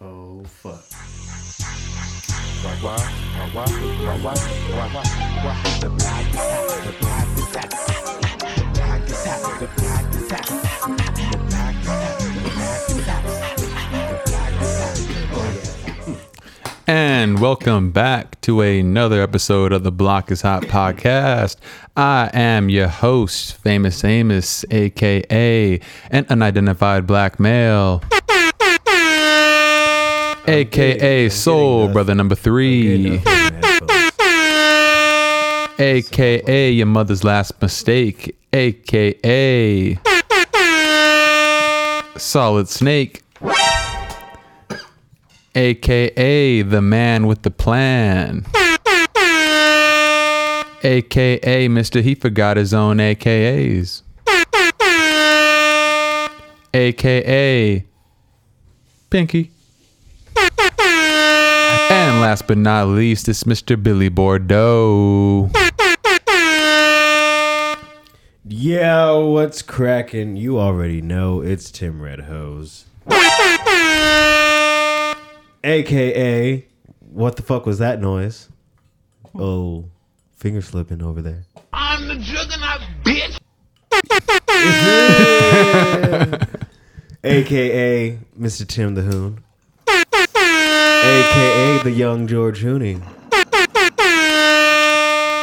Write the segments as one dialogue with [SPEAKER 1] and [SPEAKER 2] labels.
[SPEAKER 1] Oh fuck.
[SPEAKER 2] And welcome back to another episode of the Block is Hot podcast. I am your host, Famous Amos, aka an unidentified black male, aka Soul
[SPEAKER 1] nothing.
[SPEAKER 2] Brother number three, aka your mother's last mistake, aka Solid Snake, aka the man with the plan, aka Mr. He forgot his own AKAs, aka Pinky. And last but not least, it's Mr. Billy Bordeaux.
[SPEAKER 1] Yeah, what's cracking? You already know it's Tim Red Hose. AKA, what the fuck was that noise? Oh, finger slipping over there.
[SPEAKER 3] I'm the juggernaut, bitch.
[SPEAKER 1] AKA Mr. Tim the Hoon. AKA the young George Hooney.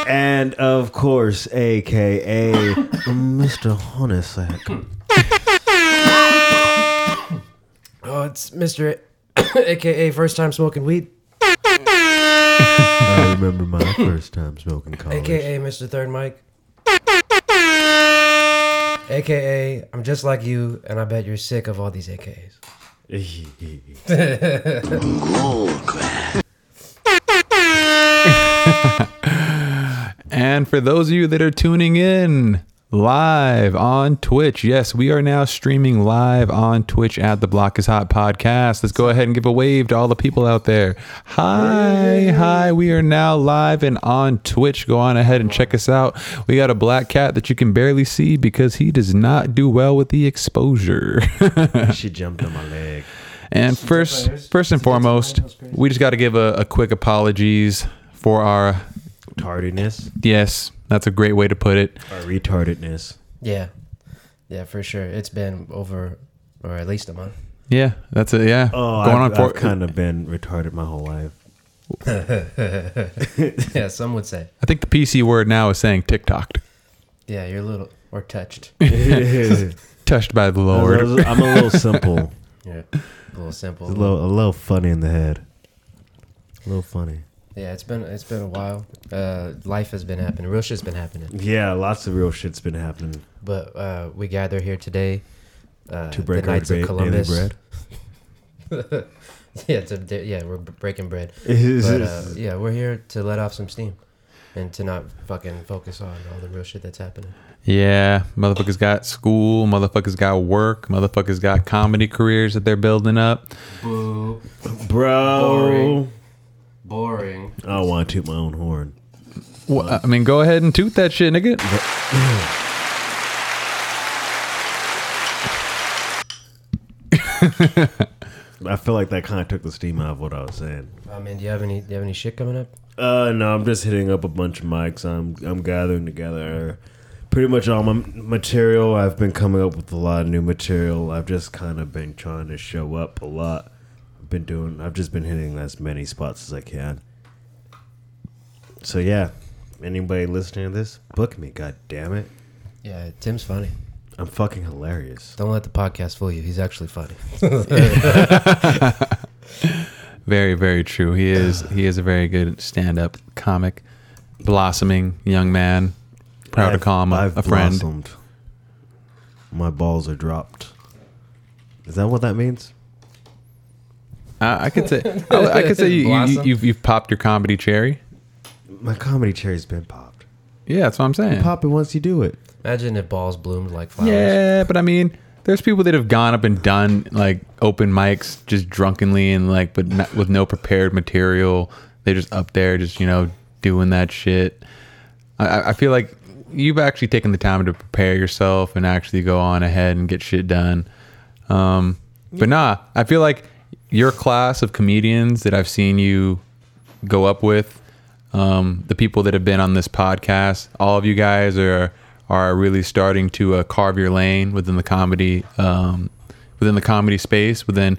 [SPEAKER 1] And of course, AKA Mr. Honesack.
[SPEAKER 4] Oh, it's Mr. AKA first time smoking weed,
[SPEAKER 1] I remember my first time smoking college.
[SPEAKER 4] AKA Mr. Third Mike. AKA I'm just like you, and I bet you're sick of all these AKAs.
[SPEAKER 2] And for those of you that are tuning in live on Twitch, yes, we are now streaming live on Twitch at the Block is Hot podcast. Let's go ahead and give a wave to all the people out there. Hi, hi, we are now live and on Twitch. Go on ahead and check us out. We got a black cat that you can barely see because he does not do well with the exposure.
[SPEAKER 1] she jumped on my leg.
[SPEAKER 2] And first, first and foremost, we just got to give a, a quick apologies for our
[SPEAKER 1] Tardiness
[SPEAKER 2] yes. That's a great way to put it.
[SPEAKER 1] or retardedness.
[SPEAKER 4] Yeah, yeah, for sure. It's been over, or at least a month.
[SPEAKER 2] Yeah, that's it. Yeah,
[SPEAKER 1] Oh,
[SPEAKER 2] going
[SPEAKER 1] I've,
[SPEAKER 2] on for
[SPEAKER 1] I've kind of been retarded my whole life.
[SPEAKER 4] yeah, some would say.
[SPEAKER 2] I think the PC word now is saying TikTok,
[SPEAKER 4] Yeah, you're a little or touched.
[SPEAKER 2] touched by the
[SPEAKER 1] I'm a
[SPEAKER 2] Lord.
[SPEAKER 1] little- I'm a little simple,
[SPEAKER 4] Yeah, a little
[SPEAKER 1] a
[SPEAKER 4] simple.
[SPEAKER 1] little, a little funny in the head. A little funny.
[SPEAKER 4] Yeah, it's been it's been a while. Uh, life has been happening. Real shit's been happening.
[SPEAKER 1] Yeah, lots of real shit's been happening.
[SPEAKER 4] But uh, we gather here today. Uh,
[SPEAKER 1] To break
[SPEAKER 4] the
[SPEAKER 1] our
[SPEAKER 4] Knights of
[SPEAKER 1] ba-
[SPEAKER 4] Columbus.
[SPEAKER 1] daily bread.
[SPEAKER 4] yeah, to, di- yeah, we're b- breaking bread.
[SPEAKER 1] Is
[SPEAKER 4] But
[SPEAKER 1] this-
[SPEAKER 4] uh, yeah, we're here to let off some steam and to not fucking focus on all the real shit that's happening.
[SPEAKER 2] yeah, motherfuckers got school, motherfuckers got work, motherfuckers got comedy careers that they're building up.
[SPEAKER 4] Boo,
[SPEAKER 1] Bro,
[SPEAKER 4] Boring. boring.
[SPEAKER 1] I don't want to toot my own horn.
[SPEAKER 2] Well, I mean, go ahead and toot that shit, nigga.
[SPEAKER 1] I feel like that kind of took the steam out of what I was saying.
[SPEAKER 4] I mean, do you have any do you have any shit coming up?
[SPEAKER 1] Uh, no, I'm just hitting up a bunch of mics. I'm I'm gathering together pretty much all my material. I've been coming up with a lot of new material. I've just kind of been trying to show up a lot. I've been doing. I've just been hitting as many spots as I can. So yeah, anybody listening to this, book me. God damn it,
[SPEAKER 4] Yeah, Tim's funny.
[SPEAKER 1] I'm fucking hilarious.
[SPEAKER 4] Don't let the podcast fool you. He's actually funny.
[SPEAKER 2] Very, very true. He is. He is a very good stand-up comic, blossoming young man. Proud to
[SPEAKER 1] I've-
[SPEAKER 2] call him a,
[SPEAKER 1] I've
[SPEAKER 2] a friend.
[SPEAKER 1] blossomed. My balls are dropped. Is that what that means?
[SPEAKER 2] I, I could say. I, I could say you, you, you,
[SPEAKER 4] Blossom.
[SPEAKER 2] you've you've popped your comedy cherry.
[SPEAKER 1] My comedy cherry's been popped.
[SPEAKER 2] Yeah, that's what I'm saying.
[SPEAKER 1] Pop it once you do it.
[SPEAKER 4] Imagine if balls bloomed like flowers.
[SPEAKER 2] Yeah, but I mean, there's people that have gone up and done like open mics just drunkenly and like, but not, with no prepared material. They're just up there, just you know, doing that shit. I- I, I feel like you've actually taken the time to prepare yourself and actually go on ahead and get shit done. Um, but nah, I feel like your class of comedians that I've seen you go up with, um, the people that have been on this podcast, all of you guys are are really starting to uh, carve your lane within the comedy um, within the comedy space within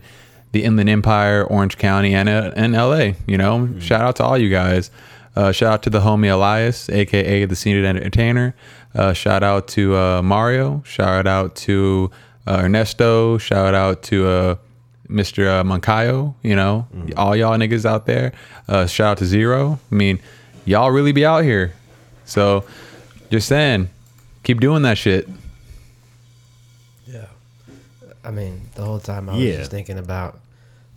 [SPEAKER 2] the Inland Empire, Orange County, and uh, and LA. You know, shout out to all you guys. Uh, shout out to the homie Elias, aka the Seated Entertainer. Uh, shout out to uh, Mario. Shout out to uh, Ernesto. Shout out to uh, Mr. Uh, Moncayo, you know,
[SPEAKER 1] Mm-hmm.
[SPEAKER 2] all y'all niggas out there. Uh, shout out to Zero. I mean, y'all really be out here. So, just saying, keep doing that shit.
[SPEAKER 4] Yeah. I mean, the whole time I was
[SPEAKER 1] Yeah.
[SPEAKER 4] just thinking about,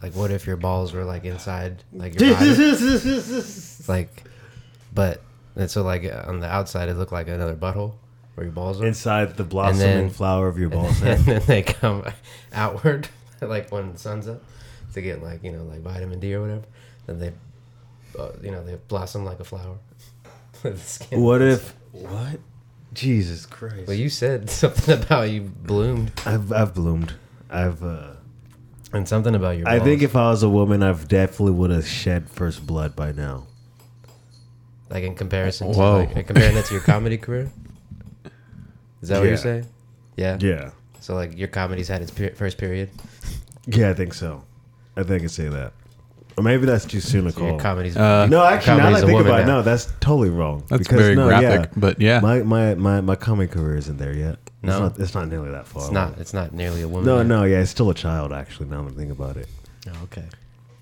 [SPEAKER 4] like, what if your balls were like inside, like your body,
[SPEAKER 1] yeah,
[SPEAKER 4] like, but and so like on the outside it looked like another butthole where your balls are,
[SPEAKER 1] inside the blossom and,
[SPEAKER 4] then-
[SPEAKER 1] flower of your ball sack.
[SPEAKER 4] and then they come outward, like when the sun's up, to get like you know like vitamin D or whatever, and they, uh, you know, they blossom like a flower. The skin.
[SPEAKER 1] What if what? Jesus Christ!
[SPEAKER 4] Well, you said something about you bloomed
[SPEAKER 1] I've I've bloomed. I've. uh
[SPEAKER 4] and something about your.
[SPEAKER 1] I
[SPEAKER 4] balls.
[SPEAKER 1] think if I was a woman, I've definitely would have shed first blood by now.
[SPEAKER 4] Like in comparison to
[SPEAKER 2] Whoa.
[SPEAKER 4] like comparing that to your comedy career? Is that what
[SPEAKER 1] Yeah.
[SPEAKER 4] you're saying? Yeah.
[SPEAKER 1] Yeah,
[SPEAKER 4] So like your comedy's had its per- first period.
[SPEAKER 1] yeah, I think so. I think I could say that, or maybe that's too
[SPEAKER 4] So your
[SPEAKER 1] cynical.
[SPEAKER 4] comedy's
[SPEAKER 1] no, actually,
[SPEAKER 4] your
[SPEAKER 1] now
[SPEAKER 4] comedy's
[SPEAKER 1] that I
[SPEAKER 4] a
[SPEAKER 1] think
[SPEAKER 4] woman
[SPEAKER 1] about it,
[SPEAKER 4] now.
[SPEAKER 1] no, that's totally wrong.
[SPEAKER 2] Uh, That's very graphic, but yeah.
[SPEAKER 1] my my my my comedy career isn't there yet.
[SPEAKER 4] No.
[SPEAKER 1] it's not, it's not nearly that far.
[SPEAKER 4] It's not it's not nearly a woman.
[SPEAKER 1] No,
[SPEAKER 4] yet.
[SPEAKER 1] no, yeah, it's still a child. Actually, now that I'm thinking about it,
[SPEAKER 4] Oh, okay.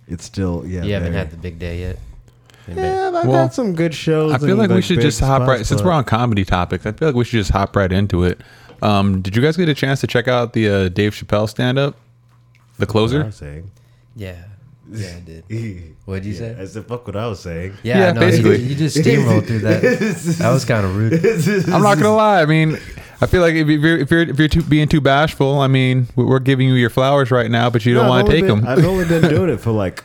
[SPEAKER 1] it's still yeah.
[SPEAKER 4] You haven't
[SPEAKER 1] very-
[SPEAKER 4] had the big day yet.
[SPEAKER 1] Yeah, I've
[SPEAKER 2] Well,
[SPEAKER 1] had some good shows.
[SPEAKER 2] I feel
[SPEAKER 1] and,
[SPEAKER 2] like we should
[SPEAKER 1] big
[SPEAKER 2] just hop right,
[SPEAKER 1] spots,
[SPEAKER 2] since
[SPEAKER 1] but-
[SPEAKER 2] we're on comedy topics, I feel like we should just hop right into it. Um, did you guys get a chance to check out the uh, Dave Chappelle stand up? The
[SPEAKER 1] I
[SPEAKER 2] closer?
[SPEAKER 1] was saying.
[SPEAKER 4] Yeah. Yeah, I did.
[SPEAKER 1] What'd
[SPEAKER 4] What'd you say?
[SPEAKER 1] I said fuck what I was saying.
[SPEAKER 4] Yeah,
[SPEAKER 2] Yeah,
[SPEAKER 4] no,
[SPEAKER 2] basically.
[SPEAKER 4] You, you just steamrolled through that. That was kind of rude.
[SPEAKER 2] I'm not gonna lie. I mean, I feel like if you're if you're, if you're too, being too bashful, I mean, we- we're giving you your flowers right now, but you
[SPEAKER 1] No, I've
[SPEAKER 2] don't want to
[SPEAKER 1] only
[SPEAKER 2] take
[SPEAKER 1] been-
[SPEAKER 2] them.
[SPEAKER 1] I've only been doing it for like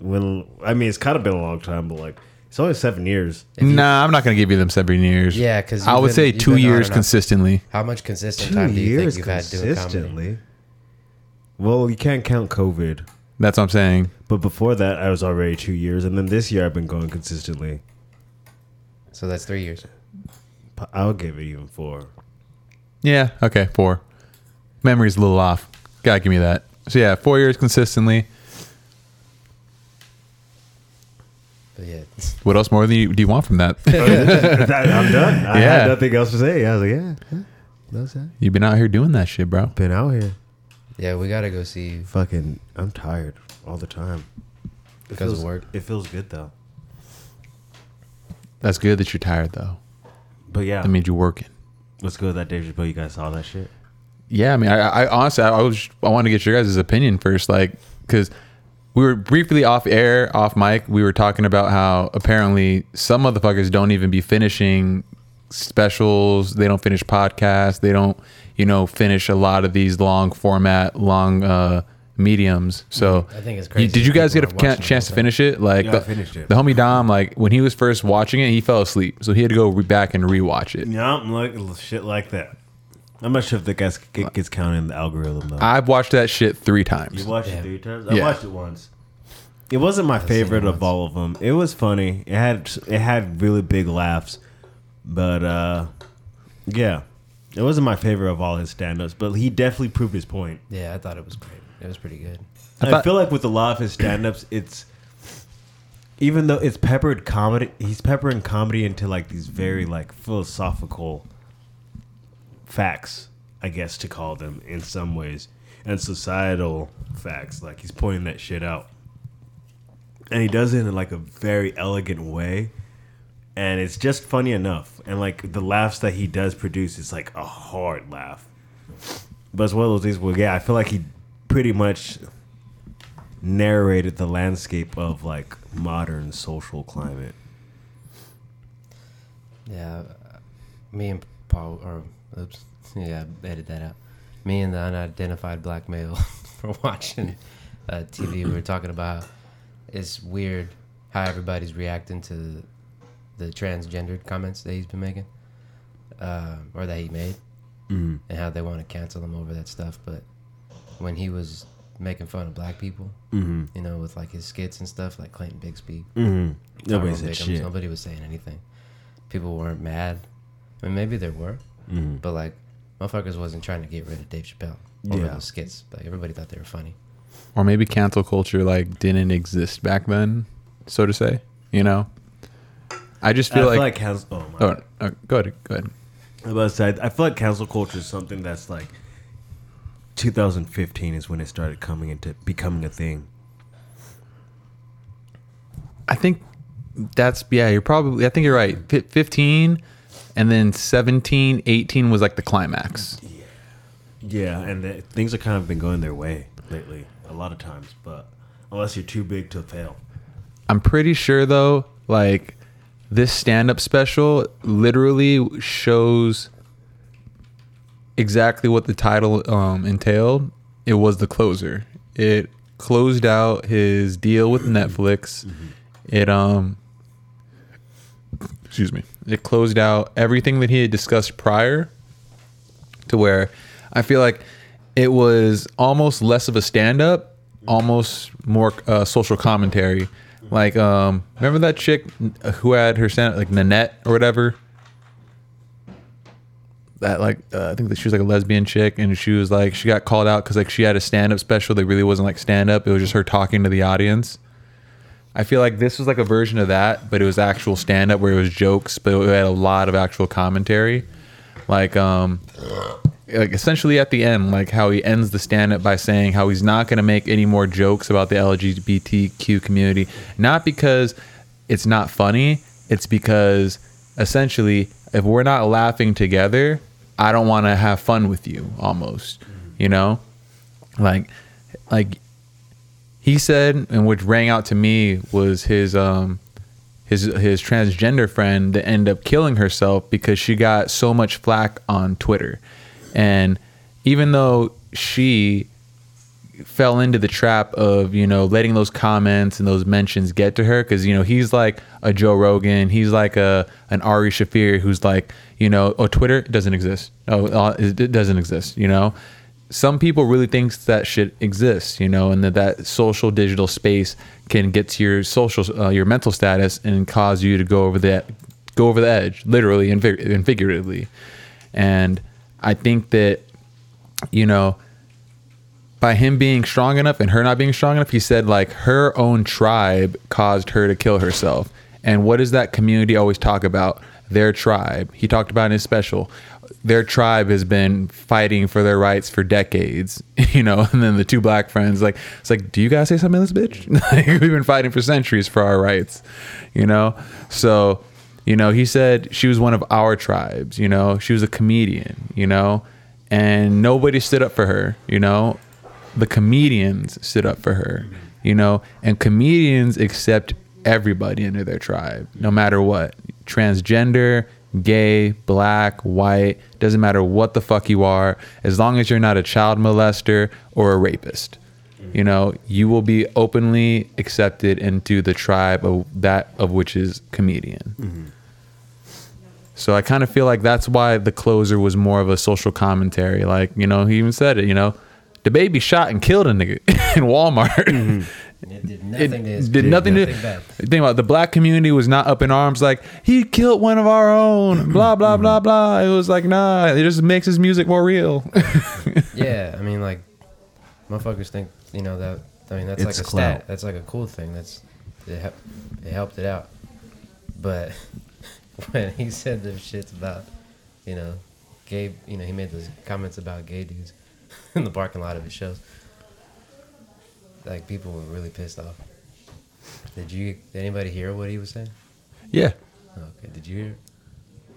[SPEAKER 1] when I mean it's kind of been a long time, but like it's only seven years.
[SPEAKER 2] Nah, I'm not gonna give you them seven years.
[SPEAKER 4] Yeah, 'cause
[SPEAKER 2] I
[SPEAKER 4] you've
[SPEAKER 2] would
[SPEAKER 4] been-
[SPEAKER 2] say
[SPEAKER 4] you've
[SPEAKER 2] two
[SPEAKER 4] been on
[SPEAKER 2] years
[SPEAKER 4] and off.
[SPEAKER 2] consistently.
[SPEAKER 4] How much consistent
[SPEAKER 1] Two
[SPEAKER 4] time do you think
[SPEAKER 1] years
[SPEAKER 4] you've had doing comedy?
[SPEAKER 1] consistently. Well, you can't count COVID,
[SPEAKER 2] That's what I'm saying.
[SPEAKER 1] but before that, I was already two years, and then this year I've been going consistently.
[SPEAKER 4] So that's three years.
[SPEAKER 1] P- I'll give it even four.
[SPEAKER 2] Yeah. Okay. Four. Memory's a little off. Gotta give me that. So yeah, four years consistently.
[SPEAKER 4] But yeah.
[SPEAKER 2] What else more do you, do you want from that?
[SPEAKER 1] I'm done. I
[SPEAKER 2] Yeah.
[SPEAKER 1] had nothing else to say. I was like, yeah, yeah that's it.
[SPEAKER 2] You've been out here doing that shit, bro.
[SPEAKER 1] Been out here,
[SPEAKER 4] Yeah, we gotta go see
[SPEAKER 1] fucking. I'm tired all the time. It
[SPEAKER 4] Because of
[SPEAKER 1] feels-
[SPEAKER 4] work.
[SPEAKER 1] It feels good though.
[SPEAKER 2] That's good that you're tired though.
[SPEAKER 1] But yeah,
[SPEAKER 2] That means you're working.
[SPEAKER 1] Let's go with that Dave Chappelle. You guys saw that shit?
[SPEAKER 2] Yeah, I mean, I, I honestly, I, I was, I wanted to get your guys' opinion first, like, because we were briefly off air, off mic. We were talking about how apparently some motherfuckers don't even be finishing specials. They don't finish podcasts. They don't, you know, finish a lot of these long format, long uh, mediums. So
[SPEAKER 4] I think it's
[SPEAKER 2] you-
[SPEAKER 4] crazy
[SPEAKER 2] did you
[SPEAKER 4] that
[SPEAKER 2] guys get a
[SPEAKER 4] people aren't
[SPEAKER 2] ca-
[SPEAKER 4] watching the
[SPEAKER 2] chance to
[SPEAKER 4] whole thing.
[SPEAKER 2] finish it? Like,
[SPEAKER 1] Yeah, I
[SPEAKER 2] the,
[SPEAKER 1] finished it.
[SPEAKER 2] the homie Dom, like when he was first watching it, he fell asleep, so he had to go re- back and rewatch it.
[SPEAKER 1] No, I'm like shit like that. I'm not sure if the guys it gets counted in the algorithm though.
[SPEAKER 2] I've watched that shit three times.
[SPEAKER 1] you watched
[SPEAKER 4] Yeah.
[SPEAKER 1] it three times.
[SPEAKER 2] Yeah.
[SPEAKER 1] I watched it once. It wasn't my favorite
[SPEAKER 4] it
[SPEAKER 1] of all of them. It was funny. It had it had really big laughs, but uh, yeah, it wasn't my favorite of all his stand-ups. But he definitely proved his point.
[SPEAKER 4] Yeah, I thought it was great. It was pretty good.
[SPEAKER 2] I
[SPEAKER 1] I,
[SPEAKER 2] thought-
[SPEAKER 1] feel like with a lot of his stand-ups, it's even though it's peppered comedy, he's peppering comedy into like these very like philosophical facts, I guess to call them in some ways, and societal facts. Like he's pointing that shit out, and he does it in like a very elegant way. And it's just funny enough, and like the laughs that he does produce, it's like a hard laugh. But it's one of those things where, yeah, I feel like he pretty much narrated the landscape of like modern social climate.
[SPEAKER 4] Yeah, uh, me and Paul, or oops, yeah, edit that out. Me and the unidentified black male were watching uh, TV. We were talking about it's weird how everybody's reacting to the transgendered comments that he's been making, um, or that he made, and how they want to cancel him over that stuff. But when he was making fun of black people. You know, with like his skits and stuff, like Clinton Bixby.
[SPEAKER 1] Nobody
[SPEAKER 4] Tyrone
[SPEAKER 1] said
[SPEAKER 4] Biggums,
[SPEAKER 1] shit.
[SPEAKER 4] Nobody was saying anything. People weren't mad. I mean, maybe there were, but like, motherfuckers wasn't trying to get rid of Dave Chappelle or
[SPEAKER 1] Yeah.
[SPEAKER 4] those skits. Like everybody thought they were funny.
[SPEAKER 2] or maybe cancel culture like didn't exist back then, so to say. You know, I just
[SPEAKER 1] I feel
[SPEAKER 2] feel
[SPEAKER 1] like,
[SPEAKER 2] like,
[SPEAKER 1] cancel. Oh my!
[SPEAKER 2] oh, oh, go ahead, go ahead.
[SPEAKER 1] I was about to say, I feel like cancel culture is something that's like 2015 is when it started coming into becoming a thing.
[SPEAKER 2] I think that's yeah. You're probably. I think you're right. Fi Fifteen, and then 17, 18 was like the climax.
[SPEAKER 1] Yeah, and the, things have kind of been going their way lately, a lot of times. But unless you're too big to fail,
[SPEAKER 2] I'm pretty sure though, like this stand up special literally shows exactly what the title um, entailed. It was the closer. It closed out his deal with Netflix. It um excuse me. It closed out everything that he had discussed prior to where I feel like it was almost less of a stand up, almost more uh, social commentary. Like, um, remember that chick who had her stand like Nanette or whatever? That like uh, I think that she was like a lesbian chick, and she was like she got called out because like she had a stand up special that really wasn't like stand up; it was just her talking to the audience. I feel like this was like a version of that, but it was actual stand up where it was jokes, but it had a lot of actual commentary. Like um like essentially at the end, like how he ends the stand up by saying how he's not going to make any more jokes about the LGBTQ community, not because it's not funny, it's because essentially if we're not laughing together, I don't want to have fun with you almost, you know? Like like he said and which rang out to me was his um his his transgender friend that ended up killing herself because she got so much flack on Twitter. And even though she fell into the trap of, you know, letting those comments and those mentions get to her cuz you know, he's like a Joe Rogan, he's like a an Ari Shafir who's like, you know, oh Twitter doesn't exist. Oh, uh, it it doesn't exist, you know. Some people really thinks that shit exists, you know, and that that social digital space can get to your social uh, your mental status and cause you to go over the go over the edge, literally and, fig- and figuratively. And I think that you know, by him being strong enough and her not being strong enough, he said like her own tribe caused her to kill herself. And what does that community always talk about? Their tribe. He talked about in his special. Their tribe has been fighting for their rights for decades, you know. And then the two black friends, like, it's like, do you guys say something to this bitch? like, we've been fighting for centuries for our rights, you know. So, you know, he said she was one of our tribes. You know, she was a comedian. You know, and nobody stood up for her. You know, the comedians stood up for her, you know, and comedians accept everybody into their tribe, no matter what transgender, gay, black, white, doesn't matter what the fuck you are, as long as you're not a child molester or a rapist, you know, you will be openly accepted into the tribe of that of which is comedian. So I kind of feel like that's why the closer was more of a social commentary. Like, you know, he even said it, you know, the baby shot and killed a nigga in Walmart.
[SPEAKER 4] And it did nothing
[SPEAKER 2] It
[SPEAKER 4] to his
[SPEAKER 2] did nothing to
[SPEAKER 4] back.
[SPEAKER 2] think about it, the black community was not up in arms like he killed one of our own blah blah blah blah it was like nah it just makes his music more real
[SPEAKER 4] Yeah, I mean, like, motherfuckers think you know that. I mean, that's
[SPEAKER 1] It's
[SPEAKER 4] like a
[SPEAKER 1] clout.
[SPEAKER 4] stat. That's like a cool thing. That's it, hel- it helped it out. But when he said them shits about, you know, gay, you know, he made those comments about gay dudes in the parking lot of his shows. Like people were really pissed off. Did you? Did anybody hear what he was saying?
[SPEAKER 2] yeah
[SPEAKER 4] Okay. Did you hear?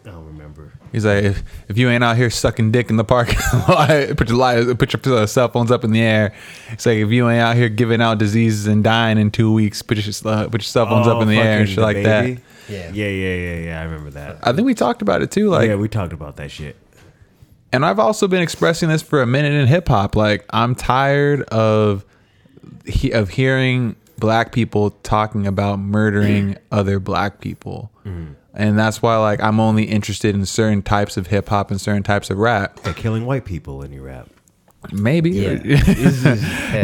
[SPEAKER 1] I don't remember.
[SPEAKER 2] he's like if, if you ain't out here sucking dick in the parking lot put your li- put your uh, cell phones up in the air it's like if you ain't out here giving out diseases and dying in two weeks put your uh, put your cell phones
[SPEAKER 1] Oh,
[SPEAKER 2] up in the air and shit like that
[SPEAKER 1] Yeah.
[SPEAKER 4] Yeah.
[SPEAKER 1] yeah, yeah, yeah, yeah. I remember that.
[SPEAKER 2] I think we talked about it too like
[SPEAKER 1] yeah, we talked about that shit.
[SPEAKER 2] and I've also been expressing this for a minute in hip hop. Like I'm tired of he, of hearing black people talking about murdering other black people. And that's why like I'm only interested in certain types of hip hop and certain types of rap.
[SPEAKER 1] They're killing white people in your rap.
[SPEAKER 2] Maybe.
[SPEAKER 4] Yeah.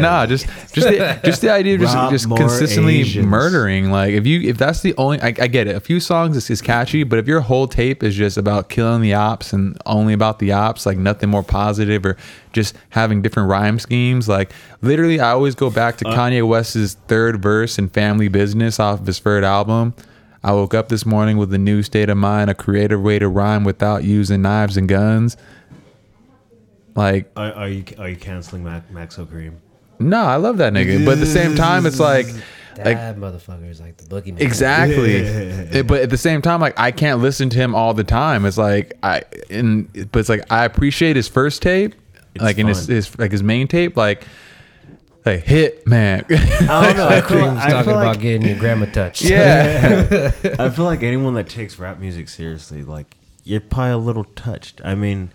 [SPEAKER 2] nah, just just the, just the idea of just
[SPEAKER 1] Rob
[SPEAKER 2] just
[SPEAKER 1] more
[SPEAKER 2] consistently
[SPEAKER 1] Asians.
[SPEAKER 2] murdering. Like if you if that's the only, I, I get it. A few songs is, is catchy, but if your whole tape is just about killing the ops and only about the ops, like nothing more positive or just having different rhyme schemes. Like literally, I always go back to
[SPEAKER 1] Uh,
[SPEAKER 2] Kanye West's third verse in Family Business off of his third album. I woke up this morning with a new state of mind, a creative way to rhyme without using knives and guns. Like
[SPEAKER 1] Are, are you are you canceling Mac, Maxo Cream?
[SPEAKER 2] no, I love that nigga. But at the same time, it's like,
[SPEAKER 4] that
[SPEAKER 2] like
[SPEAKER 4] motherfucker is like the boogeyman.
[SPEAKER 2] exactly. It- but at the same time, like I can't listen to him all the time. It's like I and but it's like I appreciate his first tape,
[SPEAKER 1] It's
[SPEAKER 2] like in his,
[SPEAKER 1] fun.
[SPEAKER 2] his like his main tape, like like hit man.
[SPEAKER 1] I don't know. I feel,
[SPEAKER 4] Cream's
[SPEAKER 1] I
[SPEAKER 4] talking
[SPEAKER 1] feel
[SPEAKER 4] about
[SPEAKER 1] like
[SPEAKER 4] getting your grandma touched.
[SPEAKER 2] yeah,
[SPEAKER 1] I feel like anyone that takes rap music seriously, like you're probably a little touched. I mean,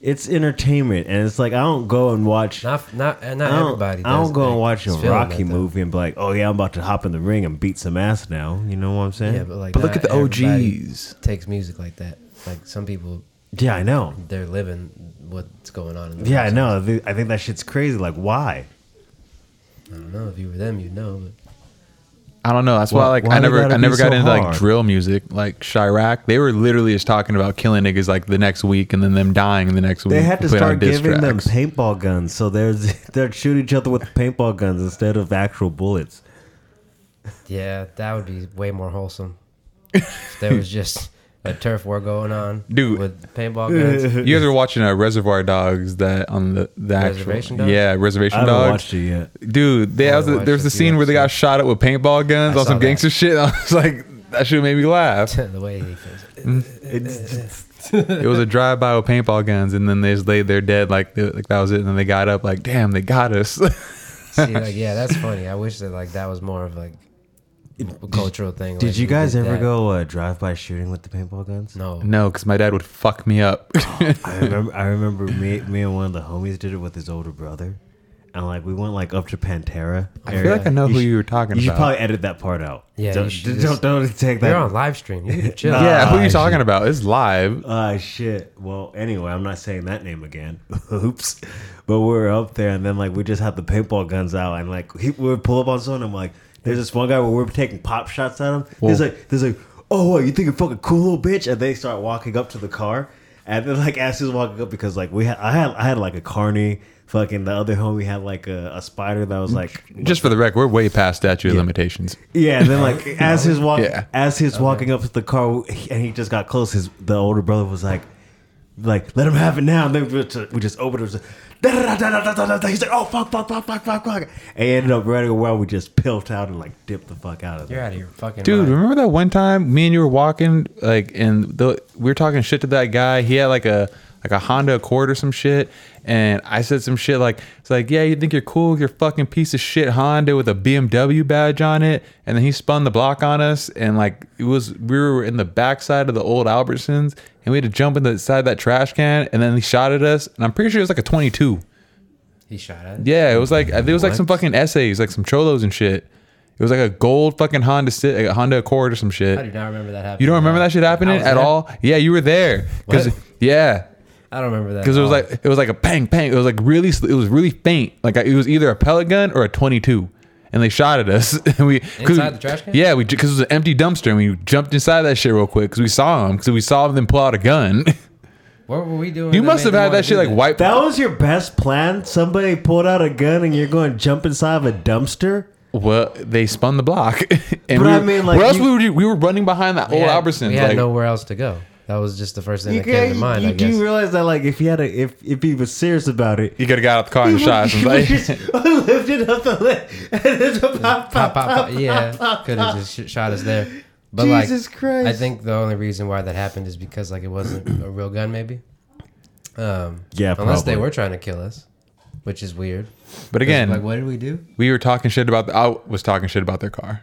[SPEAKER 1] it's entertainment, and it's like I don't go and watch.
[SPEAKER 4] Not not eh, not
[SPEAKER 1] I don't,
[SPEAKER 4] everybody.
[SPEAKER 1] I don't
[SPEAKER 4] does
[SPEAKER 1] go and
[SPEAKER 4] like,
[SPEAKER 1] watch a
[SPEAKER 4] is feeling
[SPEAKER 1] Rocky
[SPEAKER 4] that, though.
[SPEAKER 1] movie and be like, "Oh yeah, I'm about to hop in the ring and beat some ass now." You know what I'm saying?
[SPEAKER 4] Yeah, but like.
[SPEAKER 2] but look
[SPEAKER 4] not
[SPEAKER 2] at the
[SPEAKER 4] everybody
[SPEAKER 2] OGs.
[SPEAKER 4] Takes music like that. Like some people,
[SPEAKER 1] Yeah, I know.
[SPEAKER 4] they're living what's going on. In the
[SPEAKER 1] Yeah, I know. I think- I think that shit's crazy. Like, why?
[SPEAKER 4] I don't know if you were them, you'd know. But
[SPEAKER 2] I don't know. That's why,
[SPEAKER 1] Why-
[SPEAKER 2] like,
[SPEAKER 1] why
[SPEAKER 2] I
[SPEAKER 1] they
[SPEAKER 2] never,
[SPEAKER 1] gotta
[SPEAKER 2] I never
[SPEAKER 1] be
[SPEAKER 2] got
[SPEAKER 1] so
[SPEAKER 2] into like
[SPEAKER 1] hard?
[SPEAKER 2] drill music, like Chirac. They were literally just talking about killing niggas like the next week, and then them dying the next week.
[SPEAKER 1] They had to
[SPEAKER 2] played on
[SPEAKER 1] start
[SPEAKER 2] diss
[SPEAKER 1] giving them
[SPEAKER 2] tracks.
[SPEAKER 1] paintball guns, so there's they're shoot each other with paintball guns instead of actual bullets.
[SPEAKER 4] yeah, that would be way more wholesome. if there was just a turf war going on,
[SPEAKER 2] Dude.
[SPEAKER 4] with paintball guns.
[SPEAKER 2] You guys are watching uh, Reservoir Dogs that on the the actual
[SPEAKER 4] Reservation Dogs?
[SPEAKER 2] yeah Reservation
[SPEAKER 1] I haven't
[SPEAKER 2] Dogs.
[SPEAKER 1] watched it yet.
[SPEAKER 2] Dude, they,
[SPEAKER 4] I
[SPEAKER 2] I was,
[SPEAKER 4] watched
[SPEAKER 2] there was
[SPEAKER 4] a
[SPEAKER 2] the
[SPEAKER 4] few
[SPEAKER 2] scene where they got
[SPEAKER 4] episodes.
[SPEAKER 2] shot at with paintball guns
[SPEAKER 4] I
[SPEAKER 2] on
[SPEAKER 4] saw
[SPEAKER 2] some
[SPEAKER 4] that.
[SPEAKER 2] gangster shit. I was like, that should made me laugh.
[SPEAKER 4] the way he feels.
[SPEAKER 1] Eh, It's,
[SPEAKER 2] it was a drive by with paintball guns, and then they just laid there dead like they- like that was it. And then they got up like, damn, they got us.
[SPEAKER 4] See, like, yeah, that's funny. I wish that like that was more of like a cultural thing.
[SPEAKER 1] did
[SPEAKER 4] like,
[SPEAKER 1] you
[SPEAKER 4] we
[SPEAKER 1] guys ever
[SPEAKER 4] that.
[SPEAKER 1] go uh, drive-by shooting with the paintball guns?
[SPEAKER 4] No.
[SPEAKER 2] no, because my dad would fuck me up.
[SPEAKER 1] I remember. I remember me, me and one of the homies did it with his older brother, and like we went like up to Pantera.
[SPEAKER 2] I feel like I know who you were talking
[SPEAKER 1] You should
[SPEAKER 2] about.
[SPEAKER 1] probably edit that part out.
[SPEAKER 4] Yeah, you
[SPEAKER 1] don't,
[SPEAKER 4] should
[SPEAKER 1] don't,
[SPEAKER 4] just-
[SPEAKER 1] don't take
[SPEAKER 4] You're
[SPEAKER 1] that.
[SPEAKER 4] on live stream. You can chill.
[SPEAKER 2] yeah, who are you
[SPEAKER 1] Ah,
[SPEAKER 2] talking about? It's live.
[SPEAKER 1] Ah, shit. Well, anyway, I'm not saying that name again. Oops. But we were up there, and then like we just had the paintball guns out, and like he, we would pull up on someone. And I'm like, there's this one guy where we're taking pop shots at him. He's
[SPEAKER 2] Whoa.
[SPEAKER 1] like, there's like, oh, what, you think you're fucking cool, little bitch? And they start walking up to the car, and then like as he's walking up, because like we had, I had, I had like a carney. Fucking the other homie had like a, a spider that was like
[SPEAKER 2] Just for the record, we're way past statute of limitations.
[SPEAKER 1] yeah, and then like as his walk
[SPEAKER 2] Yeah.
[SPEAKER 1] as his walking up to the car, he- and he just got close. His the older brother was like, like let him have it now. And then we just, we just opened it. It was like, da, da, da, da, da, da, da. He's like, oh fuck, fuck, fuck, fuck, fuck, fuck. And he ended up running away. We just pilfed out and like dipped the fuck out of
[SPEAKER 4] You're
[SPEAKER 1] there.
[SPEAKER 4] out of your fucking
[SPEAKER 2] Dude,
[SPEAKER 4] Mind.
[SPEAKER 2] remember that one time me and you were walking like and the, we were talking shit to that guy. He had like a like a Honda Accord or some shit, and I said some shit like it's like yeah, you think you're cool, you're fucking piece of shit Honda with a BMW badge on it, and then he spun the block on us, and like it was we were in the backside of the old Albertsons, and we had to jump in the side of that trash can, and then he shot at us, and I'm pretty sure it was like a 22.
[SPEAKER 4] He shot at.
[SPEAKER 2] Yeah, it was like it was like some fucking essays, like some cholos and shit. It was like a gold fucking Honda, Cit- like a Honda Accord or some shit.
[SPEAKER 4] I do not remember that happening.
[SPEAKER 2] You don't remember
[SPEAKER 4] Yeah.
[SPEAKER 2] that shit
[SPEAKER 4] I
[SPEAKER 2] happening
[SPEAKER 4] was
[SPEAKER 2] at
[SPEAKER 4] there.
[SPEAKER 2] all? Yeah, you were there. Cause
[SPEAKER 4] What? Oh.
[SPEAKER 2] yeah,
[SPEAKER 4] I don't remember that.
[SPEAKER 2] because it
[SPEAKER 4] at
[SPEAKER 2] was
[SPEAKER 4] all.
[SPEAKER 2] like it was like a bang bang. It was like really sl- it was really faint. Like I, it was either a pellet gun or a twenty two, and they shot at us. and we 'cause
[SPEAKER 4] Inside
[SPEAKER 2] we-
[SPEAKER 4] the trash can?
[SPEAKER 2] Yeah, we because it was an empty dumpster and we jumped inside that shit real quick because we saw them because we saw them pull out a gun.
[SPEAKER 4] what were we doing?
[SPEAKER 2] you
[SPEAKER 4] that
[SPEAKER 2] must
[SPEAKER 4] made
[SPEAKER 2] have
[SPEAKER 4] them
[SPEAKER 2] had
[SPEAKER 4] wanna
[SPEAKER 2] that shit
[SPEAKER 4] do
[SPEAKER 2] like wiped.
[SPEAKER 1] That was your best plan. Somebody pulled out a gun, and you're going to jump inside of a dumpster.
[SPEAKER 2] Well, they spun the block. and
[SPEAKER 1] But
[SPEAKER 2] we
[SPEAKER 1] I
[SPEAKER 2] were-
[SPEAKER 1] mean, like,
[SPEAKER 2] where else
[SPEAKER 1] you-
[SPEAKER 2] we were you- we were running behind that
[SPEAKER 4] We
[SPEAKER 2] old
[SPEAKER 4] had-
[SPEAKER 2] Albertsons.
[SPEAKER 4] We had
[SPEAKER 2] like,
[SPEAKER 4] nowhere else to go. That was just the first thing
[SPEAKER 1] You,
[SPEAKER 4] that came to
[SPEAKER 1] can,
[SPEAKER 4] mind.
[SPEAKER 1] you
[SPEAKER 4] I guess.
[SPEAKER 1] do realize that like if he had a if if he was serious about it,
[SPEAKER 2] you could have got out the car and
[SPEAKER 1] he
[SPEAKER 2] shot.
[SPEAKER 1] would- he would
[SPEAKER 2] somebody.
[SPEAKER 1] just lifted up the lid and it's pop,
[SPEAKER 4] pop,
[SPEAKER 1] pop,
[SPEAKER 4] pop, pop. Yeah, could have just sh- shot us there. But
[SPEAKER 1] Jesus
[SPEAKER 4] like,
[SPEAKER 1] Christ.
[SPEAKER 4] I think the only reason why that happened is because like it wasn't a real gun, maybe. Um,
[SPEAKER 1] Yeah,
[SPEAKER 4] unless they
[SPEAKER 1] probably.
[SPEAKER 4] were trying to kill us, which is weird. 'Cause,
[SPEAKER 2] but again,
[SPEAKER 4] like, what did we do?
[SPEAKER 2] we were talking shit about. The, I was talking shit about their car.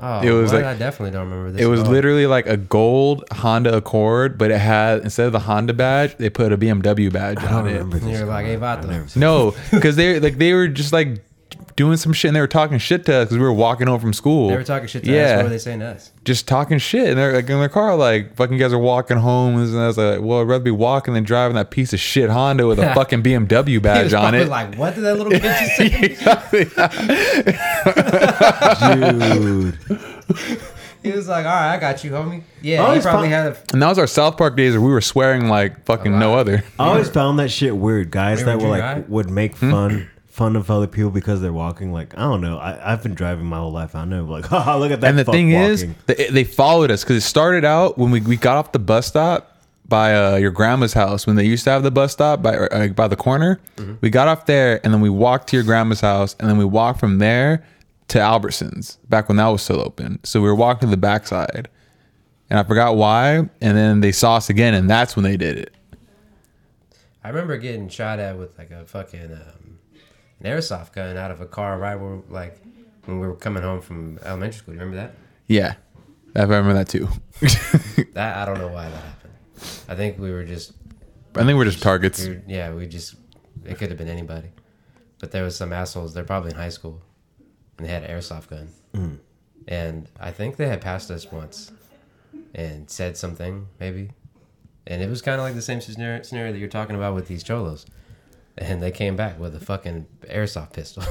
[SPEAKER 4] Oh,
[SPEAKER 2] It was
[SPEAKER 4] well,
[SPEAKER 2] like-
[SPEAKER 4] I definitely don't remember this.
[SPEAKER 2] It was
[SPEAKER 4] at all.
[SPEAKER 2] literally like a gold Honda Accord, but it had instead of the Honda badge, they put a BMW badge on it.
[SPEAKER 4] And You're like, hey, Vato.
[SPEAKER 2] No, because they like they were just like doing some shit and they were talking shit to us because we were walking home from school.
[SPEAKER 4] They were talking shit to us.
[SPEAKER 2] yeah.
[SPEAKER 4] What were they saying to us?
[SPEAKER 2] Just talking shit and they're like in their car, like fucking guys are walking home. And I was like, well, I'd rather be walking than driving that piece of shit Honda with a fucking BMW
[SPEAKER 4] He
[SPEAKER 2] badge
[SPEAKER 4] was
[SPEAKER 2] on
[SPEAKER 4] probably
[SPEAKER 2] it.
[SPEAKER 4] like, what did that little kid just say?
[SPEAKER 1] dude.
[SPEAKER 4] He was like, all right, I got you, homie. Yeah,
[SPEAKER 1] I
[SPEAKER 4] he
[SPEAKER 1] always
[SPEAKER 4] probably
[SPEAKER 1] find-
[SPEAKER 4] had a
[SPEAKER 2] and that was our South Park days where we were swearing like fucking no other.
[SPEAKER 1] I always found that shit weird. Guys
[SPEAKER 4] Remember
[SPEAKER 1] that were
[SPEAKER 4] Junior
[SPEAKER 1] like
[SPEAKER 4] High?
[SPEAKER 1] would make
[SPEAKER 2] Hmm?
[SPEAKER 1] fun fun of other people because they're walking. Like I don't know. I, I've been driving my whole life. I know. Like haha, look at that.
[SPEAKER 2] and the
[SPEAKER 1] fuck
[SPEAKER 2] thing
[SPEAKER 1] walking.
[SPEAKER 2] is, they, they followed us because it started out when we, we got off the bus stop by uh, your grandma's house when they used to have the bus stop by uh, by the corner. We got off there and then we walked to your grandma's house and then we walked from there to Albertsons back when that was still open. So we were walking to the backside, and I forgot why. And then they saw us again, and that's when they did it.
[SPEAKER 4] I remember getting shot at with like a fucking um, an airsoft gun out of a car right where like when we were coming home from elementary school. You remember that?
[SPEAKER 2] Yeah, I remember that too.
[SPEAKER 4] That I don't know why that happened. I think we were just
[SPEAKER 2] I think we're just targets.
[SPEAKER 4] we were- Mm, yeah we just it could have been anybody, but there was some assholes. They're probably in high school, and they had an airsoft gun, and I think they had passed us once, and said something maybe, and it was kind of like the same scenario, scenario that you're talking about with these cholos, and they came back with a fucking airsoft pistol,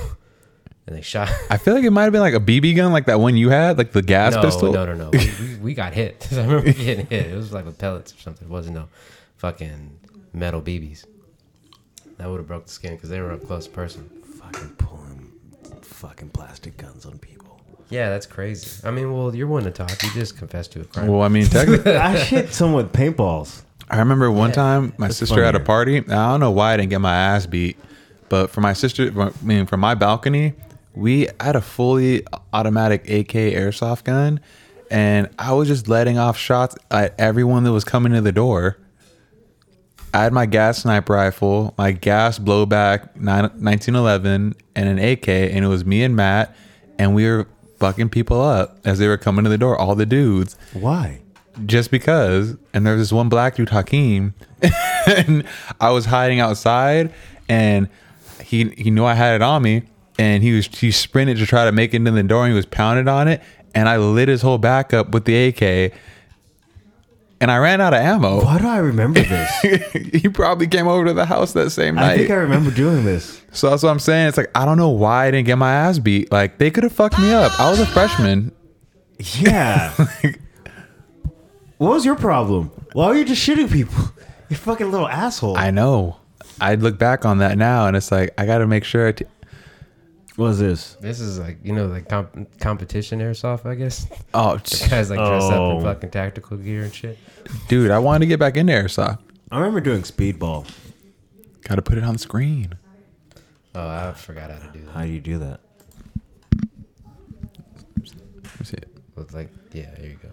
[SPEAKER 4] and they shot.
[SPEAKER 2] I feel like it might have been like a BB gun, like that one you had, like the gas
[SPEAKER 4] no,
[SPEAKER 2] pistol.
[SPEAKER 4] No, no, no. We, we, we got hit. I remember getting hit. It was like with pellets or something. It wasn't no fucking metal BBs. That would have broke the skin because they were up close person.
[SPEAKER 1] fucking pulling fucking plastic guns on people.
[SPEAKER 4] Yeah, that's crazy. I mean, well, you're one to talk. You just confessed to a crime.
[SPEAKER 2] Well, I mean, technically.
[SPEAKER 1] I hit someone with paintballs.
[SPEAKER 2] I remember one time my sister had a
[SPEAKER 1] funnier.
[SPEAKER 2] party. I don't know why I didn't get my ass beat, but for my sister, I mean, from my balcony, we had a fully automatic AK airsoft gun, and I was just letting off shots at everyone that was coming to the door. I had my gas sniper rifle, my gas blowback nine- 1911, and an AK, and it was me and Matt, and we were fucking people up as they were coming to the door, all the dudes
[SPEAKER 1] Why?
[SPEAKER 2] just because. And there was this one black dude, Hakeem, and I was hiding outside, and he he knew I had it on me, and he was he sprinted to try to make it into the door, and he was pounded on it, and I lit his whole back up with the AK, and I ran out of ammo.
[SPEAKER 1] Why do I remember this?
[SPEAKER 2] he probably came over to the house that same night.
[SPEAKER 1] I think I remember doing this.
[SPEAKER 2] so that's what I'm saying. It's like I don't know why I didn't get my ass beat. Like they could have fucked me up. I was a freshman.
[SPEAKER 1] Yeah. what was your problem? Why were you just shooting people? You fucking little asshole.
[SPEAKER 2] I know. I'd look back on that now, and it's like I got to make sure. I t-
[SPEAKER 1] what was this?
[SPEAKER 4] This is like you know like comp- competition airsoft, I guess.
[SPEAKER 2] oh, t-
[SPEAKER 4] Guys like dress up
[SPEAKER 1] Oh.
[SPEAKER 4] in fucking tactical gear and shit.
[SPEAKER 2] Dude, I wanted to get back in there, so
[SPEAKER 1] I remember doing speedball.
[SPEAKER 2] got to put it on the screen.
[SPEAKER 4] Oh, I forgot how to do that.
[SPEAKER 1] How do you do that?
[SPEAKER 2] Let's see it.
[SPEAKER 4] With like yeah, there you go.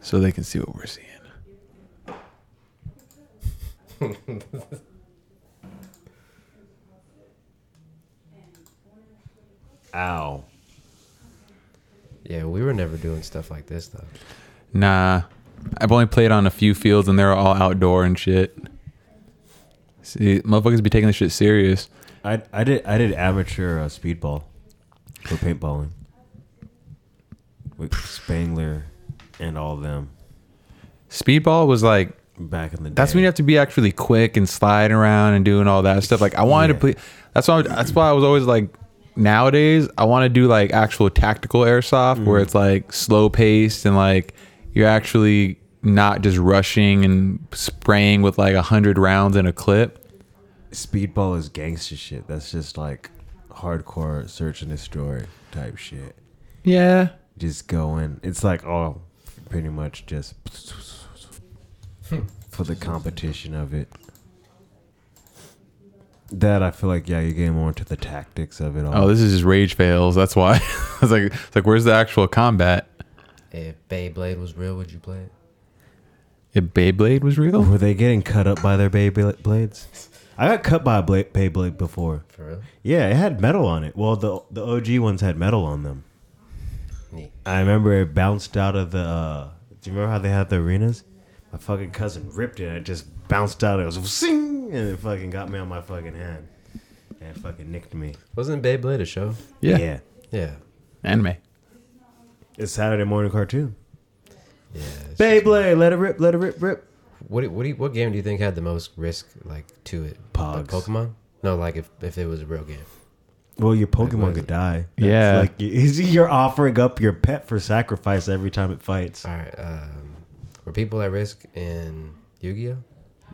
[SPEAKER 2] So they can see what we're seeing.
[SPEAKER 1] Ow.
[SPEAKER 4] Yeah, we were never doing stuff like this though.
[SPEAKER 2] Nah, I've only played on a few fields, and they're all outdoor and shit. See, motherfuckers be taking this shit serious.
[SPEAKER 1] I, I did I did amateur uh, speedball for paintballing with Spangler and all them
[SPEAKER 2] Speedball was like
[SPEAKER 1] back in the day.
[SPEAKER 2] that's when you have to be actually quick and sliding around and doing all that stuff. Like I wanted
[SPEAKER 1] Yeah.
[SPEAKER 2] to play. That's why. That's why I was always like. Nowadays, I want to do like actual tactical airsoft where it's like slow paced and like you're actually not just rushing and spraying with like a hundred rounds in a clip.
[SPEAKER 1] speedball is gangster shit. That's just like hardcore search and destroy type shit.
[SPEAKER 2] Yeah,
[SPEAKER 1] Just going. It's like all pretty much just for the competition of it. That I feel like yeah, you're getting more into the tactics of it all.
[SPEAKER 2] Oh, this is just rage fails. That's why. I was like, it's like, where's the actual combat?
[SPEAKER 4] If Beyblade was real, would you play it?
[SPEAKER 2] If Beyblade was real,
[SPEAKER 1] Were they getting cut up by their bay bla- blades? I got cut by a bla- bay blade before.
[SPEAKER 4] For real?
[SPEAKER 1] Yeah, it had metal on it. Well, the the OG ones had metal on them.
[SPEAKER 4] Neat.
[SPEAKER 1] I remember it bounced out of the. Uh, do you remember how they had the arenas? My fucking cousin ripped it. and It just bounced out. It was zing, and it fucking got me on my fucking hand. And That fucking nicked me.
[SPEAKER 4] Wasn't Beyblade a show?
[SPEAKER 2] Yeah.
[SPEAKER 1] yeah.
[SPEAKER 4] Yeah.
[SPEAKER 2] Anime.
[SPEAKER 1] It's Saturday morning cartoon.
[SPEAKER 4] Yeah.
[SPEAKER 1] Beyblade, let it rip, let it rip, rip.
[SPEAKER 4] What do, what do you, what game do you think had the most risk like to it?
[SPEAKER 1] Pogs.
[SPEAKER 4] Like Pokemon? No, like if, if it was a real game.
[SPEAKER 1] Well, your Pokemon
[SPEAKER 4] what-
[SPEAKER 1] could die.
[SPEAKER 2] Yeah.
[SPEAKER 1] It's like you- you're offering up your pet for sacrifice every time it fights.
[SPEAKER 4] All right. Um, were people at risk in Yu-Gi-Oh?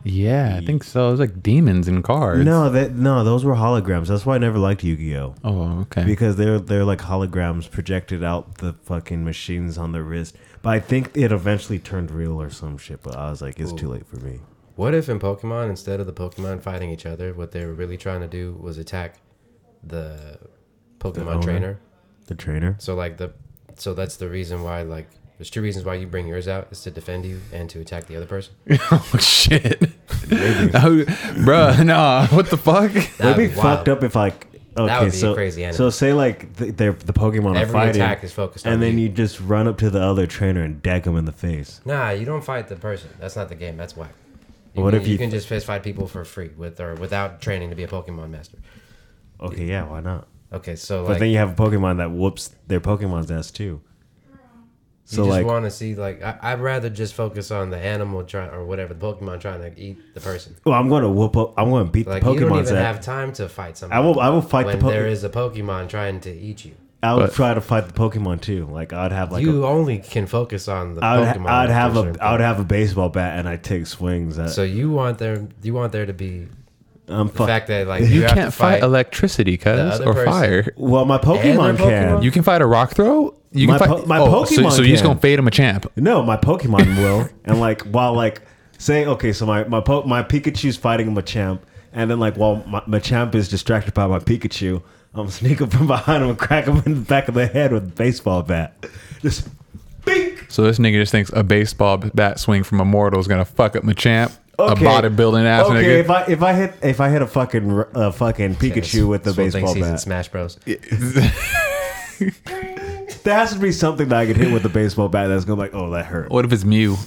[SPEAKER 2] Yeah, I think so. It was like demons in cards.
[SPEAKER 1] No, that no, those were holograms. That's why I never liked Yu-Gi-Oh.
[SPEAKER 2] Oh, okay.
[SPEAKER 1] Because they're they're like holograms projected out the fucking machines on the wrist. But I think it eventually turned real or some shit. But I was like, it's too late for me.
[SPEAKER 4] What if in Pokemon, instead of the Pokemon fighting each other, what they were really trying to do was attack the Pokemon
[SPEAKER 1] owner?
[SPEAKER 4] trainer?
[SPEAKER 1] The trainer.
[SPEAKER 4] So like the, so that's the reason why like there's two reasons why you bring yours out is to defend you and to attack the other person.
[SPEAKER 2] oh shit. Oh, bruh, nah. What the fuck?
[SPEAKER 1] That'd
[SPEAKER 4] That'd
[SPEAKER 1] be
[SPEAKER 4] be wild.
[SPEAKER 1] fucked up if like okay,
[SPEAKER 4] would be a
[SPEAKER 1] so
[SPEAKER 4] crazy anime.
[SPEAKER 1] so say like th- they're the Pokemon are
[SPEAKER 4] Every
[SPEAKER 1] fighting,
[SPEAKER 4] attack is focused on
[SPEAKER 1] and then
[SPEAKER 4] you.
[SPEAKER 1] you just run up to the other trainer and deck him in the face.
[SPEAKER 4] Nah, you don't fight the person. That's not the game. That's whack. You
[SPEAKER 1] What
[SPEAKER 4] can,
[SPEAKER 1] if
[SPEAKER 4] you,
[SPEAKER 1] you-
[SPEAKER 4] can just fist fight people for free with or without training to be a Pokemon master?
[SPEAKER 1] Okay, yeah, why not?
[SPEAKER 4] Okay, so
[SPEAKER 1] But
[SPEAKER 4] like
[SPEAKER 1] then
[SPEAKER 4] you,
[SPEAKER 1] you have a Pokemon that whoops their Pokemon's ass too. So
[SPEAKER 4] just
[SPEAKER 1] like,
[SPEAKER 4] want to see like I, I'd rather just focus on the animal trying or whatever the Pokemon trying to eat the person.
[SPEAKER 1] well, I'm gonna whoop up. I'm gonna beat
[SPEAKER 4] Like
[SPEAKER 1] the
[SPEAKER 4] you don't
[SPEAKER 1] Pokemon's
[SPEAKER 4] even
[SPEAKER 1] ass.
[SPEAKER 4] have time to fight something.
[SPEAKER 1] I will. I will fight
[SPEAKER 4] when
[SPEAKER 1] the.
[SPEAKER 4] there
[SPEAKER 1] Po-
[SPEAKER 4] is a Pokemon trying to eat you.
[SPEAKER 1] I will
[SPEAKER 2] but-
[SPEAKER 1] try to fight the Pokemon too. Like I'd have like.
[SPEAKER 4] you
[SPEAKER 1] a,
[SPEAKER 4] only can focus on the
[SPEAKER 1] I would,
[SPEAKER 4] Pokemon.
[SPEAKER 1] ha- I'd
[SPEAKER 4] for
[SPEAKER 1] have
[SPEAKER 4] certain
[SPEAKER 1] a. I would have a baseball bat and I take swings. At,
[SPEAKER 4] things. So you want there? You want there to be
[SPEAKER 1] I'm
[SPEAKER 4] the
[SPEAKER 1] fuck-
[SPEAKER 4] fact that like you,
[SPEAKER 2] you
[SPEAKER 4] have to
[SPEAKER 2] can't fight,
[SPEAKER 4] fight.
[SPEAKER 2] electricity, cuz,
[SPEAKER 4] other
[SPEAKER 2] or
[SPEAKER 4] person.
[SPEAKER 2] fire.
[SPEAKER 1] Well, my Pokemon can.
[SPEAKER 4] Pokemon?
[SPEAKER 2] You can fight a rock throw. You can
[SPEAKER 1] My
[SPEAKER 2] fight Oh,
[SPEAKER 1] po- my
[SPEAKER 2] So,
[SPEAKER 1] Pokemon
[SPEAKER 2] so you just
[SPEAKER 1] can.
[SPEAKER 2] gonna fade him a champ.
[SPEAKER 1] No, my Pokemon will. and like while like say okay, so my my po- my Pikachu's fighting Machamp, and then like while my, Machamp is distracted by my Pikachu, I'm sneaking from behind him and crack him in the back of the head with a baseball bat. Just bink.
[SPEAKER 2] So this nigga just thinks a baseball bat swing from a mortal is gonna fuck up my champ.
[SPEAKER 1] Okay.
[SPEAKER 2] A bodybuilding ass
[SPEAKER 1] okay,
[SPEAKER 2] nigga.
[SPEAKER 1] if I if I hit if I hit a fucking r- a fucking Pikachu with a
[SPEAKER 4] This fool thinks
[SPEAKER 1] baseball
[SPEAKER 4] he's in
[SPEAKER 1] bat,
[SPEAKER 4] Smash Bros.
[SPEAKER 1] there has to be something that I could hit with a baseball bat that's gonna be like, oh, that hurt.
[SPEAKER 2] what if it's Mew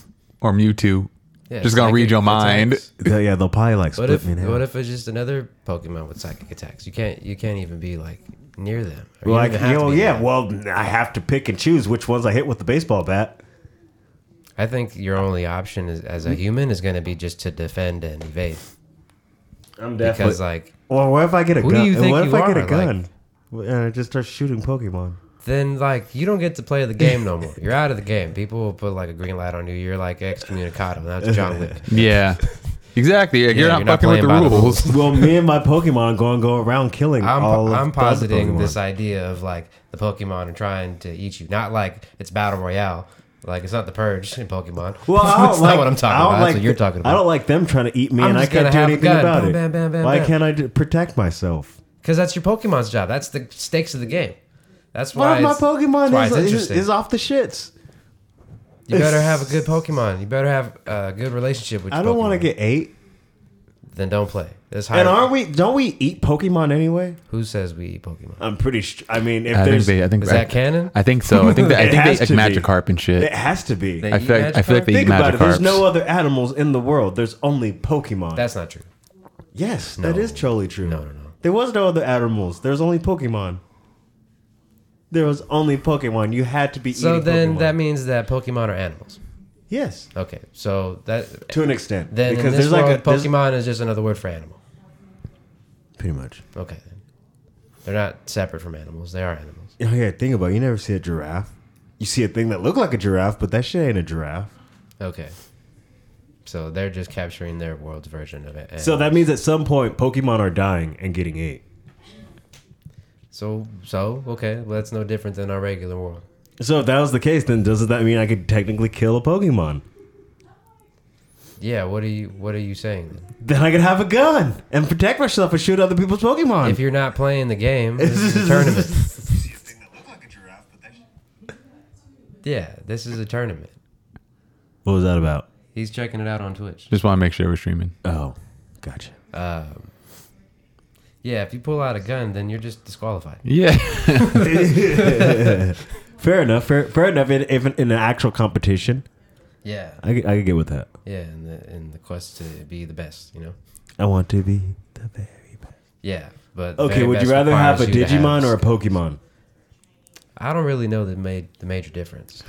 [SPEAKER 2] or Mewtwo?
[SPEAKER 4] Yeah,
[SPEAKER 2] just gonna
[SPEAKER 4] psychic
[SPEAKER 2] read your mind.
[SPEAKER 4] attacks.
[SPEAKER 1] Yeah, yeah, they'll probably like split
[SPEAKER 4] What if
[SPEAKER 1] me in half.
[SPEAKER 4] what if it's just another Pokemon with psychic attacks? You can't you can't even be like near them. Or you
[SPEAKER 1] Well, I,
[SPEAKER 4] don't even have to
[SPEAKER 1] yo,
[SPEAKER 4] be
[SPEAKER 1] yeah.
[SPEAKER 4] near them.
[SPEAKER 1] Well, I have to pick and choose which ones I hit with the baseball bat.
[SPEAKER 4] I think your only option is, as a
[SPEAKER 1] Mm-hmm.
[SPEAKER 4] human is going to be just to defend and evade
[SPEAKER 1] I'm
[SPEAKER 4] because like
[SPEAKER 1] Or what if I get a
[SPEAKER 4] Who do
[SPEAKER 1] gun?
[SPEAKER 4] you
[SPEAKER 1] And
[SPEAKER 4] think
[SPEAKER 1] what if
[SPEAKER 4] you
[SPEAKER 1] I get
[SPEAKER 4] are?
[SPEAKER 1] a gun? and I just start shooting Pokemon.
[SPEAKER 4] then like you don't get to play the game no more. You're out of the game. People will put like a green light on you. You're like excommunicado. That's John Wick.
[SPEAKER 2] Yeah. Exactly. You're
[SPEAKER 4] Yeah,
[SPEAKER 2] not
[SPEAKER 4] you're not
[SPEAKER 2] fucking with
[SPEAKER 4] playing
[SPEAKER 2] the
[SPEAKER 4] by the
[SPEAKER 2] rules.
[SPEAKER 1] Well, me and my Pokemon are going to go around killing
[SPEAKER 4] I'm,
[SPEAKER 1] all.
[SPEAKER 4] I'm
[SPEAKER 1] of the other
[SPEAKER 4] positing
[SPEAKER 1] Pokemon.
[SPEAKER 4] this idea of like the Pokemon are trying to eat you. Not like it's battle royale. Like it's not the purge in Pokemon.
[SPEAKER 1] Well, I don't
[SPEAKER 4] that's
[SPEAKER 1] like,
[SPEAKER 4] not what I'm
[SPEAKER 1] I don't
[SPEAKER 4] talking about.
[SPEAKER 1] like
[SPEAKER 4] that's what you're
[SPEAKER 1] th-
[SPEAKER 4] talking about.
[SPEAKER 1] I don't like them trying to eat me,
[SPEAKER 4] I'm
[SPEAKER 1] and I
[SPEAKER 4] just gonna
[SPEAKER 1] can't do
[SPEAKER 4] have
[SPEAKER 1] anything
[SPEAKER 4] a gun.
[SPEAKER 1] about
[SPEAKER 4] Bam,
[SPEAKER 1] it.
[SPEAKER 4] bam, bam, bam,
[SPEAKER 1] Why
[SPEAKER 4] bam.
[SPEAKER 1] can't I d- protect myself?
[SPEAKER 4] Because that's your Pokemon's job. That's the stakes of the game. That's
[SPEAKER 1] What
[SPEAKER 4] why
[SPEAKER 1] if my
[SPEAKER 4] it's- that's why
[SPEAKER 1] Pokemon
[SPEAKER 4] it's
[SPEAKER 1] is, is,
[SPEAKER 4] interesting.
[SPEAKER 1] is uh, off the shits?
[SPEAKER 4] you better have a good Pokemon. You better have a good relationship with. Your
[SPEAKER 1] I don't
[SPEAKER 4] want to
[SPEAKER 1] get ate.
[SPEAKER 4] Then don't play. That's high.
[SPEAKER 1] And aren't we? Don't we eat Pokemon anyway?
[SPEAKER 4] Who says we eat Pokemon?
[SPEAKER 1] I'm pretty. Sh- I mean, if
[SPEAKER 2] I think
[SPEAKER 1] there's,
[SPEAKER 2] they, uh, I think
[SPEAKER 4] Is
[SPEAKER 2] I-
[SPEAKER 4] that canon?
[SPEAKER 2] I think so. I think that, I
[SPEAKER 1] It
[SPEAKER 2] think they
[SPEAKER 1] has
[SPEAKER 2] like
[SPEAKER 1] to be.
[SPEAKER 2] Magikarp and shit.
[SPEAKER 1] It has to be.
[SPEAKER 4] They
[SPEAKER 2] I feel,
[SPEAKER 4] eat
[SPEAKER 2] like, I feel like
[SPEAKER 4] Magikarp?
[SPEAKER 2] they
[SPEAKER 1] Think
[SPEAKER 2] eat
[SPEAKER 1] about it. There's
[SPEAKER 2] Magikarps.
[SPEAKER 1] no other animals in the world. There's only Pokemon.
[SPEAKER 4] That's not true.
[SPEAKER 1] yes, that is totally true.
[SPEAKER 4] No, no, no.
[SPEAKER 1] There was no other animals. There's only Pokemon. There was only Pokemon. You had to be
[SPEAKER 4] So
[SPEAKER 1] eating
[SPEAKER 4] then
[SPEAKER 1] Pokemon.
[SPEAKER 4] that means that Pokemon are animals.
[SPEAKER 1] yes,
[SPEAKER 4] Okay, so that
[SPEAKER 1] to an extent.
[SPEAKER 4] then in
[SPEAKER 1] because
[SPEAKER 4] this
[SPEAKER 1] there's like
[SPEAKER 4] world,
[SPEAKER 1] a there's-
[SPEAKER 4] Pokemon is just another word for animal.
[SPEAKER 1] pretty much.
[SPEAKER 4] Okay, then. they're not separate from animals. They are animals.
[SPEAKER 1] Oh yeah, think about it. you never see a giraffe. You see a thing that look like a giraffe, but that shit ain't a giraffe.
[SPEAKER 4] Okay, so they're just capturing their world's version of it. and-
[SPEAKER 1] So that means at some point Pokemon are dying and getting ate.
[SPEAKER 4] so so okay, well that's no different than our regular world.
[SPEAKER 1] So if that was the case, then doesn't that mean I could technically kill a Pokemon?
[SPEAKER 4] Yeah, what are you what are you saying? Then?
[SPEAKER 1] Then I could have a gun and protect myself and shoot other people's Pokemon.
[SPEAKER 4] If you're not playing the game, this is a tournament. Yeah, this is a tournament.
[SPEAKER 1] What was that about?
[SPEAKER 4] He's checking it out on Twitch.
[SPEAKER 2] Just want to make sure we're streaming.
[SPEAKER 1] Oh, gotcha.
[SPEAKER 4] Yeah, if you pull out a gun, then you're just disqualified.
[SPEAKER 2] Yeah.
[SPEAKER 1] Fair enough. Fair, fair enough. In, if in, in an actual competition,
[SPEAKER 4] Yeah,
[SPEAKER 1] I, could- I could get with that.
[SPEAKER 4] yeah, in the in the quest to be the best, you know.
[SPEAKER 1] I want to be the very best.
[SPEAKER 4] Yeah, but the
[SPEAKER 1] Okay,
[SPEAKER 4] very
[SPEAKER 1] would you
[SPEAKER 4] best
[SPEAKER 1] rather have a
[SPEAKER 4] requires you to
[SPEAKER 1] Digimon or a
[SPEAKER 4] have-
[SPEAKER 1] Pokemon?
[SPEAKER 4] I don't really know the made the major difference.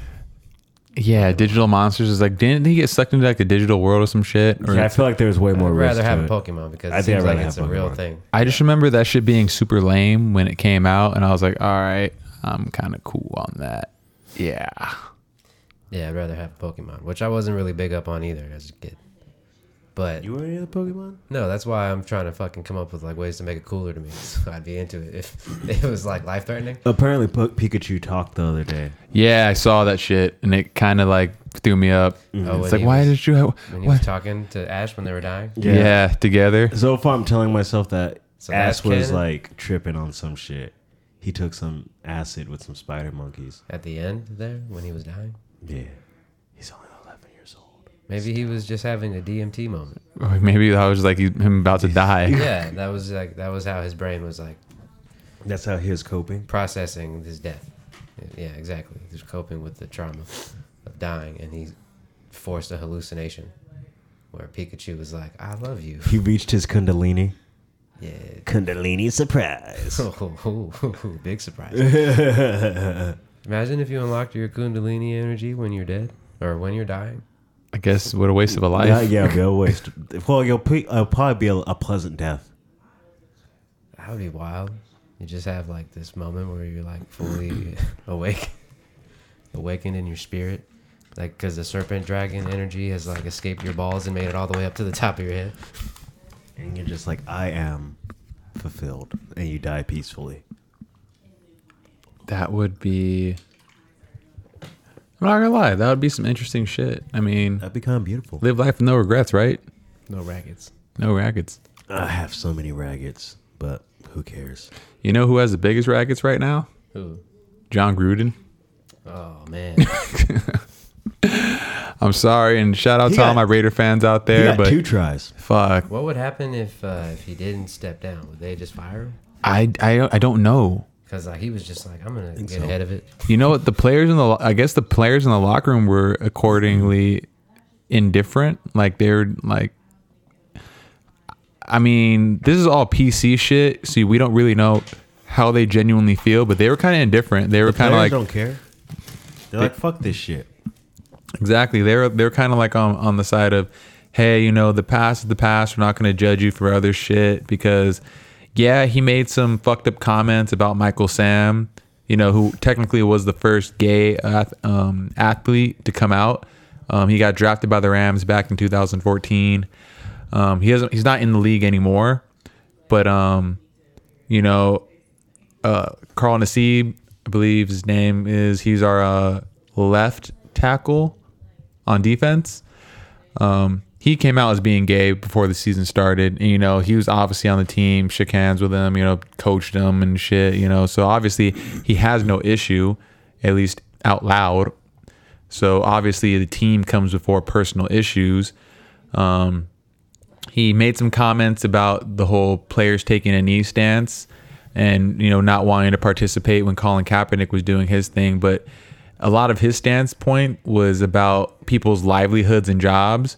[SPEAKER 2] Yeah, digital monsters is like didn't he get sucked into like the digital world or some shit? Or
[SPEAKER 1] Yeah, I feel like there's way more
[SPEAKER 4] I'd
[SPEAKER 1] risk.
[SPEAKER 4] rather
[SPEAKER 1] to
[SPEAKER 4] have
[SPEAKER 1] it.
[SPEAKER 4] a Pokemon because
[SPEAKER 1] I
[SPEAKER 4] it
[SPEAKER 1] think I'd
[SPEAKER 4] seems like
[SPEAKER 1] rather
[SPEAKER 4] it's a
[SPEAKER 1] have
[SPEAKER 4] real
[SPEAKER 1] Pokemon.
[SPEAKER 4] thing.
[SPEAKER 2] I just remember that shit being super lame when it came out, and I was like, all right, I'm kind of cool on that. Yeah.
[SPEAKER 4] Yeah, I'd rather have a Pokemon, which I wasn't really big up on either as a kid. But
[SPEAKER 1] You were any other Pokemon?
[SPEAKER 4] no, that's why I'm trying to fucking come up with like ways to make it cooler to me. So I'd be into it if it was like life threatening.
[SPEAKER 1] Apparently, po- Pikachu talked the other day.
[SPEAKER 2] Yeah, I saw that shit, and it kind of like threw me up.
[SPEAKER 4] Oh,
[SPEAKER 2] It's
[SPEAKER 4] when
[SPEAKER 2] like,
[SPEAKER 4] he
[SPEAKER 2] why
[SPEAKER 4] was-
[SPEAKER 2] did you? Have,
[SPEAKER 4] When he was
[SPEAKER 2] what?
[SPEAKER 4] talking to Ash when they were dying.
[SPEAKER 2] Yeah. together.
[SPEAKER 1] So far, I'm telling myself that
[SPEAKER 4] So
[SPEAKER 1] Ash
[SPEAKER 4] that's
[SPEAKER 1] was
[SPEAKER 4] canon?
[SPEAKER 1] like tripping on some shit. He took some acid with some spider monkeys.
[SPEAKER 4] At the end there, when he was dying,
[SPEAKER 1] Yeah, he's only 11 years old.
[SPEAKER 4] maybe he was just having a DMT moment.
[SPEAKER 2] Or maybe I was like he- him about to die.
[SPEAKER 4] Yeah, that was like that was how his brain was like
[SPEAKER 1] That's how he was coping.
[SPEAKER 4] processing his death. Yeah, exactly. He was coping with the trauma of dying, and he forced a hallucination where Pikachu was like, "I love you."
[SPEAKER 1] He reached his Kundalini.
[SPEAKER 4] Yeah.
[SPEAKER 1] Kundalini surprise.
[SPEAKER 4] Oh, Big surprise. Imagine if you unlocked your Kundalini energy when you're dead or when you're dying.
[SPEAKER 2] I guess what a waste of a life.
[SPEAKER 1] yeah, yeah, real waste. Well, you'll, pe- it'll probably be a, a pleasant death.
[SPEAKER 4] That would be wild. You just have like this moment where you're like fully awake, awakened in your spirit. Like, because the serpent dragon energy has like escaped your balls and made it all the way up to the top of your head.
[SPEAKER 1] And you're just like, I am fulfilled. And you die peacefully.
[SPEAKER 2] That would be. I'm not gonna lie, that would be some interesting shit. I mean,
[SPEAKER 1] That'd be kind of beautiful.
[SPEAKER 2] live life with no regrets, right?
[SPEAKER 4] No rackets.
[SPEAKER 2] No rackets.
[SPEAKER 1] I have so many raggeds, but who cares?
[SPEAKER 2] You know who has the biggest rackets right now?
[SPEAKER 4] Ooh.
[SPEAKER 2] John Gruden.
[SPEAKER 4] Oh, man.
[SPEAKER 2] I'm sorry, and shout out
[SPEAKER 1] He
[SPEAKER 2] to all
[SPEAKER 1] got-
[SPEAKER 2] my Raider fans out
[SPEAKER 1] He
[SPEAKER 2] there,
[SPEAKER 1] got
[SPEAKER 2] but
[SPEAKER 1] two tries.
[SPEAKER 2] fuck,
[SPEAKER 4] what would happen if uh, if he didn't step down? Would they just fire him?
[SPEAKER 2] I, I I don't know.
[SPEAKER 4] Because like he was just like, I'm gonna get
[SPEAKER 1] so.
[SPEAKER 4] ahead of it.
[SPEAKER 2] You know what? The players in the lo- I guess the players in the locker room were accordingly indifferent. Like they're like, I mean, this is all PC shit. See, we don't really know how they genuinely feel, but they were kind of indifferent. They were kind of
[SPEAKER 1] Players
[SPEAKER 2] like
[SPEAKER 1] don't care. They're like, fuck this shit.
[SPEAKER 2] Exactly. They're they're kind of like on on the side of, hey, you know, the past is the past. We're not going to judge you for other shit because, yeah, he made some fucked up comments about Michael Sam, you know, who technically was the first gay ath- um, athlete to come out. Um, he got drafted by the Rams back in 2014. Um, he hasn't. He's not in the league anymore, but um, you know, uh, Carl Nassib, I believe his name is. He's our uh, left tackle on defense. Um, he came out as being gay before the season started. And, you know, he was obviously on the team, shook hands with him, you know, coached him and shit, you know. So obviously he has no issue, at least out loud. So obviously the team comes before personal issues. Um, he made some comments about the whole players taking a knee stance and you know not wanting to participate when Colin Kaepernick was doing his thing, but a lot of his stance point was about people's livelihoods and jobs.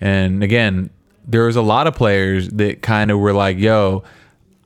[SPEAKER 2] And again, there was a lot of players that kind of were like, "Yo,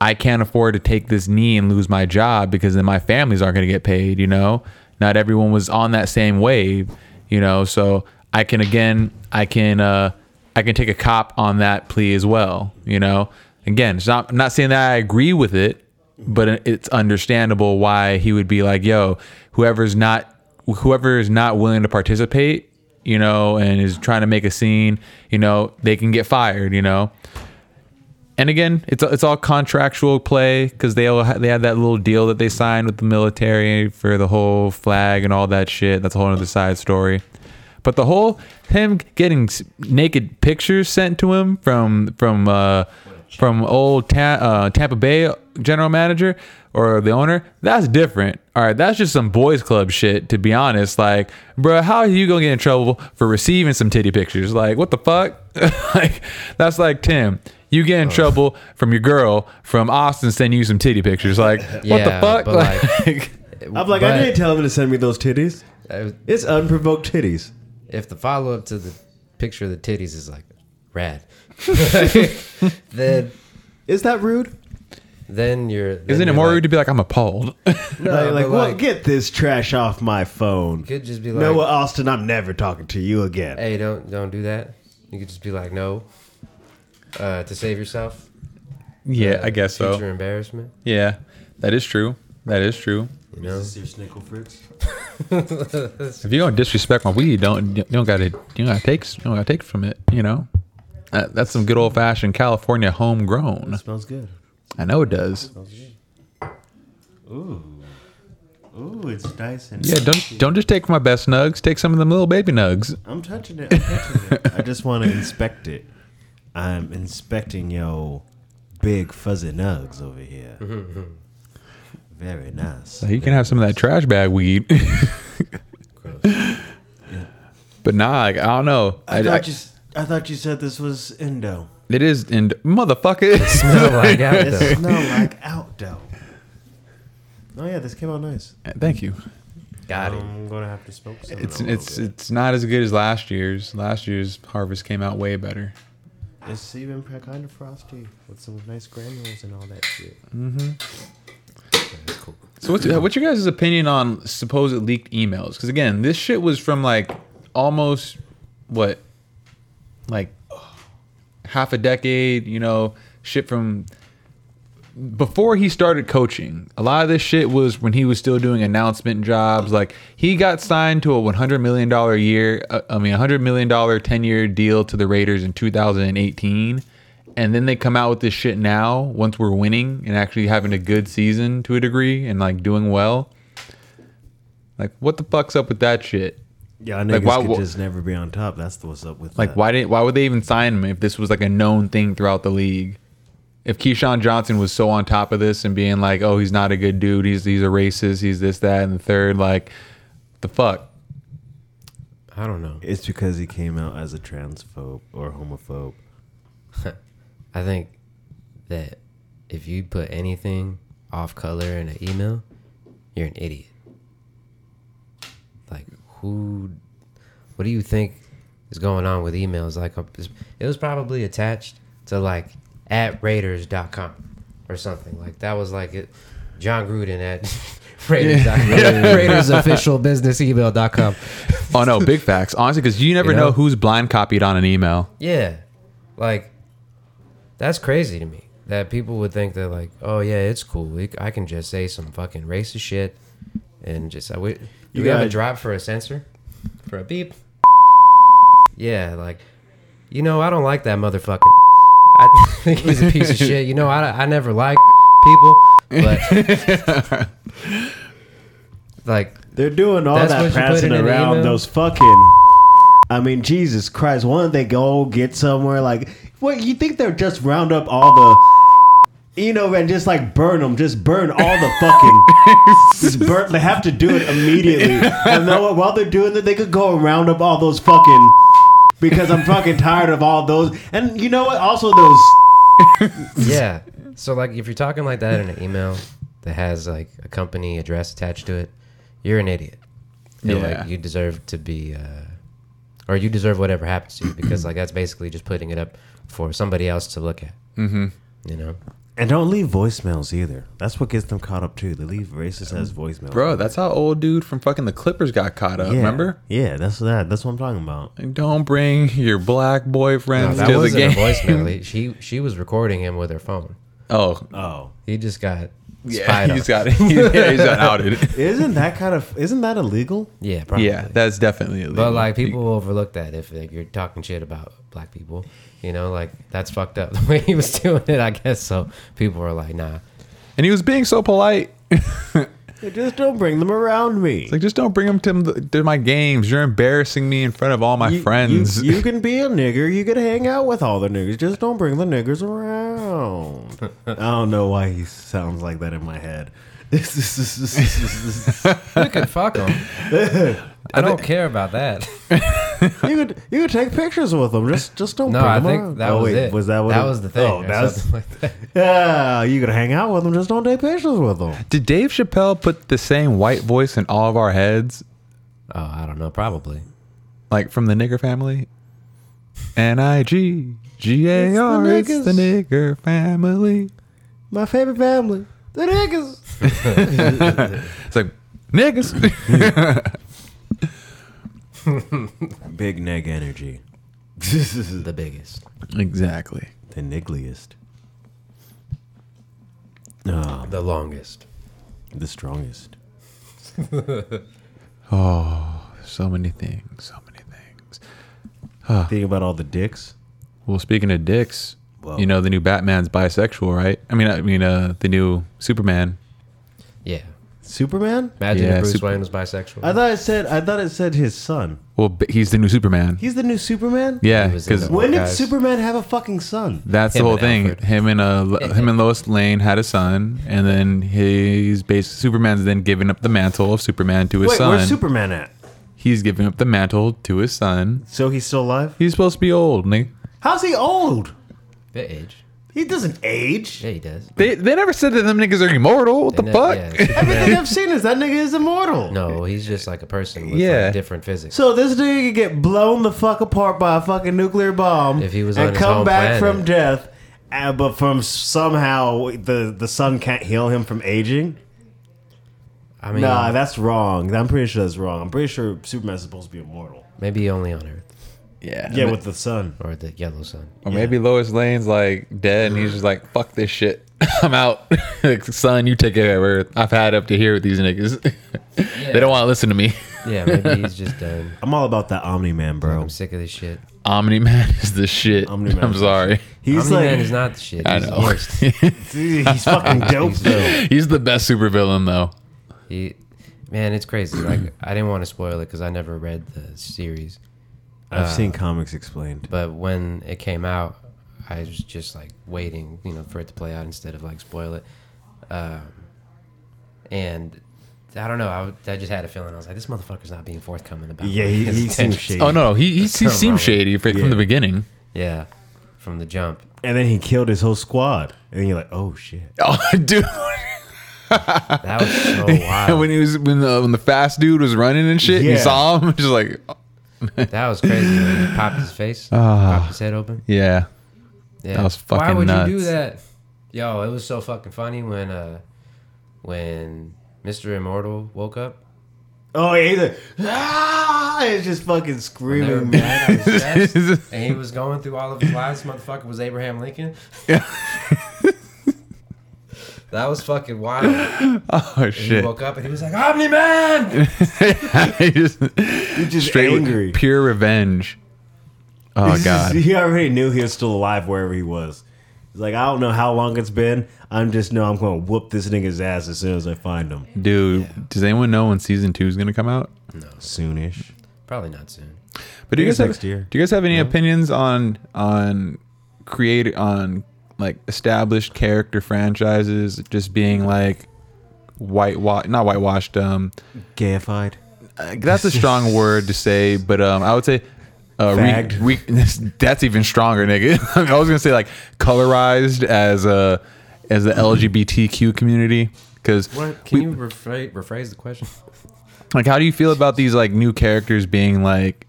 [SPEAKER 2] I can't afford to take this knee and lose my job because then my families aren't going to get paid." You know, not everyone was on that same wave. You know, so I can again, I can uh, I can take a cop on that plea as well. You know, again, it's not I'm not saying that I agree with it, but it- it's understandable why he would be like, "Yo, whoever's not whoever is not willing to participate, you know, and is trying to make a scene, you know, they can get fired." You know, and again, it's it's all contractual play because they all ha- they had that little deal that they signed with the military for the whole flag and all that shit. That's a whole other side story. But the whole him getting s- naked pictures sent to him from from uh, from old ta- uh, Tampa Bay general manager or the owner, that's different. All right, that's just some boys club shit. To be honest, like, bro, how are you gonna get in trouble for receiving some titty pictures? Like, what the fuck? like, that's like Tim. You get in trouble from your girl from Austin sending you some titty pictures. Like,
[SPEAKER 4] Yeah,
[SPEAKER 2] what the fuck?
[SPEAKER 4] but like-
[SPEAKER 1] I'm like, I
[SPEAKER 4] But-
[SPEAKER 1] didn't tell him to send me those titties.
[SPEAKER 4] Uh,
[SPEAKER 1] It's unprovoked titties.
[SPEAKER 4] if the follow up to the picture of the titties is like rad, then
[SPEAKER 1] Is that rude?
[SPEAKER 4] then you're. then
[SPEAKER 2] Isn't it
[SPEAKER 4] you're
[SPEAKER 2] more
[SPEAKER 4] like-
[SPEAKER 2] rude to be like, I'm appalled?
[SPEAKER 4] No,
[SPEAKER 1] like, like,
[SPEAKER 4] but,
[SPEAKER 1] well,
[SPEAKER 4] like,
[SPEAKER 1] get this trash off my phone.
[SPEAKER 4] could just be
[SPEAKER 1] You know
[SPEAKER 4] like-
[SPEAKER 1] what, Austin? I'm never talking to you again.
[SPEAKER 4] hey, don't don't do that. You could just be like, no, uh, to save yourself.
[SPEAKER 2] yeah,
[SPEAKER 4] uh,
[SPEAKER 2] I guess so.
[SPEAKER 4] Future embarrassment.
[SPEAKER 2] Yeah, that is true. That is true.
[SPEAKER 4] You know,
[SPEAKER 1] your snickle fritz?
[SPEAKER 2] If you don't disrespect my weed, don't you don't got to you don't gotta take you don't gotta take from it. You know, that, that's some good old fashioned California homegrown.
[SPEAKER 1] Smells good.
[SPEAKER 2] I know it does.
[SPEAKER 1] Ooh. Ooh, it's nice and
[SPEAKER 2] Yeah, don't don't just take my best nugs. Take some of them little baby nugs.
[SPEAKER 1] I'm touching it. I'm touching it. I just want to inspect it. I'm inspecting your big fuzzy nugs over here. Very nice.
[SPEAKER 2] You can have some of that trash bag weed. but nah, like, I don't know. I,
[SPEAKER 1] I,
[SPEAKER 2] I-
[SPEAKER 1] thought you, s- I thought you said this was Indo.
[SPEAKER 2] it is and motherfucker.
[SPEAKER 4] smell like out though.
[SPEAKER 1] It smelled like outdo. Oh yeah, this came out nice.
[SPEAKER 2] Thank you.
[SPEAKER 4] Got it.
[SPEAKER 1] I'm gonna have to smoke some.
[SPEAKER 2] It's it's it's not as good as last year's. Last year's harvest came out way better.
[SPEAKER 1] it's even kind of frosty with some nice granules and all that shit.
[SPEAKER 2] So what's what's your guys' opinion on supposed leaked emails? Because again, this shit was from like almost what, like half a decade. You know, shit from before he started coaching. A lot of this shit was when he was still doing announcement jobs. Like he got signed to a one hundred million dollar year. Uh, I mean, a hundred million dollar ten year deal to the Raiders in two thousand and eighteen. And then they come out with this shit now. Once we're winning and actually having a good season to a degree and like doing well, like what the fuck's up with that shit?
[SPEAKER 1] Yeah,
[SPEAKER 2] Like,
[SPEAKER 1] niggas
[SPEAKER 2] why-
[SPEAKER 1] could
[SPEAKER 2] wha-
[SPEAKER 1] just never be on top. That's what's up with
[SPEAKER 2] Like
[SPEAKER 1] that.
[SPEAKER 2] why didn't why would they even sign him if this was like a known thing throughout the league? If Keyshawn Johnson was so on top of this and being like, oh, he's not a good dude, he's he's a racist, he's this, that, and the third, like the fuck.
[SPEAKER 4] I don't know.
[SPEAKER 1] It's because he came out as a transphobe or homophobe.
[SPEAKER 4] I think that if you put anything off color in an email, you're an idiot. Like who? What do you think is going on with emails? Like a, it was probably attached to like at Raiders.com or something. Like that was like it. John Gruden at Raiders. Raiders official business email.com.
[SPEAKER 2] Oh no, big facts. Honestly, because you never
[SPEAKER 4] You
[SPEAKER 2] know?
[SPEAKER 4] know?
[SPEAKER 2] who's blind copied on an email.
[SPEAKER 4] Yeah. Like, that's crazy to me that people would think that, like, oh, yeah, it's cool. We, I can just say some fucking racist shit and just, I would, you,
[SPEAKER 1] You
[SPEAKER 4] have a
[SPEAKER 1] gotta-
[SPEAKER 4] drop for a censor, for a beep. Yeah, like, you know, I don't like that motherfucking. I think he's a piece of shit. You know, I, I never like people, but. like,
[SPEAKER 1] They're doing all
[SPEAKER 4] That's what
[SPEAKER 1] that
[SPEAKER 4] you put
[SPEAKER 1] prancing
[SPEAKER 4] in an
[SPEAKER 1] around
[SPEAKER 4] email?
[SPEAKER 1] those fucking. I mean, Jesus Christ! Why don't they go get somewhere like? What you think they're just round up all the, you know, and just like burn them, just burn all the fucking. just burn. They have to do it immediately, and know what? While they're doing that, they could go and round up all those fucking. Because I'm fucking tired of all those, and you know what? Also those.
[SPEAKER 4] yeah. So like if you're talking like that in an email that has like a company address attached to it, you're an idiot. And,
[SPEAKER 2] Yeah.
[SPEAKER 4] like you deserve to be uh or you deserve whatever happens to you because like that's basically just putting it up for somebody else to look at. Mm-hmm. You know?
[SPEAKER 1] And don't leave voicemails either. That's what gets them caught up too. They leave racist
[SPEAKER 4] Um,
[SPEAKER 1] as voicemails.
[SPEAKER 2] Bro, that's how old dude from fucking the Clippers got caught up,
[SPEAKER 1] yeah.
[SPEAKER 2] remember?
[SPEAKER 1] Yeah, that's that. That's what I'm talking about.
[SPEAKER 2] Like, Don't bring your black boyfriends
[SPEAKER 4] that
[SPEAKER 2] to the
[SPEAKER 4] wasn't a
[SPEAKER 2] game.
[SPEAKER 4] voicemail. She she was recording him with her phone.
[SPEAKER 2] Oh,
[SPEAKER 1] Oh,
[SPEAKER 4] He just got
[SPEAKER 2] yeah,
[SPEAKER 4] spied
[SPEAKER 2] he's
[SPEAKER 4] on.
[SPEAKER 2] got he, yeah, he's got outed.
[SPEAKER 1] isn't that kind of isn't that illegal?
[SPEAKER 4] yeah, probably.
[SPEAKER 2] Yeah, that's definitely illegal.
[SPEAKER 4] But like people will overlook that if like, you're talking shit about black people, you know, like that's fucked up the way he was doing it. I guess so. People were like, nah,
[SPEAKER 2] and he was being so polite.
[SPEAKER 1] Just don't bring them around me.
[SPEAKER 2] It's like, just don't bring them to, to my games. You're embarrassing me in front of all my
[SPEAKER 1] You-
[SPEAKER 2] friends.
[SPEAKER 1] you, you can be a nigger. You can hang out with all the niggers. Just don't bring the niggers around. I don't know why he sounds like that in my head. you
[SPEAKER 4] we could fuck him. I don't care about that.
[SPEAKER 1] could you could take pictures with them. Just just don't.
[SPEAKER 4] No,
[SPEAKER 1] bring
[SPEAKER 4] I
[SPEAKER 1] them
[SPEAKER 4] think
[SPEAKER 1] around.
[SPEAKER 4] that
[SPEAKER 1] Oh,
[SPEAKER 4] was
[SPEAKER 1] wait,
[SPEAKER 4] it.
[SPEAKER 1] Was that what
[SPEAKER 4] that
[SPEAKER 1] it-
[SPEAKER 4] was the thing?
[SPEAKER 1] Oh, that was.
[SPEAKER 4] like that.
[SPEAKER 1] Yeah, you could hang out with them. Just don't take pictures with them.
[SPEAKER 2] Did Dave Chappelle put the same white voice in all of our heads,
[SPEAKER 4] Oh, I don't know. Probably.
[SPEAKER 2] like from the nigger family? N I G G A R. It's
[SPEAKER 1] It's
[SPEAKER 2] the
[SPEAKER 1] the
[SPEAKER 2] nigger family.
[SPEAKER 1] My favorite family, the niggas.
[SPEAKER 2] It's like niggas.
[SPEAKER 1] Big neg energy. This is
[SPEAKER 4] The biggest.
[SPEAKER 2] exactly.
[SPEAKER 1] the niggliest. Ah,
[SPEAKER 4] The longest.
[SPEAKER 1] the strongest.
[SPEAKER 2] Oh, so many things. So many things.
[SPEAKER 1] Think about all the dicks.
[SPEAKER 2] Well, speaking of dicks,
[SPEAKER 1] Whoa.
[SPEAKER 2] you know the new Batman's bisexual, right? I mean, I mean, uh, the new Superman.
[SPEAKER 4] Yeah.
[SPEAKER 1] Superman?
[SPEAKER 4] Imagine
[SPEAKER 2] Yeah,
[SPEAKER 4] if Bruce
[SPEAKER 2] super-
[SPEAKER 4] Wayne was bisexual.
[SPEAKER 1] I thought it said. I thought it said his son.
[SPEAKER 2] Well, b- he's the new Superman.
[SPEAKER 1] He's the new Superman.
[SPEAKER 2] Yeah,
[SPEAKER 4] He was in
[SPEAKER 2] because
[SPEAKER 4] the-
[SPEAKER 1] When did
[SPEAKER 4] Guys.
[SPEAKER 1] Superman have a fucking son?
[SPEAKER 2] that's the
[SPEAKER 4] Him
[SPEAKER 2] whole
[SPEAKER 4] and
[SPEAKER 2] thing.
[SPEAKER 4] Alfred.
[SPEAKER 2] Him and uh, Lo- him and Lois Lane had a son, and then he's basically Superman's then giving up the mantle of Superman to his
[SPEAKER 1] Wait,
[SPEAKER 2] son.
[SPEAKER 1] where's Superman at?
[SPEAKER 2] he's giving up the mantle to his son.
[SPEAKER 1] So he's still alive?
[SPEAKER 2] He's supposed to be old. Nick.
[SPEAKER 1] How's he old?
[SPEAKER 4] the age.
[SPEAKER 1] He doesn't age.
[SPEAKER 4] Yeah, he does.
[SPEAKER 2] They they never said that them niggas are immortal. What the
[SPEAKER 4] And that-
[SPEAKER 2] fuck?
[SPEAKER 4] yeah, Superman-
[SPEAKER 1] Everything I've seen is that nigga is immortal.
[SPEAKER 4] no, he's just like a person with
[SPEAKER 2] Yeah.
[SPEAKER 4] like, different physics.
[SPEAKER 1] So this nigga could get blown the fuck apart by a fucking nuclear bomb
[SPEAKER 4] If he was on
[SPEAKER 1] and
[SPEAKER 4] his
[SPEAKER 1] come
[SPEAKER 4] home
[SPEAKER 1] back
[SPEAKER 4] planet.
[SPEAKER 1] from death, uh, but from somehow the the sun can't heal him from aging.
[SPEAKER 4] I mean,
[SPEAKER 1] Nah, that's wrong. I'm pretty sure that's wrong. I'm pretty sure Superman's supposed to be immortal.
[SPEAKER 4] maybe only on Earth
[SPEAKER 2] Yeah.
[SPEAKER 1] Yeah, with the sun.
[SPEAKER 4] or the yellow sun.
[SPEAKER 2] Or maybe Lois Lane's like dead, and he's just like, "Fuck this shit, I'm out." like, son, you take care of Earth. I've had up to here with these niggas. they don't want to listen to me.
[SPEAKER 4] Yeah, maybe he's just done.
[SPEAKER 1] I'm all about that Omni Man, bro.
[SPEAKER 4] I'm sick of this shit.
[SPEAKER 2] Omni Man is the shit.
[SPEAKER 1] Omni-Man
[SPEAKER 2] I'm
[SPEAKER 1] is the
[SPEAKER 2] sorry.
[SPEAKER 1] He's
[SPEAKER 4] Omni Man
[SPEAKER 1] like,
[SPEAKER 4] is not the shit.
[SPEAKER 2] I
[SPEAKER 4] He's the
[SPEAKER 2] know.
[SPEAKER 4] worst.
[SPEAKER 1] he's fucking dope though.
[SPEAKER 2] he's the best supervillain though.
[SPEAKER 4] He, man, it's crazy. Like I didn't want to spoil it because I never read the series,
[SPEAKER 1] I've seen comics explained.
[SPEAKER 4] but when it came out, I was just like waiting, you know, for it to play out instead of like spoil it. Um, and I don't know. I, w- I just had a feeling. I was like, this motherfucker's not being forthcoming about.
[SPEAKER 1] Yeah, he,
[SPEAKER 4] his
[SPEAKER 1] he seems
[SPEAKER 4] intentions.
[SPEAKER 1] shady.
[SPEAKER 2] Oh no, he he, he
[SPEAKER 4] kinda wrong.
[SPEAKER 2] seems shady from,
[SPEAKER 1] Yeah.
[SPEAKER 2] from the beginning.
[SPEAKER 4] Yeah, from the jump.
[SPEAKER 1] And then he killed his whole squad. And then you're like, oh shit.
[SPEAKER 2] Oh, dude,
[SPEAKER 4] That was so wild.
[SPEAKER 2] when he was when the when the fast dude was running and shit,
[SPEAKER 1] Yeah.
[SPEAKER 2] you saw him just like,
[SPEAKER 4] That was crazy. When he popped his face,
[SPEAKER 2] Ah.
[SPEAKER 4] popped his head open.
[SPEAKER 2] yeah,
[SPEAKER 4] Yeah.
[SPEAKER 2] That was
[SPEAKER 4] Why
[SPEAKER 2] fucking
[SPEAKER 4] would
[SPEAKER 2] nuts.
[SPEAKER 4] you do that? Yo, it was so fucking funny when uh when Mr. Immortal woke up.
[SPEAKER 1] Oh, yeah, he's like, ah! It's just fucking
[SPEAKER 4] They were
[SPEAKER 1] screaming, man.
[SPEAKER 4] mad at his chest, and he was going through all of his lives. Motherfucker was Abraham Lincoln. that was fucking wild. And
[SPEAKER 2] oh
[SPEAKER 4] he
[SPEAKER 2] shit,
[SPEAKER 4] woke up and he was like, Omni Man!
[SPEAKER 2] he just,
[SPEAKER 1] just
[SPEAKER 2] straight
[SPEAKER 1] angry.
[SPEAKER 2] pure revenge. Oh
[SPEAKER 1] He's just-
[SPEAKER 2] god,
[SPEAKER 1] he already knew he was still alive wherever he was. He's like, I don't know how long it's been. I'm just know I'm going to whoop this nigga's ass as soon as I find him.
[SPEAKER 2] dude. Does anyone know when season two is gonna come out?
[SPEAKER 1] Soonish.
[SPEAKER 4] Probably not soon.
[SPEAKER 2] But do
[SPEAKER 1] Think
[SPEAKER 2] you guys
[SPEAKER 1] it's
[SPEAKER 2] have,
[SPEAKER 1] next year.
[SPEAKER 2] do you guys have any opinions on on create on like established character franchises just being like whitewashed not whitewashed um
[SPEAKER 1] Gayified.
[SPEAKER 2] uh, that's a strong word to say but um I would say uh,
[SPEAKER 1] Fagged.
[SPEAKER 2] re, re, that's even stronger nigga I was gonna say like colorized as a as
[SPEAKER 1] Mm-hmm.
[SPEAKER 2] the LGBTQ community because
[SPEAKER 4] What? Can you rephrase, rephrase the question?
[SPEAKER 2] like how do you feel about these like new characters being like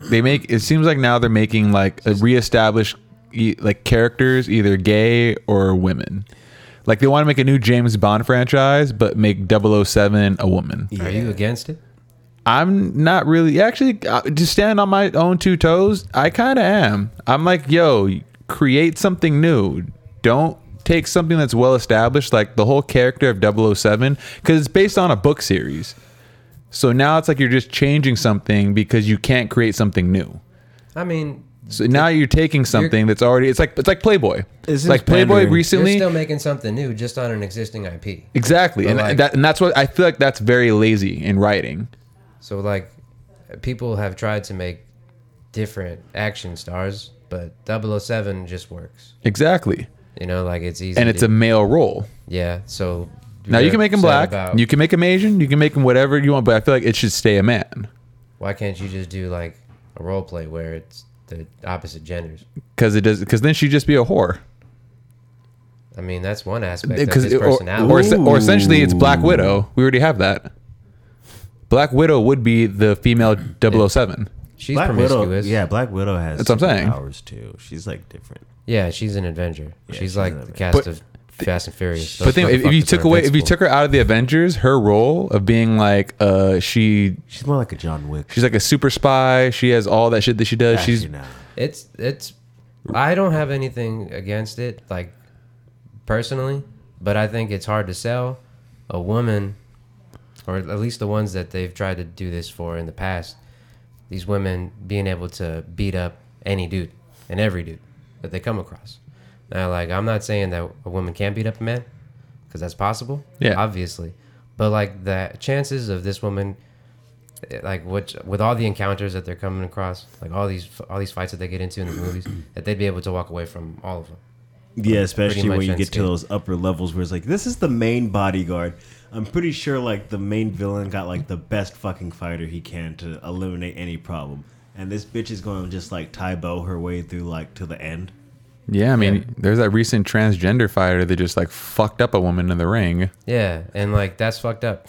[SPEAKER 2] they make it seems like now they're making like a reestablished e- like characters either gay or women like they want to make a new james bond franchise but make 007 a woman
[SPEAKER 4] Are you against it?
[SPEAKER 2] i'm not really actually uh, to stand on my own two toes i kind of am i'm like yo create something new don't take something that's well established like the whole character of 007 because it's based on a book series so now it's like you're just changing something because you can't create something new.
[SPEAKER 4] I mean,
[SPEAKER 2] So now you're taking something that's already it's like it's like Playboy.
[SPEAKER 1] It's
[SPEAKER 2] It's
[SPEAKER 1] just
[SPEAKER 2] like Playboy
[SPEAKER 1] pandering.
[SPEAKER 4] you're
[SPEAKER 2] recently
[SPEAKER 4] still making something new just on an existing IP.
[SPEAKER 2] exactly, and
[SPEAKER 4] like-
[SPEAKER 2] that, and that's what I feel like that's very lazy in writing.
[SPEAKER 4] So like, people have tried to make different action stars, but 007 just works.
[SPEAKER 2] Exactly,
[SPEAKER 4] You know, like it's easy.
[SPEAKER 2] and it's
[SPEAKER 4] to-
[SPEAKER 2] a male role.
[SPEAKER 4] yeah. So
[SPEAKER 2] Now you can make him black,
[SPEAKER 4] upset about-
[SPEAKER 2] you can make him Asian, you can make him whatever you want, but I feel like it should stay a man
[SPEAKER 4] why can't you just do like a role play where it's the opposite genders?
[SPEAKER 2] because it does because then she'd just be a whore.
[SPEAKER 4] I mean, that's one aspect of
[SPEAKER 2] Because
[SPEAKER 4] his
[SPEAKER 2] it- or,
[SPEAKER 4] personality.
[SPEAKER 2] or, or essentially it's Black Widow. We already have that. Black Widow would be the female 007.
[SPEAKER 4] she's
[SPEAKER 1] Black Widow.
[SPEAKER 4] promiscuous.
[SPEAKER 1] Yeah, Black Widow has
[SPEAKER 2] That's what I'm saying.
[SPEAKER 1] powers too. She's like different.
[SPEAKER 4] yeah, she's an Avenger. she's,
[SPEAKER 1] she's
[SPEAKER 4] like
[SPEAKER 1] an
[SPEAKER 4] the
[SPEAKER 1] Avenger.
[SPEAKER 4] cast
[SPEAKER 2] But-
[SPEAKER 4] of Fast and Furious.
[SPEAKER 2] But then, if, if you
[SPEAKER 4] Those
[SPEAKER 2] took
[SPEAKER 4] motherfuckers are
[SPEAKER 2] away, if you
[SPEAKER 4] invincible.
[SPEAKER 2] took her out of the Avengers, her role of being like, uh, she
[SPEAKER 1] She's more like a John Wick. Ah,
[SPEAKER 2] she's like a super spy. She has all that shit that she does.
[SPEAKER 1] Actually,
[SPEAKER 2] She's
[SPEAKER 1] nah.
[SPEAKER 4] It's it's I don't have anything against it, like personally, but I think it's hard to sell a woman or at least the ones that they've tried to do this for in the past, these women being able to beat up any dude and every dude that they come across. Now, like, I'm not saying that a woman can't beat up a man, because that's possible.
[SPEAKER 2] Yeah.
[SPEAKER 4] Obviously. But, like, the chances of this woman, eh, like, which, with all the encounters that they're coming across, like, all these all these fights that they get into in the movies, that they'd be able to walk away from all of them.
[SPEAKER 1] Yeah, especially
[SPEAKER 4] much
[SPEAKER 1] when you get to
[SPEAKER 4] unscathed.
[SPEAKER 1] those upper levels where it's like, this is the main bodyguard. I'm pretty sure like the main villain got like the best fucking fighter he can to eliminate any problem. And this bitch is going to just like tie bow her way through like to the end.
[SPEAKER 2] yeah. I mean, there's that recent transgender fighter that just like fucked up a woman in the ring,
[SPEAKER 4] Yeah. And, like, that's fucked up.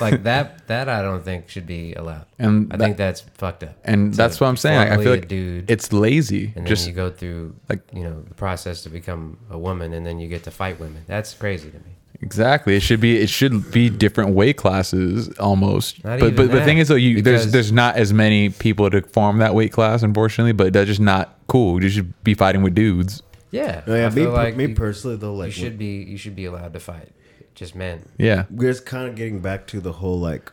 [SPEAKER 4] like, that, that I don't think should be allowed.
[SPEAKER 2] And
[SPEAKER 4] I
[SPEAKER 2] that-
[SPEAKER 4] think that's fucked up.
[SPEAKER 2] and
[SPEAKER 4] To
[SPEAKER 2] that's what I'm saying. Like, I
[SPEAKER 4] formally
[SPEAKER 2] feel
[SPEAKER 4] a
[SPEAKER 2] like
[SPEAKER 4] dude.
[SPEAKER 2] it's lazy.
[SPEAKER 4] and then
[SPEAKER 2] Just
[SPEAKER 4] you go through
[SPEAKER 2] like-
[SPEAKER 4] like you know the process to become a woman and then you get to fight women that's crazy to me
[SPEAKER 2] Exactly. It should be it should be different weight classes almost.
[SPEAKER 4] Not
[SPEAKER 2] but
[SPEAKER 4] even
[SPEAKER 2] but the
[SPEAKER 4] that,
[SPEAKER 2] thing is though you there's
[SPEAKER 4] because-
[SPEAKER 2] there's not as many people to form that weight class unfortunately, but that's just not cool. You should be fighting with dudes.
[SPEAKER 4] Oh, yeah
[SPEAKER 1] Oh, yeah,
[SPEAKER 4] I
[SPEAKER 1] me,
[SPEAKER 4] feel like
[SPEAKER 1] me
[SPEAKER 4] you,
[SPEAKER 1] personally though, like
[SPEAKER 4] you should be you should be allowed to fight just men
[SPEAKER 2] Yeah.
[SPEAKER 1] we're just kind of getting back to the whole like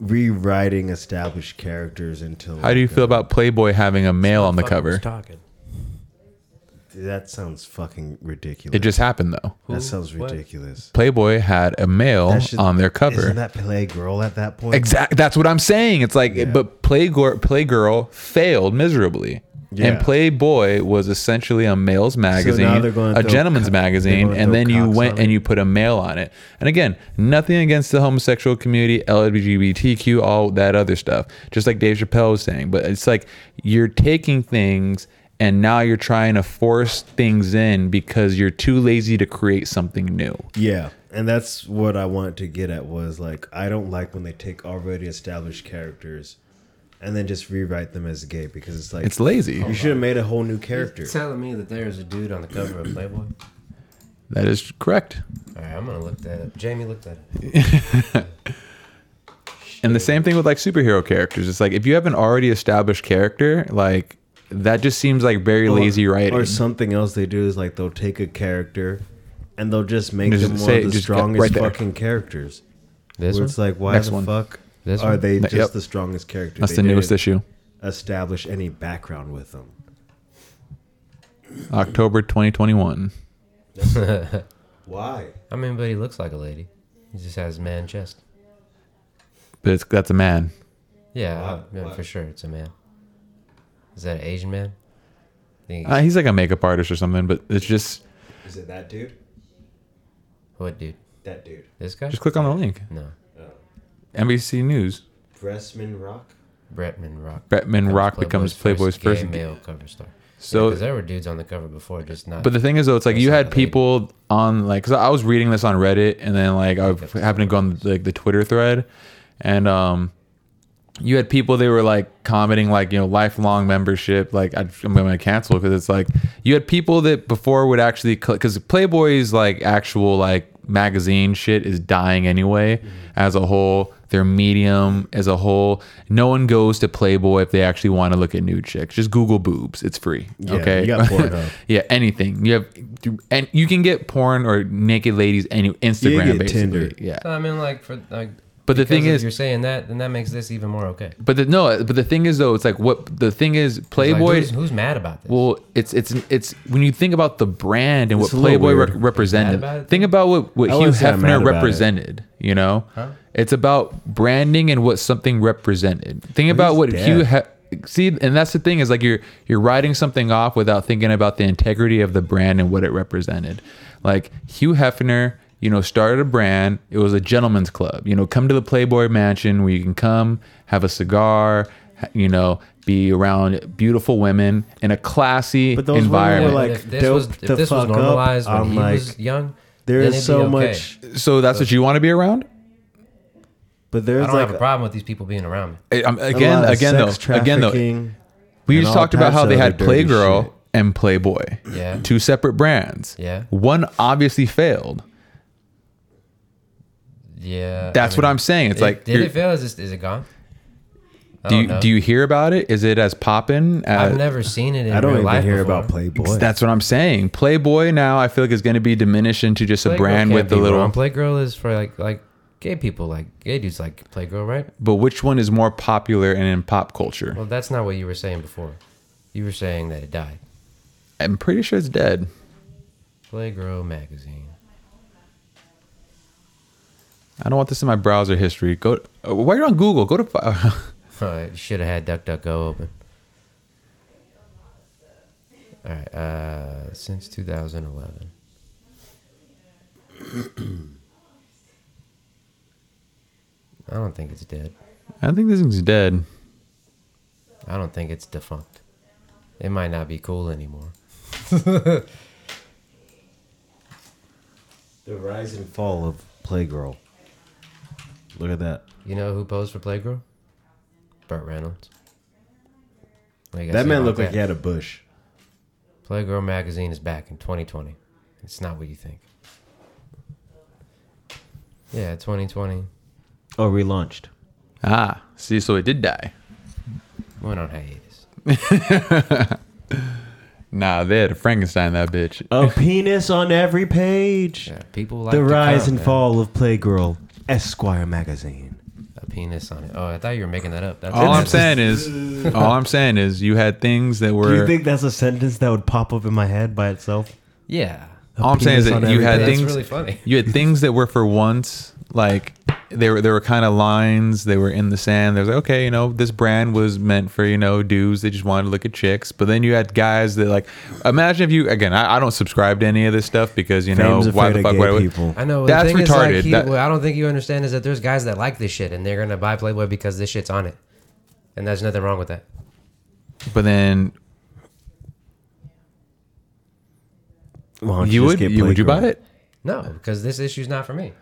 [SPEAKER 1] rewriting established characters into.
[SPEAKER 2] How do you feel about Playboy having a male on the
[SPEAKER 4] Fuck
[SPEAKER 2] cover?
[SPEAKER 4] who's talking
[SPEAKER 1] That sounds fucking ridiculous.
[SPEAKER 2] It just happened though.
[SPEAKER 1] that sounds
[SPEAKER 4] what?
[SPEAKER 1] ridiculous.
[SPEAKER 2] Playboy had a male
[SPEAKER 1] That should-
[SPEAKER 2] on their cover.
[SPEAKER 1] Isn't that play girl at that point?
[SPEAKER 2] Exactly. That's what I'm saying. It's like,
[SPEAKER 1] Yeah.
[SPEAKER 2] but Playgirl, Playgirl failed miserably.
[SPEAKER 1] Yeah.
[SPEAKER 2] And Playboy was essentially a male's magazine,
[SPEAKER 1] they're gonna
[SPEAKER 2] a
[SPEAKER 1] throw
[SPEAKER 2] gentleman's
[SPEAKER 1] co- they're
[SPEAKER 2] magazine,
[SPEAKER 1] gonna
[SPEAKER 2] and
[SPEAKER 1] throw
[SPEAKER 2] then you
[SPEAKER 1] cocks
[SPEAKER 2] went
[SPEAKER 1] on
[SPEAKER 2] and
[SPEAKER 1] it.
[SPEAKER 2] you put a male on it. And again, nothing against the homosexual community, LGBTQ, all that other stuff. Just like Dave Chappelle was saying, but it's like you're taking things and now you're trying to force things in because you're too lazy to create something new.
[SPEAKER 1] Yeah, and that's what I wanted to get at was like I don't like when they take already established characters and then just rewrite them as gay because it's like
[SPEAKER 2] It's lazy.
[SPEAKER 1] you should have made a whole new character.
[SPEAKER 4] You're telling me that there's a dude on the cover of playboy
[SPEAKER 2] That is correct.
[SPEAKER 4] all right i'm gonna look that up jamie looked that up
[SPEAKER 2] And the same thing with like superhero characters. It's like if you have an already established character, like that just seems like very lazy writing.
[SPEAKER 1] Or something else they do is like they'll take a character and they'll just make
[SPEAKER 2] Just
[SPEAKER 1] them one
[SPEAKER 2] say-
[SPEAKER 1] of the
[SPEAKER 2] just go-
[SPEAKER 1] strongest
[SPEAKER 2] right there.
[SPEAKER 1] fucking characters.
[SPEAKER 4] this
[SPEAKER 1] Where
[SPEAKER 4] one
[SPEAKER 1] it's like why
[SPEAKER 2] Next
[SPEAKER 1] the
[SPEAKER 2] one.
[SPEAKER 1] fuck
[SPEAKER 4] This
[SPEAKER 1] are
[SPEAKER 4] one?
[SPEAKER 1] they
[SPEAKER 2] Ne-
[SPEAKER 1] just
[SPEAKER 2] yep.
[SPEAKER 1] the strongest character?
[SPEAKER 2] That's
[SPEAKER 1] They
[SPEAKER 2] the newest
[SPEAKER 1] didn't
[SPEAKER 2] issue,
[SPEAKER 1] Establish any background with them.
[SPEAKER 2] October 2021.
[SPEAKER 1] Why?
[SPEAKER 4] i mean but he looks like a lady he just has man chest
[SPEAKER 2] But it's, that's a man.
[SPEAKER 4] yeah,
[SPEAKER 1] Wow,
[SPEAKER 4] I- yeah,
[SPEAKER 1] wow.
[SPEAKER 4] for sure it's a man is that an asian man Think-
[SPEAKER 2] Uh, he's like a makeup artist or something, but it's just
[SPEAKER 1] Is it that dude?
[SPEAKER 4] what dude
[SPEAKER 1] That dude.
[SPEAKER 4] this guy
[SPEAKER 2] just click on the link.
[SPEAKER 4] no
[SPEAKER 2] NBC News.
[SPEAKER 1] Dressman Rock?
[SPEAKER 4] bretman rock
[SPEAKER 2] Bretman Rock becomes Playboy's first,
[SPEAKER 4] gay
[SPEAKER 2] ga-
[SPEAKER 4] male cover star.
[SPEAKER 2] So-
[SPEAKER 4] So there were dudes on the cover before, just not.
[SPEAKER 2] But the thing is, though, it's like
[SPEAKER 4] That's
[SPEAKER 2] you
[SPEAKER 4] not
[SPEAKER 2] had
[SPEAKER 4] a thing.
[SPEAKER 2] people on like, cause I was reading this on Reddit, and then like I happened to go on like the Twitter thread, and um, you had people they were like commenting like you know lifelong membership, like I, I'm gonna cancel because it's like you had people that before would actually because Playboy's like actual like magazine shit is dying anyway
[SPEAKER 1] Mm-hmm.
[SPEAKER 2] as a whole. Their medium as a whole, no one goes to Playboy if they actually want to look at nude chicks. Just Google boobs; it's free. okay,
[SPEAKER 1] you got Pornhub.
[SPEAKER 2] yeah, anything. You have and you can get porn or naked ladies any Instagram
[SPEAKER 1] get
[SPEAKER 2] basically.
[SPEAKER 1] Tinder.
[SPEAKER 2] Yeah.
[SPEAKER 4] I mean, like for like.
[SPEAKER 2] But the
[SPEAKER 4] because
[SPEAKER 2] thing
[SPEAKER 4] if
[SPEAKER 2] is-
[SPEAKER 4] you're saying that, then that makes this even more okay. It's
[SPEAKER 2] But the, no, but the thing is though, it's like what the thing is
[SPEAKER 4] like,
[SPEAKER 2] Playboy
[SPEAKER 4] who's, who's mad about this?
[SPEAKER 2] well, it's it's it's when you think about the brand and
[SPEAKER 1] It's a
[SPEAKER 2] what
[SPEAKER 1] little
[SPEAKER 2] Playboy
[SPEAKER 1] weird.
[SPEAKER 2] re- represented.
[SPEAKER 4] Mad about it,
[SPEAKER 2] think about what what
[SPEAKER 1] I
[SPEAKER 2] Hugh
[SPEAKER 1] wouldn't say I'm mad
[SPEAKER 2] Hefner
[SPEAKER 1] about it.
[SPEAKER 2] represented, you know? It's about branding and what something represented. Think about
[SPEAKER 1] he's
[SPEAKER 2] what
[SPEAKER 1] dead.
[SPEAKER 2] Hugh Hef See, and that's the thing is like you're you're writing something off without thinking about the integrity of the brand and what it represented. Like Hugh Hefner, you know, started a brand. It was a gentleman's club. You know, come to the Playboy Mansion where you can come, have a cigar, ha- you know, be around beautiful women in a classy
[SPEAKER 1] But those women were,
[SPEAKER 2] environment.
[SPEAKER 1] like,
[SPEAKER 4] if this
[SPEAKER 1] doped
[SPEAKER 4] was
[SPEAKER 1] the
[SPEAKER 4] if this
[SPEAKER 1] fuck up,
[SPEAKER 4] was normalized when
[SPEAKER 1] I'm
[SPEAKER 4] he
[SPEAKER 1] like,
[SPEAKER 4] was young,
[SPEAKER 1] There
[SPEAKER 4] then
[SPEAKER 1] is
[SPEAKER 4] it'd be
[SPEAKER 1] so
[SPEAKER 4] okay.
[SPEAKER 1] much,
[SPEAKER 2] so that's what you want to be around?
[SPEAKER 1] but
[SPEAKER 4] I
[SPEAKER 1] there's
[SPEAKER 4] don't
[SPEAKER 1] like
[SPEAKER 4] have a problem with these people being around me.
[SPEAKER 2] I- I'm-
[SPEAKER 1] a
[SPEAKER 2] again,
[SPEAKER 1] lot of
[SPEAKER 2] again though,
[SPEAKER 1] sex
[SPEAKER 2] again though,
[SPEAKER 1] trafficking.
[SPEAKER 2] we
[SPEAKER 1] and
[SPEAKER 2] just
[SPEAKER 1] all
[SPEAKER 2] talked about
[SPEAKER 1] types
[SPEAKER 2] how
[SPEAKER 1] of
[SPEAKER 2] they
[SPEAKER 1] other
[SPEAKER 2] had
[SPEAKER 1] dirty
[SPEAKER 2] Playgirl,
[SPEAKER 1] shit.
[SPEAKER 2] and Playboy.
[SPEAKER 4] Yeah.
[SPEAKER 2] Two separate brands.
[SPEAKER 4] Yeah.
[SPEAKER 2] One obviously failed.
[SPEAKER 4] Yeah.
[SPEAKER 2] That's what I'm saying. It's
[SPEAKER 4] It-
[SPEAKER 2] like
[SPEAKER 4] did
[SPEAKER 2] you're-
[SPEAKER 4] it fail? Is it, is it gone? I
[SPEAKER 2] do
[SPEAKER 4] don't
[SPEAKER 2] you,
[SPEAKER 4] know.
[SPEAKER 2] do you hear about it? Is it as poppin? As,
[SPEAKER 4] I've never seen it in
[SPEAKER 1] I don't
[SPEAKER 4] real
[SPEAKER 1] even
[SPEAKER 4] life
[SPEAKER 1] hear
[SPEAKER 4] before.
[SPEAKER 1] about Playboy.
[SPEAKER 2] That's what I'm saying. Playboy now I feel like is going to be diminished into just a
[SPEAKER 4] Playgirl
[SPEAKER 2] brand
[SPEAKER 4] can't
[SPEAKER 2] with the
[SPEAKER 4] be
[SPEAKER 2] little.
[SPEAKER 4] wrong. Playgirl is for like like gay people, like gay dudes like Playgirl, right?
[SPEAKER 2] But which one is more popular and in pop culture?
[SPEAKER 4] Well, that's not what you were saying before. You were saying that it died.
[SPEAKER 2] I'm pretty sure it's dead.
[SPEAKER 4] Playgirl magazine.
[SPEAKER 2] I don't want this in my browser history. Go. uh, While you're on Google, go to. fi-
[SPEAKER 4] Huh, you should have had DuckDuckGo open. All right, uh, since 2011. I don't think it's dead.
[SPEAKER 2] I think this thing's dead.
[SPEAKER 4] I don't think it's defunct. It might not be cool anymore.
[SPEAKER 1] The rise and fall of Playgirl. Look at that.
[SPEAKER 4] You know who posed for Playgirl? Burt Reynolds. What do you guys
[SPEAKER 1] That
[SPEAKER 4] say
[SPEAKER 1] man
[SPEAKER 4] about
[SPEAKER 1] looked like
[SPEAKER 4] that?
[SPEAKER 1] he had a bush.
[SPEAKER 4] Playgirl magazine is back in 2020. It's not what you think. Yeah, 2020
[SPEAKER 1] Oh, relaunched.
[SPEAKER 2] Ah, see, so it did die.
[SPEAKER 4] went on hiatus.
[SPEAKER 2] Nah, they had to Frankenstein that bitch.
[SPEAKER 1] A penis on every page.
[SPEAKER 4] Yeah, people like
[SPEAKER 1] The
[SPEAKER 4] to
[SPEAKER 1] rise
[SPEAKER 4] come,
[SPEAKER 1] and
[SPEAKER 4] man.
[SPEAKER 1] fall of Playgirl, Esquire magazine.
[SPEAKER 4] A penis on it. Oh, I thought you were making that up. That's
[SPEAKER 2] All I'm saying is, all I'm saying is, you had things that
[SPEAKER 1] Do you
[SPEAKER 2] were.
[SPEAKER 1] think that's a sentence that would pop up in my head by itself?
[SPEAKER 4] Yeah,
[SPEAKER 2] All I'm saying is
[SPEAKER 1] penis
[SPEAKER 2] that
[SPEAKER 1] on
[SPEAKER 2] you
[SPEAKER 1] every
[SPEAKER 2] had
[SPEAKER 1] page?
[SPEAKER 4] that's
[SPEAKER 2] things.
[SPEAKER 4] really funny.
[SPEAKER 2] You had things that were for once like they were. There were kind of lines. They were in the sand. There was like, okay, you know, this brand was meant for you know dudes. They just wanted to look at chicks. But then you had guys that like. Imagine if you again. I, I don't subscribe to any of this stuff because you know
[SPEAKER 1] Fame's
[SPEAKER 2] why
[SPEAKER 1] afraid
[SPEAKER 2] the
[SPEAKER 1] of
[SPEAKER 2] fuck
[SPEAKER 1] gay
[SPEAKER 2] would I would-
[SPEAKER 1] people.
[SPEAKER 4] I know.
[SPEAKER 2] That's
[SPEAKER 4] the thing Is like
[SPEAKER 2] retarded.
[SPEAKER 4] he,
[SPEAKER 2] That-
[SPEAKER 4] what I don't think you understand is that there's guys that like this shit and they're gonna buy Playboy because this shit's on it, and there's nothing wrong with that.
[SPEAKER 2] But then
[SPEAKER 1] Why don't
[SPEAKER 2] you
[SPEAKER 1] just
[SPEAKER 2] would
[SPEAKER 1] get
[SPEAKER 2] you, would you
[SPEAKER 1] Playgirl?
[SPEAKER 2] buy it?
[SPEAKER 4] No, because this issue's not for me.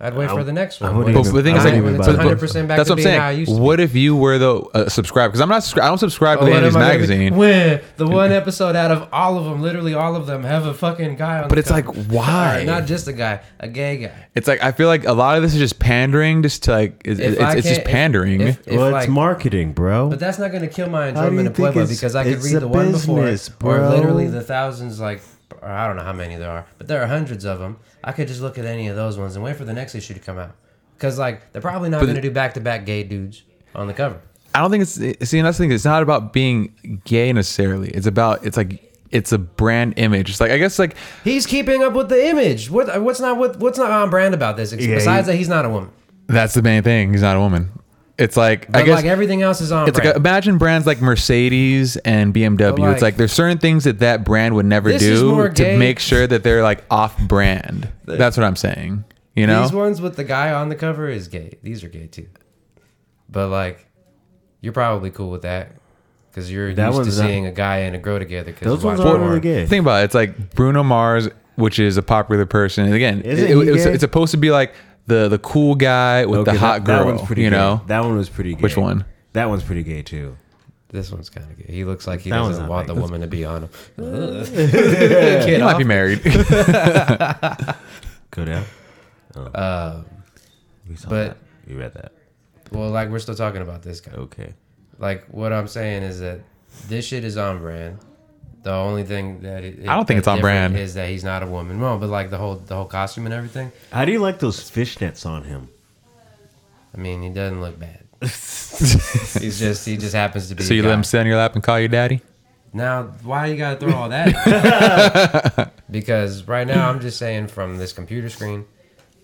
[SPEAKER 4] I'd wait for the next one.
[SPEAKER 1] wouldn't
[SPEAKER 4] when
[SPEAKER 1] even-
[SPEAKER 2] But
[SPEAKER 4] it's-
[SPEAKER 2] the thing
[SPEAKER 1] I
[SPEAKER 2] is,
[SPEAKER 1] don't
[SPEAKER 2] like,
[SPEAKER 1] even
[SPEAKER 2] but-
[SPEAKER 1] buy
[SPEAKER 2] but-
[SPEAKER 1] it.
[SPEAKER 4] 100% back
[SPEAKER 2] that's
[SPEAKER 4] to
[SPEAKER 2] what I'm
[SPEAKER 4] being how I
[SPEAKER 2] saying.
[SPEAKER 4] used to
[SPEAKER 2] What if you were the uh, subscriber? Because I'm not. subscri- I don't subscribe to
[SPEAKER 4] Oh,
[SPEAKER 2] any
[SPEAKER 4] what
[SPEAKER 2] of these
[SPEAKER 4] am I gonna be-
[SPEAKER 2] magazine.
[SPEAKER 4] When the one episode out of all of them, literally all of them, have a fucking guy on.
[SPEAKER 2] But
[SPEAKER 4] the
[SPEAKER 2] it's like,
[SPEAKER 4] cover.
[SPEAKER 2] why?
[SPEAKER 4] Not just a guy, a gay guy.
[SPEAKER 2] It's like I feel like a lot of this is just pandering, just to like it's,
[SPEAKER 4] If
[SPEAKER 2] it's,
[SPEAKER 4] I
[SPEAKER 2] it's just
[SPEAKER 4] can't- if-
[SPEAKER 2] pandering.
[SPEAKER 4] if- if,
[SPEAKER 1] Well, it's
[SPEAKER 4] like-
[SPEAKER 1] marketing, bro.
[SPEAKER 4] But that's not going to kill my
[SPEAKER 1] How do you
[SPEAKER 4] enjoyment of
[SPEAKER 1] think
[SPEAKER 4] Pueblo
[SPEAKER 1] it's-
[SPEAKER 4] because I could
[SPEAKER 1] it's
[SPEAKER 4] read
[SPEAKER 1] a
[SPEAKER 4] the one before,
[SPEAKER 1] business,
[SPEAKER 4] it, or
[SPEAKER 1] bro?
[SPEAKER 4] literally the thousands, like or I don't know how many there are, but there are hundreds of them. I could just look at any of those ones and wait for the next issue to come out because like they're probably not
[SPEAKER 2] But-
[SPEAKER 4] going to do back to back gay dudes on the cover.
[SPEAKER 2] I don't think it's see. And that's the thing. It's not about being gay necessarily. It's about it's like it's a brand image. It's like I guess like
[SPEAKER 4] He's keeping up with the image. What what's not what what's not on brand about this?
[SPEAKER 1] Yeah,
[SPEAKER 4] besides
[SPEAKER 1] you-
[SPEAKER 4] that, he's not a woman.
[SPEAKER 2] that's the main thing. He's not a woman. It's like
[SPEAKER 4] But
[SPEAKER 2] I guess
[SPEAKER 4] like everything else is on
[SPEAKER 2] it's
[SPEAKER 4] brand.
[SPEAKER 2] like imagine brands like Mercedes and BMW.
[SPEAKER 4] But,
[SPEAKER 2] it's
[SPEAKER 4] like,
[SPEAKER 2] like there's certain things that that brand would never
[SPEAKER 4] this is more
[SPEAKER 2] do
[SPEAKER 4] gay.
[SPEAKER 2] to make sure that they're like off brand. That's what I'm saying. You know,
[SPEAKER 4] These ones with the guy on the cover is gay. These are gay too. But like, you're probably cool with that because you're
[SPEAKER 1] That
[SPEAKER 4] used to
[SPEAKER 1] one's not-
[SPEAKER 4] seeing a guy and a girl together. Cause
[SPEAKER 1] Those
[SPEAKER 4] you watch
[SPEAKER 1] ones aren't
[SPEAKER 4] porn.
[SPEAKER 1] really gay.
[SPEAKER 2] Think about it. It's like Bruno Mars, which is a popular person. And again, it,
[SPEAKER 1] Isn't
[SPEAKER 2] it,
[SPEAKER 1] he
[SPEAKER 2] was-
[SPEAKER 1] gay?
[SPEAKER 2] it's supposed to be like the the cool guy with the
[SPEAKER 1] Okay,
[SPEAKER 2] hot girl.
[SPEAKER 1] That one's pretty
[SPEAKER 2] you
[SPEAKER 1] gay.
[SPEAKER 2] know,
[SPEAKER 1] That one was pretty gay.
[SPEAKER 2] Which one?
[SPEAKER 1] That one's pretty gay, too.
[SPEAKER 4] This one's kind of gay. He looks like he
[SPEAKER 1] That one's
[SPEAKER 4] doesn't
[SPEAKER 1] not
[SPEAKER 4] want
[SPEAKER 1] gay.
[SPEAKER 4] the woman to be on him.
[SPEAKER 2] he might be married.
[SPEAKER 1] Good out.
[SPEAKER 4] Uh,
[SPEAKER 1] Oh. We saw
[SPEAKER 4] But-
[SPEAKER 1] that. We read that.
[SPEAKER 4] well, like we're still talking about this guy.
[SPEAKER 1] Okay.
[SPEAKER 4] Like what I'm saying is that this shit is on brand. The only thing that it,
[SPEAKER 2] I don't think
[SPEAKER 4] that's
[SPEAKER 2] it's on
[SPEAKER 4] different
[SPEAKER 2] brand.
[SPEAKER 4] is that he's not a woman. No, but like the whole the whole costume and everything.
[SPEAKER 1] How do you like those fishnets on him?
[SPEAKER 4] I mean, he doesn't look bad. he's just he just happens to be.
[SPEAKER 2] so
[SPEAKER 4] a
[SPEAKER 2] you let
[SPEAKER 4] guy.
[SPEAKER 2] him sit on your lap and call you daddy.
[SPEAKER 4] Now, why you gotta throw all that? because right now, I'm just saying from this computer screen.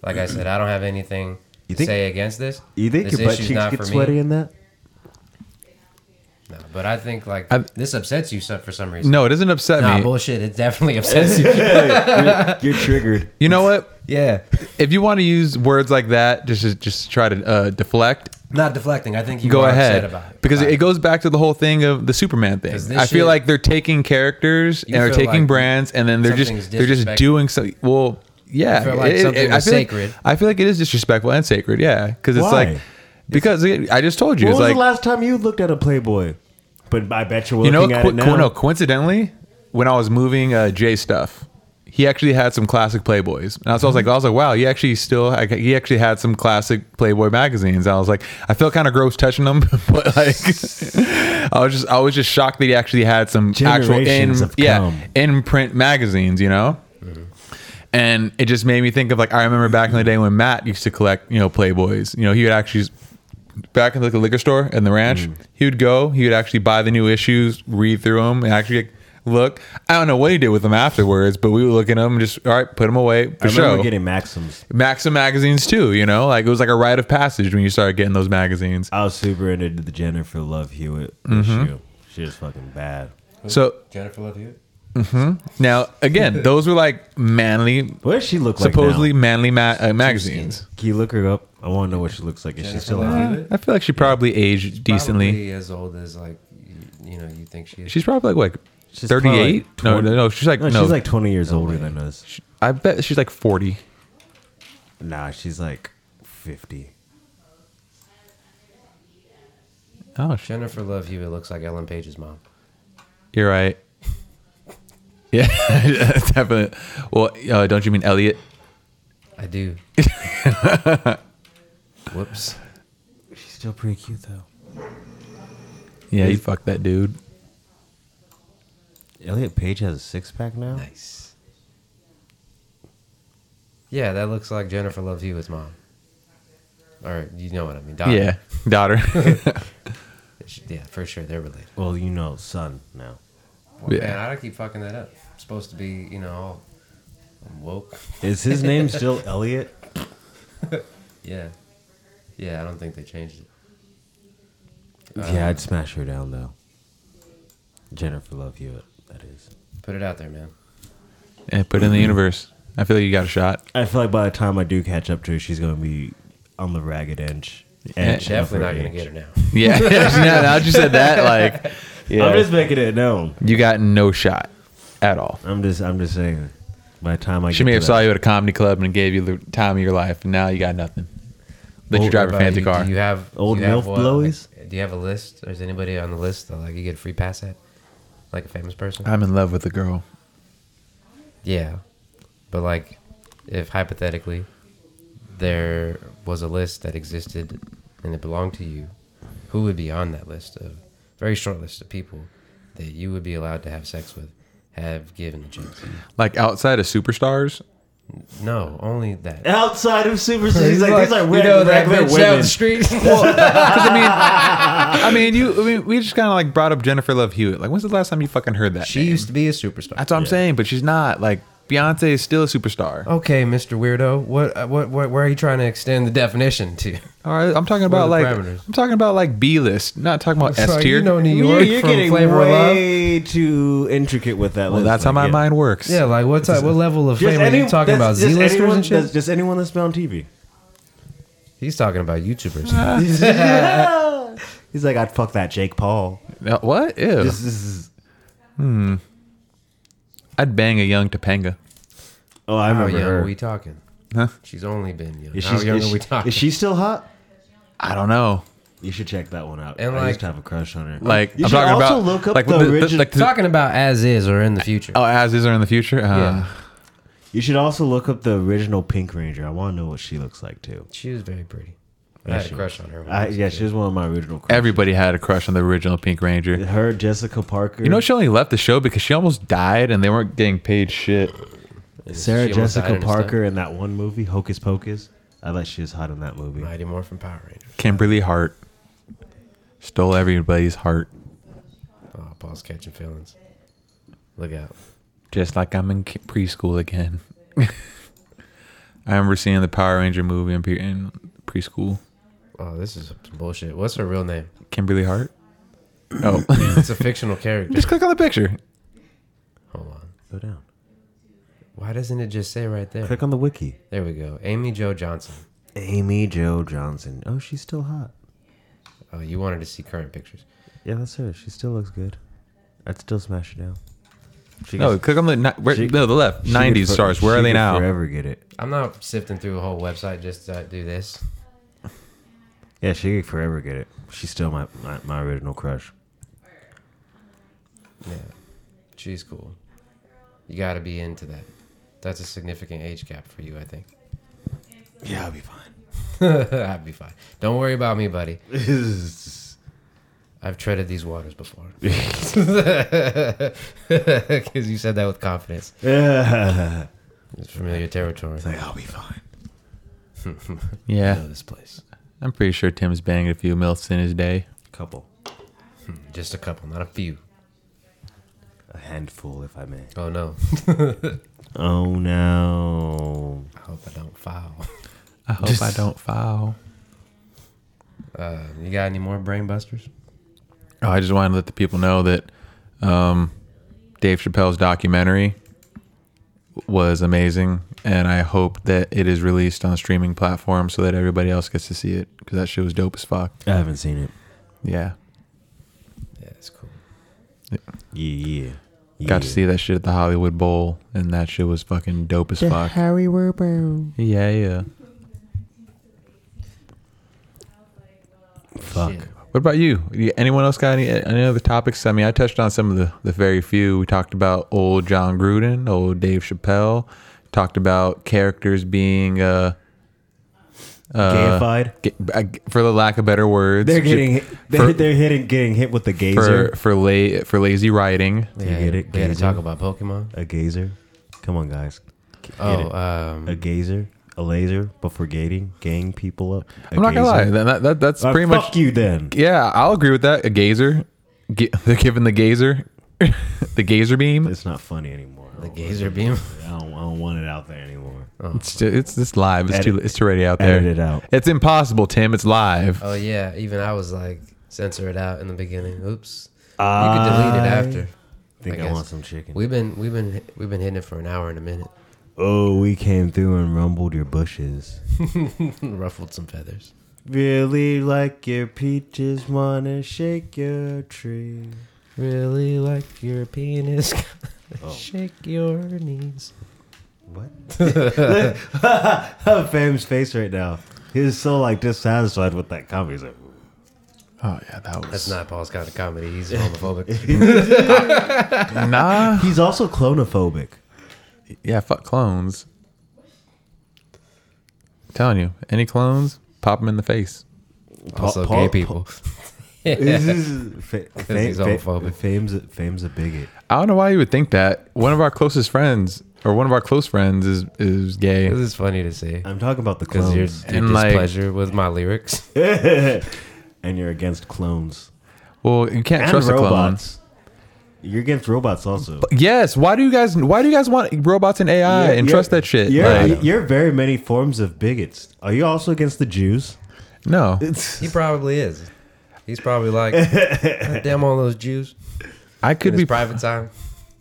[SPEAKER 4] Like I said, I don't have anything
[SPEAKER 1] You
[SPEAKER 4] to
[SPEAKER 1] think-
[SPEAKER 4] say against this.
[SPEAKER 1] You think
[SPEAKER 4] this
[SPEAKER 1] your butt
[SPEAKER 4] issue's
[SPEAKER 1] cheeks get sweaty in that?
[SPEAKER 4] No, but I think like
[SPEAKER 2] I've-
[SPEAKER 4] this upsets you so- for some reason.
[SPEAKER 2] No, it doesn't upset
[SPEAKER 4] nah,
[SPEAKER 2] me.
[SPEAKER 4] bullshit. It definitely upsets you.
[SPEAKER 1] You're triggered.
[SPEAKER 2] you know what?
[SPEAKER 4] yeah,
[SPEAKER 2] If you want to use words like that, just to, just to try to uh, deflect.
[SPEAKER 4] not deflecting. I think you
[SPEAKER 2] Go
[SPEAKER 4] are
[SPEAKER 2] ahead,
[SPEAKER 4] upset about it.
[SPEAKER 2] because
[SPEAKER 4] Like,
[SPEAKER 2] it goes back to the whole thing of the Superman thing.
[SPEAKER 4] 'Cause this
[SPEAKER 2] I feel
[SPEAKER 4] shit-
[SPEAKER 2] like they're taking characters
[SPEAKER 4] You
[SPEAKER 2] and they're
[SPEAKER 4] feel
[SPEAKER 2] taking
[SPEAKER 4] like
[SPEAKER 2] brands, and then they're just
[SPEAKER 4] something's
[SPEAKER 2] they're just
[SPEAKER 4] disrespect-
[SPEAKER 2] doing something. Well, yeah,
[SPEAKER 4] You feel like something was
[SPEAKER 2] I feel
[SPEAKER 4] sacred.
[SPEAKER 2] Like, I feel like it is disrespectful and sacred. Yeah, because it's
[SPEAKER 1] Why?
[SPEAKER 2] like because it, I just told you,
[SPEAKER 1] When was
[SPEAKER 2] it's like
[SPEAKER 1] the last time you looked at a Playboy? but I bet you we're
[SPEAKER 2] You know,
[SPEAKER 1] looking at
[SPEAKER 2] co-
[SPEAKER 1] it now.
[SPEAKER 2] co- no, coincidentally, when I was moving uh, Jay stuff, he actually had some classic Playboys, and I was,
[SPEAKER 1] Mm-hmm.
[SPEAKER 2] I was like, I was like, wow, he actually still, I, he actually had some classic Playboy magazines. I was like, I felt kind of gross touching them, but like, I was just, I was just shocked that he actually had some actual in,
[SPEAKER 1] Generations have
[SPEAKER 2] yeah,
[SPEAKER 1] come. Mm-hmm.
[SPEAKER 2] in print magazines, you know. And it just made me think of like I remember back in the day when Matt used to collect, you know, Playboys. You know, he would actually back in like the liquor store in the ranch,
[SPEAKER 1] Mm.
[SPEAKER 2] he would go, he would actually buy the new issues, read through them, and actually like, look. I don't know what he did with them afterwards, but we would look at them and just all right, put them away
[SPEAKER 1] I
[SPEAKER 2] for
[SPEAKER 1] remember
[SPEAKER 2] sure.
[SPEAKER 1] getting Maxims.
[SPEAKER 2] Maxim magazines too, you know, like it was like a rite of passage when you started getting those magazines.
[SPEAKER 1] I was super into the Jennifer Love Hewitt
[SPEAKER 2] Mm-hmm.
[SPEAKER 1] issue. She was fucking bad.
[SPEAKER 2] So
[SPEAKER 4] Jennifer Love Hewitt.
[SPEAKER 2] now again, those were like manly,
[SPEAKER 1] What does she look like?
[SPEAKER 2] supposedly
[SPEAKER 1] now?
[SPEAKER 2] manly ma- uh, magazines.
[SPEAKER 1] Can you look her up? I want to know what she looks like. Is she
[SPEAKER 4] Jennifer
[SPEAKER 1] still
[SPEAKER 4] Love
[SPEAKER 1] hot?
[SPEAKER 4] Hewitt?
[SPEAKER 2] I feel like she probably aged decently.
[SPEAKER 4] Probably as old as like you, you know you think she is.
[SPEAKER 2] She's probably like
[SPEAKER 1] She's
[SPEAKER 2] what, thirty eight?
[SPEAKER 1] probably
[SPEAKER 2] No,
[SPEAKER 1] like Oh
[SPEAKER 2] no, no. She's like no.
[SPEAKER 1] No, she's like 20 years older than us.
[SPEAKER 2] I bet she's like forty.
[SPEAKER 1] Nah, she's like 50.
[SPEAKER 2] Oh, shit.
[SPEAKER 4] Jennifer Love Hewitt looks like Ellen Page's mom.
[SPEAKER 2] you're right. Yeah, definitely. Well, uh, don't you mean Elliot?
[SPEAKER 4] I do. Whoops.
[SPEAKER 1] She's still pretty cute though.
[SPEAKER 2] Yeah, you fucked that dude.
[SPEAKER 1] Elliot Page has a six pack now.
[SPEAKER 4] Nice. Yeah, that looks like Jennifer Love Hewitt's mom. Or you know what I mean? Daughter.
[SPEAKER 2] Yeah, daughter.
[SPEAKER 4] She- Yeah, for sure they're related.
[SPEAKER 1] Well, you know, son now.
[SPEAKER 2] Yeah.
[SPEAKER 4] Man, I don't keep fucking that up. It's supposed to be, you know, all I'm woke.
[SPEAKER 1] Is his name still Elliot?
[SPEAKER 4] Yeah. Yeah, I don't think they changed it.
[SPEAKER 1] yeah, I'd smash her down though. Jennifer Love Hewitt, that is.
[SPEAKER 4] Put it out there, man.
[SPEAKER 2] yeah, put it in the universe. I feel like you got a shot.
[SPEAKER 1] I feel like by the time I do catch up to her, she's gonna be on the ragged edge.
[SPEAKER 2] Yeah,
[SPEAKER 1] edge of
[SPEAKER 4] Definitely
[SPEAKER 1] her
[SPEAKER 4] not gonna
[SPEAKER 1] age.
[SPEAKER 4] get her now.
[SPEAKER 2] Yeah, now, now that you said that, like, yeah,
[SPEAKER 1] I'm just making it known.
[SPEAKER 2] you got no shot at all.
[SPEAKER 1] I'm just, I'm just saying. By the time I
[SPEAKER 2] She
[SPEAKER 1] get
[SPEAKER 2] may
[SPEAKER 1] to
[SPEAKER 2] have
[SPEAKER 1] that-
[SPEAKER 2] saw you at a comedy club and gave you the time of your life, and now you got nothing. That you drive a
[SPEAKER 4] But
[SPEAKER 2] fancy
[SPEAKER 4] you-
[SPEAKER 2] car.
[SPEAKER 4] Do you have do
[SPEAKER 1] Old
[SPEAKER 4] you have
[SPEAKER 1] MILF
[SPEAKER 4] one,
[SPEAKER 1] blowies?
[SPEAKER 4] like, do you have a list? Or is anybody on the list that like you get a free pass at? Like a famous person?
[SPEAKER 1] Uh,
[SPEAKER 2] I'm in love with the girl.
[SPEAKER 4] yeah. But like if hypothetically there was a list that existed and it belonged to you, who would be on that list of very short list of people that you would be allowed to have sex with, have given the chance?
[SPEAKER 2] Like outside of superstars,
[SPEAKER 4] No, only that.
[SPEAKER 1] outside of Super. She's like, these are
[SPEAKER 4] you
[SPEAKER 1] weird,
[SPEAKER 4] know that
[SPEAKER 1] regular
[SPEAKER 4] bitch down the
[SPEAKER 1] women.
[SPEAKER 4] street.
[SPEAKER 2] Because I mean, I mean, you. I mean, we just kind of like brought up Jennifer Love Hewitt. Like, when's the last time you fucking heard that?
[SPEAKER 4] she
[SPEAKER 2] name?
[SPEAKER 4] used to be a superstar.
[SPEAKER 2] That's what I'm saying. But she's not. Like, Beyonce is still a superstar.
[SPEAKER 4] Okay, Mr. Weirdo, what, uh, what, what, where are you trying to extend the definition to?
[SPEAKER 2] All right, I'm talking about
[SPEAKER 4] What are
[SPEAKER 2] like,
[SPEAKER 4] the parameters?
[SPEAKER 2] I'm talking about like B list. Not talking about
[SPEAKER 4] So
[SPEAKER 2] S tier.
[SPEAKER 4] You know New
[SPEAKER 1] You're,
[SPEAKER 4] York
[SPEAKER 1] you're
[SPEAKER 4] from
[SPEAKER 1] getting
[SPEAKER 4] Flavor of Love.
[SPEAKER 1] way too intricate with that.
[SPEAKER 2] well,
[SPEAKER 1] list,
[SPEAKER 2] that's how
[SPEAKER 1] like,
[SPEAKER 2] my
[SPEAKER 1] yeah.
[SPEAKER 2] mind works.
[SPEAKER 4] Yeah, like what type, what level of fame are you talking about?
[SPEAKER 1] that's
[SPEAKER 4] Z
[SPEAKER 1] just
[SPEAKER 4] listers
[SPEAKER 1] anyone-
[SPEAKER 4] and
[SPEAKER 1] that's
[SPEAKER 4] shit.
[SPEAKER 1] Just anyone that's been on TV.
[SPEAKER 4] He's talking about YouTubers. Ah.
[SPEAKER 1] He's like, I'd fuck that Jake Paul.
[SPEAKER 2] Uh, What? Ew.
[SPEAKER 1] This, this is.
[SPEAKER 2] I'd bang a young Topanga.
[SPEAKER 1] Oh, I
[SPEAKER 4] How
[SPEAKER 1] remember
[SPEAKER 4] young
[SPEAKER 1] her.
[SPEAKER 4] are we talking?
[SPEAKER 2] Huh?
[SPEAKER 4] She's only been young.
[SPEAKER 1] Is
[SPEAKER 4] How
[SPEAKER 1] she,
[SPEAKER 4] young
[SPEAKER 1] is
[SPEAKER 4] are we
[SPEAKER 1] she-
[SPEAKER 4] talking?
[SPEAKER 1] Is she still hot?
[SPEAKER 2] I don't know.
[SPEAKER 1] You should check that one out.
[SPEAKER 4] And
[SPEAKER 1] I used
[SPEAKER 4] like-
[SPEAKER 1] to have a crush on her.
[SPEAKER 2] Like,
[SPEAKER 1] you
[SPEAKER 2] I'm
[SPEAKER 1] should
[SPEAKER 2] talking
[SPEAKER 1] also
[SPEAKER 2] about
[SPEAKER 1] look up
[SPEAKER 2] like
[SPEAKER 1] the,
[SPEAKER 2] with
[SPEAKER 1] origin-
[SPEAKER 2] like the,
[SPEAKER 4] talking about as is or in the future?
[SPEAKER 2] oh, as is are in the future. Uh,
[SPEAKER 4] Yeah.
[SPEAKER 1] You should also look up the original Pink Ranger. I want to know what she looks like too.
[SPEAKER 4] She was very pretty. I had a
[SPEAKER 1] she
[SPEAKER 4] crush on her. when
[SPEAKER 1] I,
[SPEAKER 4] was a
[SPEAKER 1] yeah,
[SPEAKER 4] kid.
[SPEAKER 1] she was one of my original. Crushes.
[SPEAKER 2] Everybody had a crush on the original Pink Ranger.
[SPEAKER 1] her, Jessica Parker.
[SPEAKER 2] You know, she only left the show because she almost died and they weren't getting paid shit.
[SPEAKER 1] Sarah
[SPEAKER 4] She almost died
[SPEAKER 1] Jessica
[SPEAKER 4] in a
[SPEAKER 1] Parker in that one movie, Hocus Pocus. I thought she was hot in that movie.
[SPEAKER 4] Mighty Morphin Power Ranger.
[SPEAKER 2] Kimberly Hart stole everybody's heart,
[SPEAKER 4] Oh, Paul's catching feelings. Look out.
[SPEAKER 2] just like I'm in ki- preschool again. I remember seeing the Power Ranger movie in, pre- in preschool.
[SPEAKER 4] Oh, this is some bullshit. What's her real name?
[SPEAKER 2] Kimberly Hart. Oh,
[SPEAKER 4] It's a fictional character.
[SPEAKER 2] just click on the picture.
[SPEAKER 4] Hold on.
[SPEAKER 1] Go down.
[SPEAKER 4] Why doesn't it just say right there?
[SPEAKER 1] Click on the wiki.
[SPEAKER 4] There we go. Amy Jo Johnson.
[SPEAKER 1] Amy Jo Johnson. Oh, she's still hot.
[SPEAKER 4] Oh, you wanted to see current pictures.
[SPEAKER 1] Yeah, that's her. She still looks good. I'd still smash her down. She
[SPEAKER 2] No,
[SPEAKER 1] could-
[SPEAKER 2] click on the ni- where,
[SPEAKER 1] she-
[SPEAKER 2] no the left.
[SPEAKER 1] she could
[SPEAKER 2] Nineties
[SPEAKER 1] for-
[SPEAKER 2] stars. Where
[SPEAKER 1] she
[SPEAKER 2] are they
[SPEAKER 1] could
[SPEAKER 2] now?
[SPEAKER 1] Forever get it.
[SPEAKER 4] I'm not sifting through a whole website just to do this.
[SPEAKER 1] Yeah, she could forever get it. She's still my, my, my original crush.
[SPEAKER 4] Yeah, she's cool. You got to be into that. That's a significant age gap for you, I think.
[SPEAKER 1] Yeah, I'll be fine.
[SPEAKER 4] I'd be fine. Don't worry about me, buddy.
[SPEAKER 1] yeah,
[SPEAKER 4] I've treaded these waters before. Because you said that with confidence. It's familiar territory.
[SPEAKER 1] like I'll be fine.
[SPEAKER 4] I
[SPEAKER 2] Yeah,
[SPEAKER 4] know this place.
[SPEAKER 2] I'm pretty sure Tim's banged a few milfs in his day.
[SPEAKER 1] Couple,
[SPEAKER 4] Just a couple, not a few.
[SPEAKER 1] a handful, if I may.
[SPEAKER 4] Oh no.
[SPEAKER 1] Oh no.
[SPEAKER 4] I hope I don't foul.
[SPEAKER 2] I hope I don't foul.
[SPEAKER 4] Uh, you got any more brain busters?
[SPEAKER 2] Oh, I just wanted to let the people know that um, Dave Chappelle's documentary was amazing, and I hope that it is released on streaming platforms so that everybody else gets to see it because that shit was dope as fuck.
[SPEAKER 1] I haven't seen it.
[SPEAKER 2] Yeah,
[SPEAKER 4] Yeah, it's cool.
[SPEAKER 1] Yeah, yeah.
[SPEAKER 2] got to see that shit at the Hollywood Bowl, and that shit was fucking dope as fuck.
[SPEAKER 1] Harry Werber.
[SPEAKER 2] Yeah, yeah.
[SPEAKER 1] Fuck.
[SPEAKER 4] Shit.
[SPEAKER 2] What about you? You- Anyone else got any any other topics? I mean, I touched on some of the the very few. We talked about old John Gruden, old Dave Chappelle. Talked about characters being uh, uh
[SPEAKER 1] Gayified.
[SPEAKER 2] ga- uh, for the lack of better words,
[SPEAKER 1] They're
[SPEAKER 2] ju-
[SPEAKER 1] getting they're,
[SPEAKER 2] for-
[SPEAKER 1] they're hitting getting hit with the gazer.
[SPEAKER 2] for for la- for lazy writing.
[SPEAKER 4] We
[SPEAKER 1] You
[SPEAKER 4] had-
[SPEAKER 1] get it,
[SPEAKER 4] We had to
[SPEAKER 1] Gazer?
[SPEAKER 4] talk about Pokemon.
[SPEAKER 1] a gazer. Come on, guys. G- get
[SPEAKER 4] Oh,
[SPEAKER 1] it.
[SPEAKER 4] um,
[SPEAKER 1] a gazer, a laser, but for gating, gang people up. i
[SPEAKER 2] I'm not gonna lie, that, that, that's pretty
[SPEAKER 1] Uh, fuck
[SPEAKER 2] much.
[SPEAKER 1] you then.
[SPEAKER 2] Yeah, I'll agree with that. A gazer, Ga- they're giving the gazer, the gazer beam.
[SPEAKER 1] It's not funny anymore.
[SPEAKER 4] the Gazer Beam.
[SPEAKER 1] I don't, I don't want it out there anymore.
[SPEAKER 2] It's ju- it's this live. It's too
[SPEAKER 1] Edit-
[SPEAKER 2] it's too ready out there.
[SPEAKER 1] Edit it out.
[SPEAKER 2] It's impossible, Tim. It's live.
[SPEAKER 4] Oh yeah, even I was like censor it out in the beginning. Oops. You
[SPEAKER 1] I
[SPEAKER 4] could delete it after.
[SPEAKER 1] think
[SPEAKER 4] I
[SPEAKER 1] I,
[SPEAKER 4] guess.
[SPEAKER 1] want some chicken.
[SPEAKER 4] We've been we've been we've been hitting it for an hour and a minute.
[SPEAKER 1] oh, we came through and rumbled your bushes.
[SPEAKER 4] Ruffled some feathers.
[SPEAKER 1] Really like your peaches, wanna shake your tree.
[SPEAKER 4] Really like your penis. Shake your knees.
[SPEAKER 1] What? Fam's face right now. He was so like dissatisfied with that comedy. He's like,
[SPEAKER 2] Oh yeah, that was
[SPEAKER 4] That's not Paul's kind of comedy. He's homophobic.
[SPEAKER 2] nah.
[SPEAKER 1] he's also clonophobic.
[SPEAKER 2] Yeah, fuck clones. telling you, any clones, pop them in the face.
[SPEAKER 4] also,
[SPEAKER 1] Paul-
[SPEAKER 4] gay people.
[SPEAKER 1] This is fa-
[SPEAKER 4] he's
[SPEAKER 1] fa-
[SPEAKER 4] homophobic.
[SPEAKER 1] fame's a, fame's a bigot.
[SPEAKER 2] I don't know why you would think that. One of our closest friends, or one of our close friends, is is gay.
[SPEAKER 4] This is funny to say
[SPEAKER 1] I'm talking about the
[SPEAKER 4] because your,
[SPEAKER 1] clones,
[SPEAKER 4] your
[SPEAKER 2] And, like-
[SPEAKER 4] displeasure with my lyrics.
[SPEAKER 1] and you're against clones
[SPEAKER 2] Well, you can't
[SPEAKER 1] and
[SPEAKER 2] trust a
[SPEAKER 1] robots. You're against robots also.
[SPEAKER 2] clone. Yes. Why do you guys? Why do you guys want robots and AI uh, and
[SPEAKER 1] You're-
[SPEAKER 2] trust that shit?
[SPEAKER 1] You're,
[SPEAKER 2] Like,
[SPEAKER 1] you're very many forms of bigots. Are you also against the Jews?
[SPEAKER 2] no.
[SPEAKER 4] He probably is. He's probably like, "God damn all those Jews.
[SPEAKER 2] I could
[SPEAKER 4] in
[SPEAKER 2] be.
[SPEAKER 4] his private time.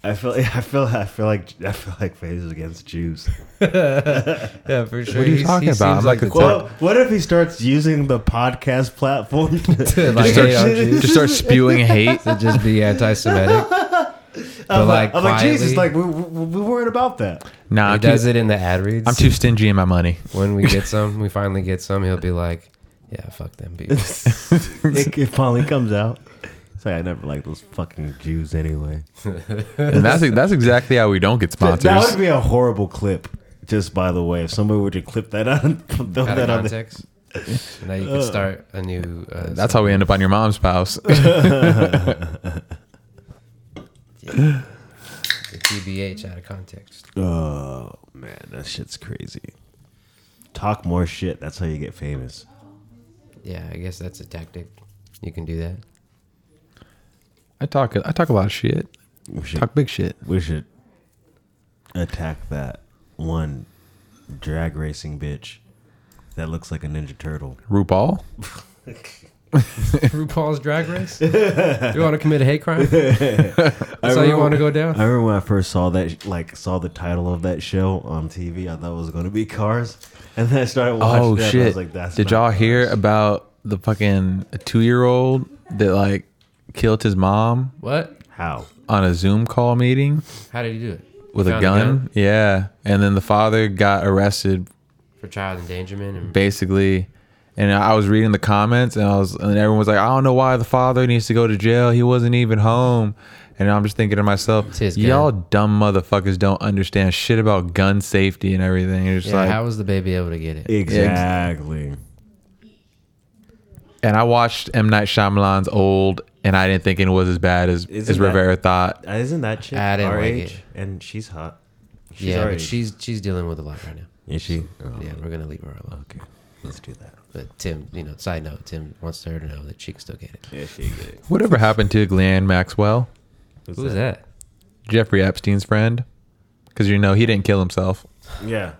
[SPEAKER 1] I feel I feel I feel like I feel like Faze is against Jews.
[SPEAKER 4] Yeah, for
[SPEAKER 2] What
[SPEAKER 4] sure.
[SPEAKER 2] are you
[SPEAKER 4] He's-
[SPEAKER 2] talking
[SPEAKER 4] seems
[SPEAKER 2] about? I'm like
[SPEAKER 4] the
[SPEAKER 2] a
[SPEAKER 4] type-
[SPEAKER 1] Well, what if he starts using the podcast platform?
[SPEAKER 4] to
[SPEAKER 2] Just
[SPEAKER 4] like
[SPEAKER 2] start,
[SPEAKER 4] hate on Jews,
[SPEAKER 2] just start spewing hate.
[SPEAKER 4] to just be anti-Semitic. but like,
[SPEAKER 1] I'm like Jesus,
[SPEAKER 4] quietly.
[SPEAKER 1] like we, we, we weren't about that.
[SPEAKER 2] Nah,
[SPEAKER 4] he
[SPEAKER 2] I'm
[SPEAKER 4] does
[SPEAKER 2] too,
[SPEAKER 4] it in the ad reads.
[SPEAKER 2] I'm too stingy in my money.
[SPEAKER 4] when we get some, we finally get some. He'll be like, "Yeah, fuck them people."
[SPEAKER 1] It, it finally comes out. It's like I never liked those fucking Jews anyway.
[SPEAKER 2] And that's that's exactly how we don't get
[SPEAKER 1] That,
[SPEAKER 2] sponsors.
[SPEAKER 1] that would be a horrible clip. Just by the way, if somebody were to clip that out, and throw
[SPEAKER 4] Out
[SPEAKER 1] that
[SPEAKER 4] of
[SPEAKER 1] on the,
[SPEAKER 4] context. And now you can start a new. Uh,
[SPEAKER 2] That's how we end up on your mom's house.
[SPEAKER 4] the TBH out of context.
[SPEAKER 1] oh man, that shit's crazy. Talk more shit. That's how you get famous.
[SPEAKER 4] Yeah, I guess that's a tactic. You can do that.
[SPEAKER 2] I talk I talk a lot of shit.
[SPEAKER 1] We should,
[SPEAKER 2] Talk big shit.
[SPEAKER 1] we should attack that one drag racing bitch that looks like a Ninja Turtle.
[SPEAKER 2] RuPaul.
[SPEAKER 4] RuPaul's Drag Race. you want to commit a hate crime? That's how you want to go down.
[SPEAKER 1] I remember when I first saw that, like, saw the title of that show on TV. I thought it was going to be Cars, and then I started watching.
[SPEAKER 2] Oh
[SPEAKER 1] that, and I
[SPEAKER 2] shit!
[SPEAKER 1] was like, "That's
[SPEAKER 2] Did
[SPEAKER 1] not
[SPEAKER 2] y'all hear
[SPEAKER 1] Cars."
[SPEAKER 2] about the fucking two year old that like killed his mom
[SPEAKER 4] What?
[SPEAKER 1] how?"
[SPEAKER 2] on a Zoom call meeting
[SPEAKER 4] How did he do it?
[SPEAKER 2] with a
[SPEAKER 4] Found
[SPEAKER 2] gun? Yeah, and then the father got arrested
[SPEAKER 4] for child endangerment and
[SPEAKER 2] basically. And I was reading the comments, and I was, and everyone was like, "I don't know why the father needs to go to jail. He wasn't even home." And I'm just thinking to myself,
[SPEAKER 4] Tis good.
[SPEAKER 2] y'all dumb motherfuckers don't understand shit about gun safety and everything. You're just
[SPEAKER 4] Yeah,
[SPEAKER 2] like,
[SPEAKER 4] how was the baby able to get it?
[SPEAKER 1] Exactly.
[SPEAKER 2] and I watched M Night Shyamalan's old, and I didn't think it was as bad as
[SPEAKER 1] Isn't
[SPEAKER 2] as
[SPEAKER 1] that-
[SPEAKER 2] Rivera thought.
[SPEAKER 1] Isn't that chick
[SPEAKER 4] I didn't
[SPEAKER 1] our
[SPEAKER 4] like
[SPEAKER 1] age?
[SPEAKER 4] it.
[SPEAKER 1] And she's hot. She's
[SPEAKER 4] yeah,
[SPEAKER 1] our
[SPEAKER 4] but
[SPEAKER 1] age.
[SPEAKER 4] she's she's dealing with a lot right now.
[SPEAKER 1] Is she? Oh,
[SPEAKER 4] Yeah, we're gonna leave her alone.
[SPEAKER 1] Okay. Let's do that.
[SPEAKER 4] But Tim, you know, side note, Tim wants her to know that she can still get it.
[SPEAKER 1] Yeah, she did.
[SPEAKER 2] Whatever happened to Glenn Maxwell,
[SPEAKER 4] Who's that?
[SPEAKER 2] Jeffrey Epstein's friend? Because you know he didn't kill himself.
[SPEAKER 1] Yeah.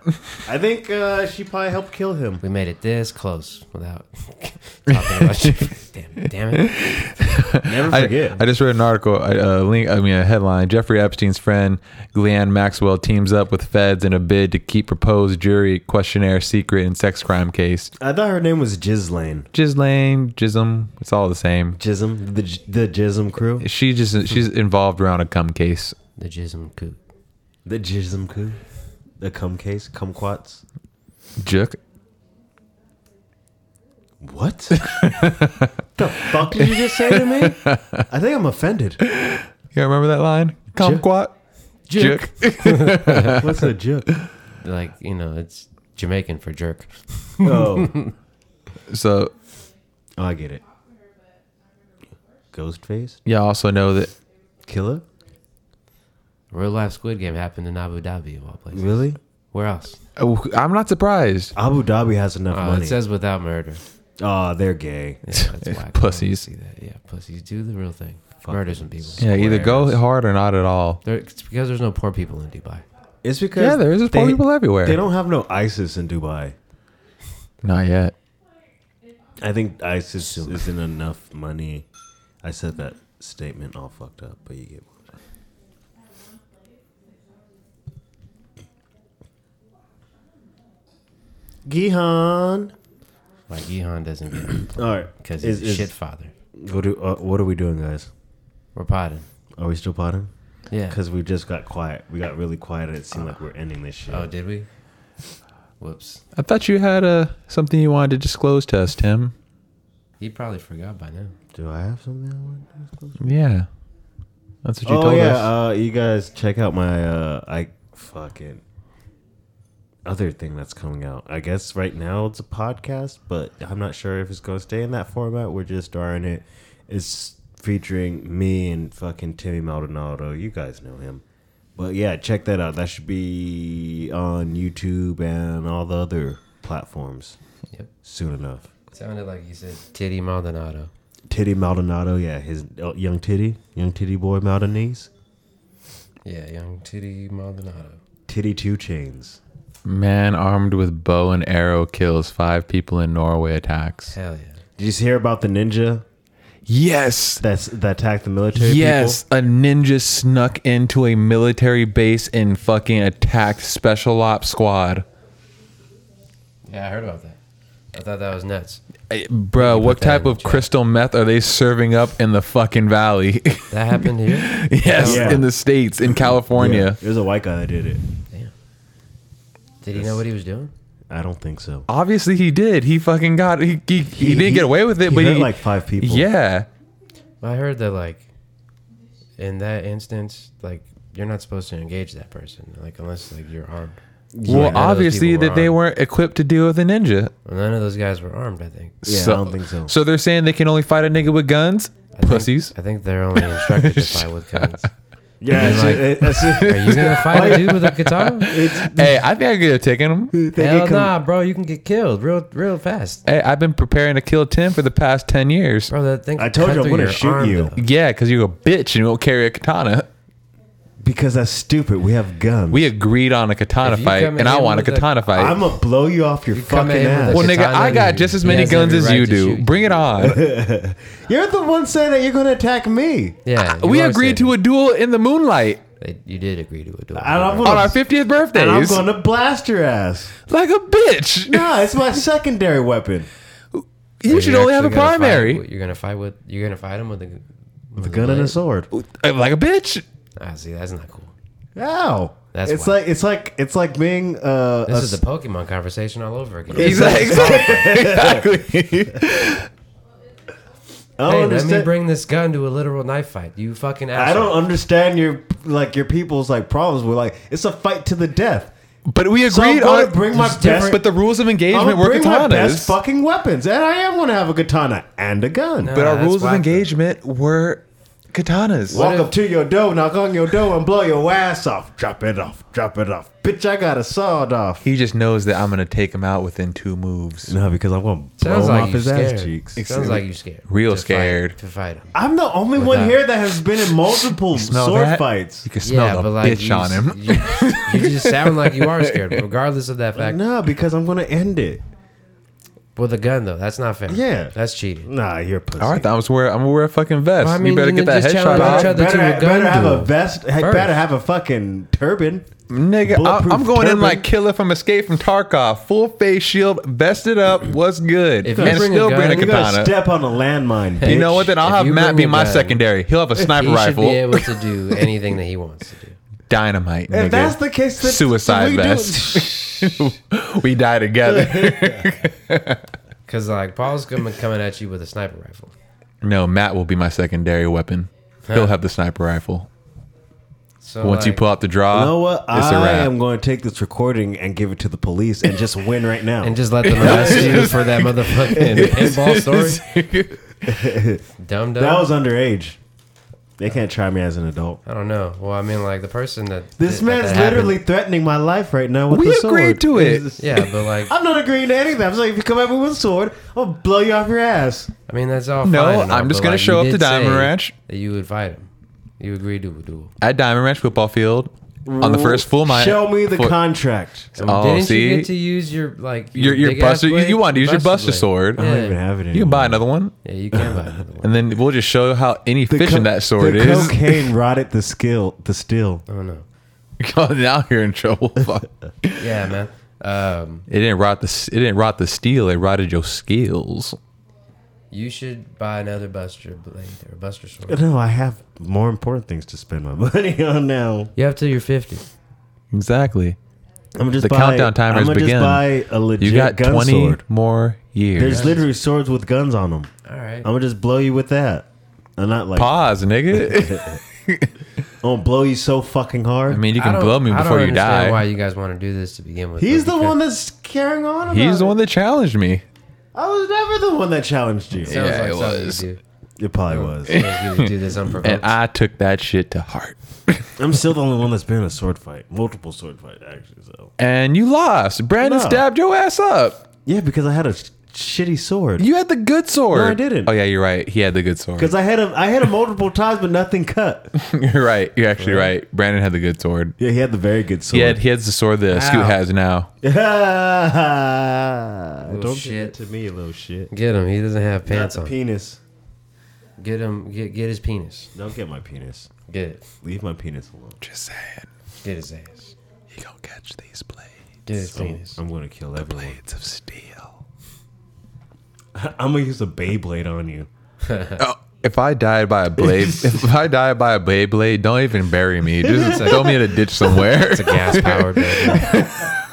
[SPEAKER 1] I think uh, she probably helped kill him.
[SPEAKER 4] We made it this close without talking about you. Damn, damn it.
[SPEAKER 1] Never
[SPEAKER 2] I,
[SPEAKER 1] forget.
[SPEAKER 2] I just read an article, a, a link, I mean, a headline. Jeffrey Epstein's friend, Glenn Maxwell, teams up with feds in a bid to keep proposed jury questionnaire secret in sex crime case.
[SPEAKER 1] I thought her name was Gislane.
[SPEAKER 2] Gislane, Jism, it's all the same.
[SPEAKER 1] Jism, the the Jism crew,
[SPEAKER 2] She just she's involved around a cum case.
[SPEAKER 4] The jism coot.
[SPEAKER 1] the Jism crew, the cum case, kumquats.
[SPEAKER 2] Jook.
[SPEAKER 1] What? the fuck did you just say to me? I think I'm offended.
[SPEAKER 2] You remember that line? Kumquat.
[SPEAKER 1] Jerk. What's a jerk?
[SPEAKER 4] Like, you know, it's Jamaican for jerk.
[SPEAKER 1] Oh,
[SPEAKER 2] So
[SPEAKER 1] oh, I get it. Ghostface
[SPEAKER 2] y'all also know that
[SPEAKER 1] killer.
[SPEAKER 4] Real life Squid Game happened in Abu Dhabi of all places.
[SPEAKER 1] Really?
[SPEAKER 4] Where else?
[SPEAKER 2] oh, I'm not surprised.
[SPEAKER 1] Abu Dhabi has
[SPEAKER 2] Uh,
[SPEAKER 1] enough
[SPEAKER 4] Oh,
[SPEAKER 1] money.
[SPEAKER 4] it says without murder.
[SPEAKER 1] oh, they're gay.
[SPEAKER 4] Yeah, that's whack. I don't
[SPEAKER 2] Pussies.
[SPEAKER 4] See that? Yeah, pussies do the real thing. Murder some people.
[SPEAKER 2] Yeah, either go
[SPEAKER 1] Squares.
[SPEAKER 2] hard or not at all.
[SPEAKER 4] There, it's because there's no poor people in Dubai.
[SPEAKER 1] It's because
[SPEAKER 2] Yeah, there is just poor
[SPEAKER 1] they-
[SPEAKER 2] people everywhere.
[SPEAKER 1] They don't have no ISIS in Dubai.
[SPEAKER 2] Not yet.
[SPEAKER 1] I think ISIS isn't enough money. I said that statement all fucked up, but you get what I'm saying. Gihan.
[SPEAKER 4] Like Yehan doesn't get it
[SPEAKER 1] All right,
[SPEAKER 4] because
[SPEAKER 1] Is-
[SPEAKER 4] he's a
[SPEAKER 1] is-
[SPEAKER 4] shit father.
[SPEAKER 1] What, do, uh, what are we doing, guys?
[SPEAKER 4] We're potting.
[SPEAKER 1] Are we still potting?
[SPEAKER 4] Yeah.
[SPEAKER 1] Because we just got quiet. We got really quiet, and it seemed like we're ending this shit.
[SPEAKER 4] oh, did we? Whoops.
[SPEAKER 2] I thought you had uh, something you wanted to disclose to us, Tim.
[SPEAKER 4] He probably forgot by now.
[SPEAKER 1] do I have something? I want to disclose?
[SPEAKER 2] Yeah. That's what you
[SPEAKER 1] oh
[SPEAKER 2] told
[SPEAKER 1] yeah,
[SPEAKER 2] us.
[SPEAKER 1] Uh, you guys check out my uh, I fucking other thing that's coming out. I guess right now it's a podcast, but I'm not sure if it's going to stay in that format. We're just starting it. It's featuring me and fucking Timmy Maldonado. You guys know him. But yeah, check that out. That should be on YouTube and all the other platforms
[SPEAKER 4] Yep.
[SPEAKER 1] soon enough.
[SPEAKER 4] Sounded like you said Titty Maldonado.
[SPEAKER 1] Titty Maldonado, yeah, his oh, young Titty, young Titty boy Maldonese,
[SPEAKER 4] Yeah, young Titty Maldonado.
[SPEAKER 1] Titty Two Chains.
[SPEAKER 2] Man armed with bow and arrow kills five people in Norway attacks.
[SPEAKER 4] Hell yeah.
[SPEAKER 1] Did you hear about the ninja
[SPEAKER 2] Yes.
[SPEAKER 1] that's that attacked the military?
[SPEAKER 2] Yes, a ninja snuck into a military base and fucking attacked special ops squad.
[SPEAKER 4] Yeah, I heard about that. I thought that was nuts.
[SPEAKER 2] Eh, Bruh, what
[SPEAKER 4] that
[SPEAKER 2] type
[SPEAKER 4] in the
[SPEAKER 2] of
[SPEAKER 4] chat.
[SPEAKER 2] crystal meth are they serving up in the fucking valley?
[SPEAKER 4] That happened here?
[SPEAKER 2] yes,
[SPEAKER 1] Yeah.
[SPEAKER 2] in the states, in
[SPEAKER 1] people?
[SPEAKER 2] California.
[SPEAKER 1] There's a white guy that did it.
[SPEAKER 4] Damn. Did he know what he was doing?
[SPEAKER 1] I don't think so.
[SPEAKER 2] Obviously, he did. He fucking got. He he, he, didn't get away with it,
[SPEAKER 1] he
[SPEAKER 2] but
[SPEAKER 1] hurt
[SPEAKER 2] he
[SPEAKER 1] like five people.
[SPEAKER 2] Yeah,
[SPEAKER 4] I heard that, like, in that instance, like, you're not supposed to engage that person, like, unless, like, you're armed.
[SPEAKER 2] Well,
[SPEAKER 4] none of those
[SPEAKER 2] obviously
[SPEAKER 4] people were
[SPEAKER 2] that they
[SPEAKER 4] armed.
[SPEAKER 2] weren't equipped to deal with a ninja.
[SPEAKER 4] None of those guys were armed, I think.
[SPEAKER 1] Yeah,
[SPEAKER 2] so,
[SPEAKER 1] I don't think so.
[SPEAKER 2] So they're saying they can only fight a nigga with guns,
[SPEAKER 4] I think-
[SPEAKER 2] pussies.
[SPEAKER 4] I think they're only instructed to fight with guns.
[SPEAKER 1] Yeah, it's,
[SPEAKER 4] like-
[SPEAKER 1] it- it's, it's,
[SPEAKER 4] Are you gonna fight a dude with a guitar?
[SPEAKER 2] hey, I think I could have taken him.
[SPEAKER 1] they
[SPEAKER 4] Hell
[SPEAKER 1] get com-
[SPEAKER 4] nah, bro. You can get killed real, real fast,
[SPEAKER 2] Hey, I've been preparing to kill Tim for the past ten years.
[SPEAKER 4] bro. That thing.
[SPEAKER 1] I told
[SPEAKER 4] cut
[SPEAKER 1] you I'm
[SPEAKER 4] through
[SPEAKER 1] gonna
[SPEAKER 4] your
[SPEAKER 1] shoot
[SPEAKER 4] arm,
[SPEAKER 1] you.
[SPEAKER 4] though.
[SPEAKER 2] Yeah, because you're a bitch and you don't carry a katana.
[SPEAKER 1] because that's stupid. We have guns.
[SPEAKER 2] We agreed on a katana
[SPEAKER 4] If you
[SPEAKER 2] fight,
[SPEAKER 4] come
[SPEAKER 2] and I
[SPEAKER 4] in
[SPEAKER 2] want a
[SPEAKER 4] with a-
[SPEAKER 2] katana fight.
[SPEAKER 1] I'm gonna blow you off your
[SPEAKER 4] come
[SPEAKER 1] fucking
[SPEAKER 4] in with
[SPEAKER 1] ass.
[SPEAKER 4] a
[SPEAKER 2] well, nigga,
[SPEAKER 4] katana
[SPEAKER 2] I got
[SPEAKER 4] and
[SPEAKER 2] just as
[SPEAKER 4] he
[SPEAKER 2] many
[SPEAKER 4] has
[SPEAKER 2] guns
[SPEAKER 4] every
[SPEAKER 2] as
[SPEAKER 4] right
[SPEAKER 2] you
[SPEAKER 4] to
[SPEAKER 2] do.
[SPEAKER 4] shoot you.
[SPEAKER 2] Bring it on.
[SPEAKER 1] You're the one saying that you're gonna attack me.
[SPEAKER 4] Yeah, you
[SPEAKER 2] Uh, we
[SPEAKER 4] are
[SPEAKER 2] agreed
[SPEAKER 4] saying
[SPEAKER 2] to a duel in the moonlight
[SPEAKER 4] that. You did agree to a duel.
[SPEAKER 1] And I'm
[SPEAKER 2] on
[SPEAKER 1] gonna,
[SPEAKER 2] our 50th
[SPEAKER 1] and I'm
[SPEAKER 2] birthdays.
[SPEAKER 1] gonna blast your ass.
[SPEAKER 2] Like a bitch.
[SPEAKER 1] Nah, it's my secondary weapon.
[SPEAKER 2] You
[SPEAKER 4] You're
[SPEAKER 2] should only have a
[SPEAKER 4] actually gonna fight
[SPEAKER 2] primary.
[SPEAKER 4] with- you're gonna fight with. You're gonna fight him with a with,
[SPEAKER 1] The gun and a
[SPEAKER 4] blade?
[SPEAKER 1] sword.
[SPEAKER 2] Uh, Like a bitch.
[SPEAKER 4] Ah, see, that's not cool.
[SPEAKER 1] Ow.
[SPEAKER 4] That's
[SPEAKER 1] it's
[SPEAKER 4] whack.
[SPEAKER 1] like it's like it's like being uh,
[SPEAKER 4] This
[SPEAKER 1] a
[SPEAKER 4] is the Pokemon conversation all over again.
[SPEAKER 2] Exactly. exactly.
[SPEAKER 1] I don't
[SPEAKER 4] Hey, let me
[SPEAKER 1] understand.
[SPEAKER 4] bring this gun to a literal knife fight. You fucking asshole.
[SPEAKER 1] "Oh, I don't understand your like your people's like problems with like it's a fight to the death.
[SPEAKER 2] But we
[SPEAKER 1] So I'm
[SPEAKER 2] agreed
[SPEAKER 1] gonna
[SPEAKER 2] on.
[SPEAKER 1] bring my best.
[SPEAKER 2] but the rules of
[SPEAKER 1] I'm
[SPEAKER 2] engagement
[SPEAKER 1] gonna
[SPEAKER 2] were
[SPEAKER 1] bring my best
[SPEAKER 2] katanas.
[SPEAKER 1] fucking weapons, and I am gonna have a katana and a gun.
[SPEAKER 2] But our
[SPEAKER 4] Nah, that's
[SPEAKER 2] rules of
[SPEAKER 4] whack, though.
[SPEAKER 2] engagement were katanas.
[SPEAKER 1] Walk
[SPEAKER 4] if-
[SPEAKER 1] up to your door, knock on your door, and blow your ass off. Drop it off. Drop it off. Bitch, I got a sawed off.
[SPEAKER 2] He just knows that I'm gonna take him out within two moves.
[SPEAKER 1] No, because I'm gonna
[SPEAKER 4] Sounds like you scared.
[SPEAKER 2] Excuse
[SPEAKER 4] Sounds like you scared.
[SPEAKER 2] Real
[SPEAKER 4] to fight-
[SPEAKER 2] scared.
[SPEAKER 4] to fight him.
[SPEAKER 1] I'm the only
[SPEAKER 4] that.
[SPEAKER 1] one here that has been in multiple
[SPEAKER 2] Smell
[SPEAKER 1] sword
[SPEAKER 2] that?
[SPEAKER 1] fights.
[SPEAKER 2] You can smell the bitch
[SPEAKER 4] you,
[SPEAKER 2] on him.
[SPEAKER 4] You, you just sound like you are scared, regardless of that fact.
[SPEAKER 1] No, because I'm gonna end it.
[SPEAKER 4] With a gun though, that's not fair.
[SPEAKER 1] Yeah.
[SPEAKER 4] that's cheating.
[SPEAKER 1] Nah, you're a pussy.
[SPEAKER 2] All right, I'm gonna wear. I'm gonna wear a fucking vest.
[SPEAKER 4] Well, I
[SPEAKER 2] you
[SPEAKER 4] mean,
[SPEAKER 2] better
[SPEAKER 4] you
[SPEAKER 2] get that
[SPEAKER 4] can just challenge
[SPEAKER 2] headshot out,
[SPEAKER 4] each other.
[SPEAKER 1] Better,
[SPEAKER 4] to a gun
[SPEAKER 1] better have a
[SPEAKER 4] duel.
[SPEAKER 1] vest. hey,
[SPEAKER 4] First.
[SPEAKER 1] Better have a fucking turban.
[SPEAKER 2] nigga. I, I'm
[SPEAKER 1] Bulletproof
[SPEAKER 2] going in
[SPEAKER 1] turban.
[SPEAKER 2] like killer from Escape from Tarkov, full face shield, vested up. What's good?
[SPEAKER 4] If you
[SPEAKER 2] and
[SPEAKER 4] bring a
[SPEAKER 2] still bring
[SPEAKER 4] gun-
[SPEAKER 2] a
[SPEAKER 1] You gotta
[SPEAKER 2] katana.
[SPEAKER 1] step on a landmine.
[SPEAKER 2] You
[SPEAKER 1] bitch.
[SPEAKER 2] know what? Then I'll
[SPEAKER 4] If
[SPEAKER 2] have
[SPEAKER 4] you
[SPEAKER 2] Matt
[SPEAKER 4] bring
[SPEAKER 2] be
[SPEAKER 4] a
[SPEAKER 2] my
[SPEAKER 4] gun,
[SPEAKER 2] secondary. He'll have a sniper
[SPEAKER 4] He should be
[SPEAKER 2] rifle,
[SPEAKER 4] able to do anything that he wants to do.
[SPEAKER 2] dynamite.
[SPEAKER 1] If
[SPEAKER 2] nigga.
[SPEAKER 1] that's the case, then
[SPEAKER 2] suicide
[SPEAKER 1] we do-
[SPEAKER 2] vest. we die together.
[SPEAKER 4] Because like Paul's coming coming at you with a sniper rifle.
[SPEAKER 2] no, Matt will be my secondary weapon. He'll
[SPEAKER 4] Huh.
[SPEAKER 2] have the sniper rifle.
[SPEAKER 4] So
[SPEAKER 2] Once you
[SPEAKER 4] like-
[SPEAKER 2] pull out the draw,
[SPEAKER 1] You know what?
[SPEAKER 2] it's a
[SPEAKER 1] I
[SPEAKER 2] wrap.
[SPEAKER 1] am going to take this recording and give it to the police and just win right now.
[SPEAKER 4] and just let them arrest you for that motherfucking paintball story. dumb dumb.
[SPEAKER 1] that was underage. They can't try me as an adult.
[SPEAKER 4] I don't know. Well, I mean, like the person that
[SPEAKER 1] This
[SPEAKER 4] that-
[SPEAKER 1] man's
[SPEAKER 4] that happened-
[SPEAKER 1] literally threatening my life right now with
[SPEAKER 2] We
[SPEAKER 1] the sword.
[SPEAKER 2] agreed to it.
[SPEAKER 4] Yeah, but like, I
[SPEAKER 1] I'm not agreeing to anything. I'm saying if you come at me with a sword, I'll blow you off your ass.
[SPEAKER 4] mean, that's all.
[SPEAKER 2] No,
[SPEAKER 4] fine and all,
[SPEAKER 2] I'm just
[SPEAKER 4] but,
[SPEAKER 2] gonna
[SPEAKER 4] like,
[SPEAKER 2] show
[SPEAKER 4] you
[SPEAKER 2] up to
[SPEAKER 4] did
[SPEAKER 2] Diamond
[SPEAKER 4] say
[SPEAKER 2] Ranch.
[SPEAKER 4] That you would fight him. You agreed to a duel.
[SPEAKER 2] at Diamond Ranch football field on the first full night.
[SPEAKER 1] Show me the
[SPEAKER 2] for-
[SPEAKER 1] contract.
[SPEAKER 2] Oh,
[SPEAKER 4] Didn't
[SPEAKER 2] see?
[SPEAKER 4] you get to use your like
[SPEAKER 2] Your- your
[SPEAKER 4] big ass
[SPEAKER 2] buster- you-
[SPEAKER 4] blade?
[SPEAKER 2] you wanted to use your buster
[SPEAKER 4] blade.
[SPEAKER 2] sword. I
[SPEAKER 1] I
[SPEAKER 4] Yeah.
[SPEAKER 1] don't even have it.
[SPEAKER 2] You can
[SPEAKER 1] anymore.
[SPEAKER 2] buy another one,
[SPEAKER 4] yeah, you can buy another one.
[SPEAKER 2] and then we'll just show how
[SPEAKER 1] The
[SPEAKER 2] inefficient
[SPEAKER 1] co-
[SPEAKER 2] that sword
[SPEAKER 1] the
[SPEAKER 2] is.
[SPEAKER 1] Cocaine rotted the skill, the still.
[SPEAKER 4] Oh no.
[SPEAKER 2] Oh, now you're in trouble. Fuck. it
[SPEAKER 4] Yeah, man. Um,
[SPEAKER 2] didn't rot the. s- It didn't rot the steel. It rotted your skills.
[SPEAKER 4] you should buy another Buster blade or Buster sword.
[SPEAKER 1] No, I have more important things to spend my money on now.
[SPEAKER 4] You have till you're fifty.
[SPEAKER 2] Exactly.
[SPEAKER 1] I'm just
[SPEAKER 2] The
[SPEAKER 1] buy,
[SPEAKER 2] countdown timers
[SPEAKER 1] I'm gonna
[SPEAKER 2] begin.
[SPEAKER 1] Just buy a legit
[SPEAKER 2] You got
[SPEAKER 1] gun
[SPEAKER 2] twenty
[SPEAKER 1] sword.
[SPEAKER 2] more years.
[SPEAKER 1] There's literally swords with guns on them.
[SPEAKER 4] All right.
[SPEAKER 1] I'm gonna just blow you with that. I'm not like
[SPEAKER 2] Pause, nigga.
[SPEAKER 1] I'm gonna blow you so fucking hard.
[SPEAKER 2] I mean, you
[SPEAKER 4] I
[SPEAKER 2] can
[SPEAKER 4] don't-
[SPEAKER 2] blow me
[SPEAKER 4] I don't
[SPEAKER 2] before you
[SPEAKER 4] understand
[SPEAKER 2] die.
[SPEAKER 4] Why you guys want to do this to begin with?
[SPEAKER 1] he's
[SPEAKER 4] but
[SPEAKER 1] the
[SPEAKER 4] because-
[SPEAKER 1] one that's carrying on. About
[SPEAKER 2] He's the
[SPEAKER 1] it.
[SPEAKER 2] one that challenged me.
[SPEAKER 1] I was never the one that challenged you.
[SPEAKER 4] Sounds
[SPEAKER 2] Yeah,
[SPEAKER 4] like
[SPEAKER 2] it
[SPEAKER 4] something you
[SPEAKER 2] was.
[SPEAKER 4] do.
[SPEAKER 1] It probably was.
[SPEAKER 4] Sounds like you do this unprovoked.
[SPEAKER 2] And I took that shit to heart.
[SPEAKER 1] I'm still the only one that's been in a sword fight, multiple sword fight actually. So
[SPEAKER 2] And you lost. Brandon
[SPEAKER 1] No.
[SPEAKER 2] stabbed your ass up.
[SPEAKER 1] yeah, because I had a sh- shitty sword.
[SPEAKER 2] You had the good sword.
[SPEAKER 1] No, I didn't.
[SPEAKER 2] Oh yeah, you're right. He had the good sword.
[SPEAKER 1] Because I had him, I had him multiple times, but nothing cut.
[SPEAKER 2] you're right. You're actually right. Brandon had the good sword.
[SPEAKER 1] Yeah, he had the very good
[SPEAKER 2] He had
[SPEAKER 1] sword.
[SPEAKER 2] he has the sword that Scoot
[SPEAKER 4] Ow.
[SPEAKER 2] has now.
[SPEAKER 1] Don't do
[SPEAKER 4] shit.
[SPEAKER 1] that to me, little shit.
[SPEAKER 4] get him. He doesn't have
[SPEAKER 1] Not
[SPEAKER 4] pants
[SPEAKER 1] the
[SPEAKER 4] on.
[SPEAKER 1] penis.
[SPEAKER 4] get him. Get get his penis.
[SPEAKER 1] Don't get my penis.
[SPEAKER 4] Get it.
[SPEAKER 1] Leave my penis alone.
[SPEAKER 2] Just saying,
[SPEAKER 4] Get his ass.
[SPEAKER 2] he gonna catch these blades.
[SPEAKER 4] Get his
[SPEAKER 1] I'm-
[SPEAKER 4] penis.
[SPEAKER 1] I'm gonna kill everyone.
[SPEAKER 2] Blades of steel.
[SPEAKER 1] I'm gonna use a Beyblade on you.
[SPEAKER 2] Oh, if I died by a blade, if I died by a blade blade, don't even bury me. Just throw me in a ditch somewhere.
[SPEAKER 4] It's a gas powered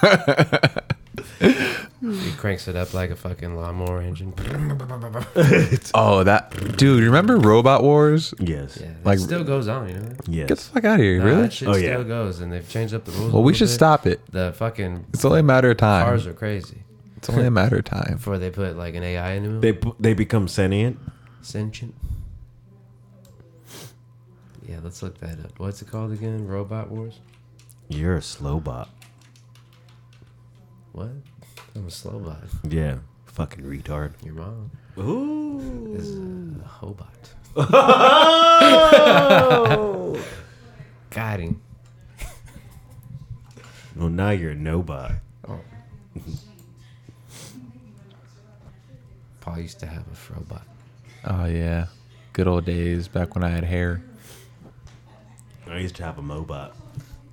[SPEAKER 4] baby. he cranks it up like a fucking lawnmower engine.
[SPEAKER 2] oh, that dude. Remember Robot Wars?
[SPEAKER 1] Yes.
[SPEAKER 4] Yeah,
[SPEAKER 2] Like-
[SPEAKER 4] like still goes on, you know. that?
[SPEAKER 1] Yes.
[SPEAKER 2] Get the fuck out of here,
[SPEAKER 4] Nah,
[SPEAKER 2] really?
[SPEAKER 4] That shit
[SPEAKER 1] Oh,
[SPEAKER 4] still
[SPEAKER 1] yeah.
[SPEAKER 4] goes, and they've changed up the rules. a
[SPEAKER 2] Well, we
[SPEAKER 4] little
[SPEAKER 2] should
[SPEAKER 4] bit.
[SPEAKER 2] stop it.
[SPEAKER 4] The fucking
[SPEAKER 2] It's only a matter of
[SPEAKER 4] cars
[SPEAKER 2] time.
[SPEAKER 4] are crazy.
[SPEAKER 2] It's only a matter of time.
[SPEAKER 4] Before they put like an AI into them.
[SPEAKER 1] They p- they become sentient.
[SPEAKER 4] Sentient. Yeah, let's look that up. What's it called again? Robot Wars?
[SPEAKER 1] You're a slow bot.
[SPEAKER 4] What? I'm a slow bot.
[SPEAKER 1] Yeah. Fucking retard.
[SPEAKER 4] Your mom
[SPEAKER 1] Ooh.
[SPEAKER 4] is a, a
[SPEAKER 2] Mm.
[SPEAKER 4] hobot. Got him.
[SPEAKER 1] Well, now you're a nobot.
[SPEAKER 4] Paul used to have a frobot.
[SPEAKER 2] Oh yeah, good old days back when I had hair.
[SPEAKER 1] I used to have a mobot.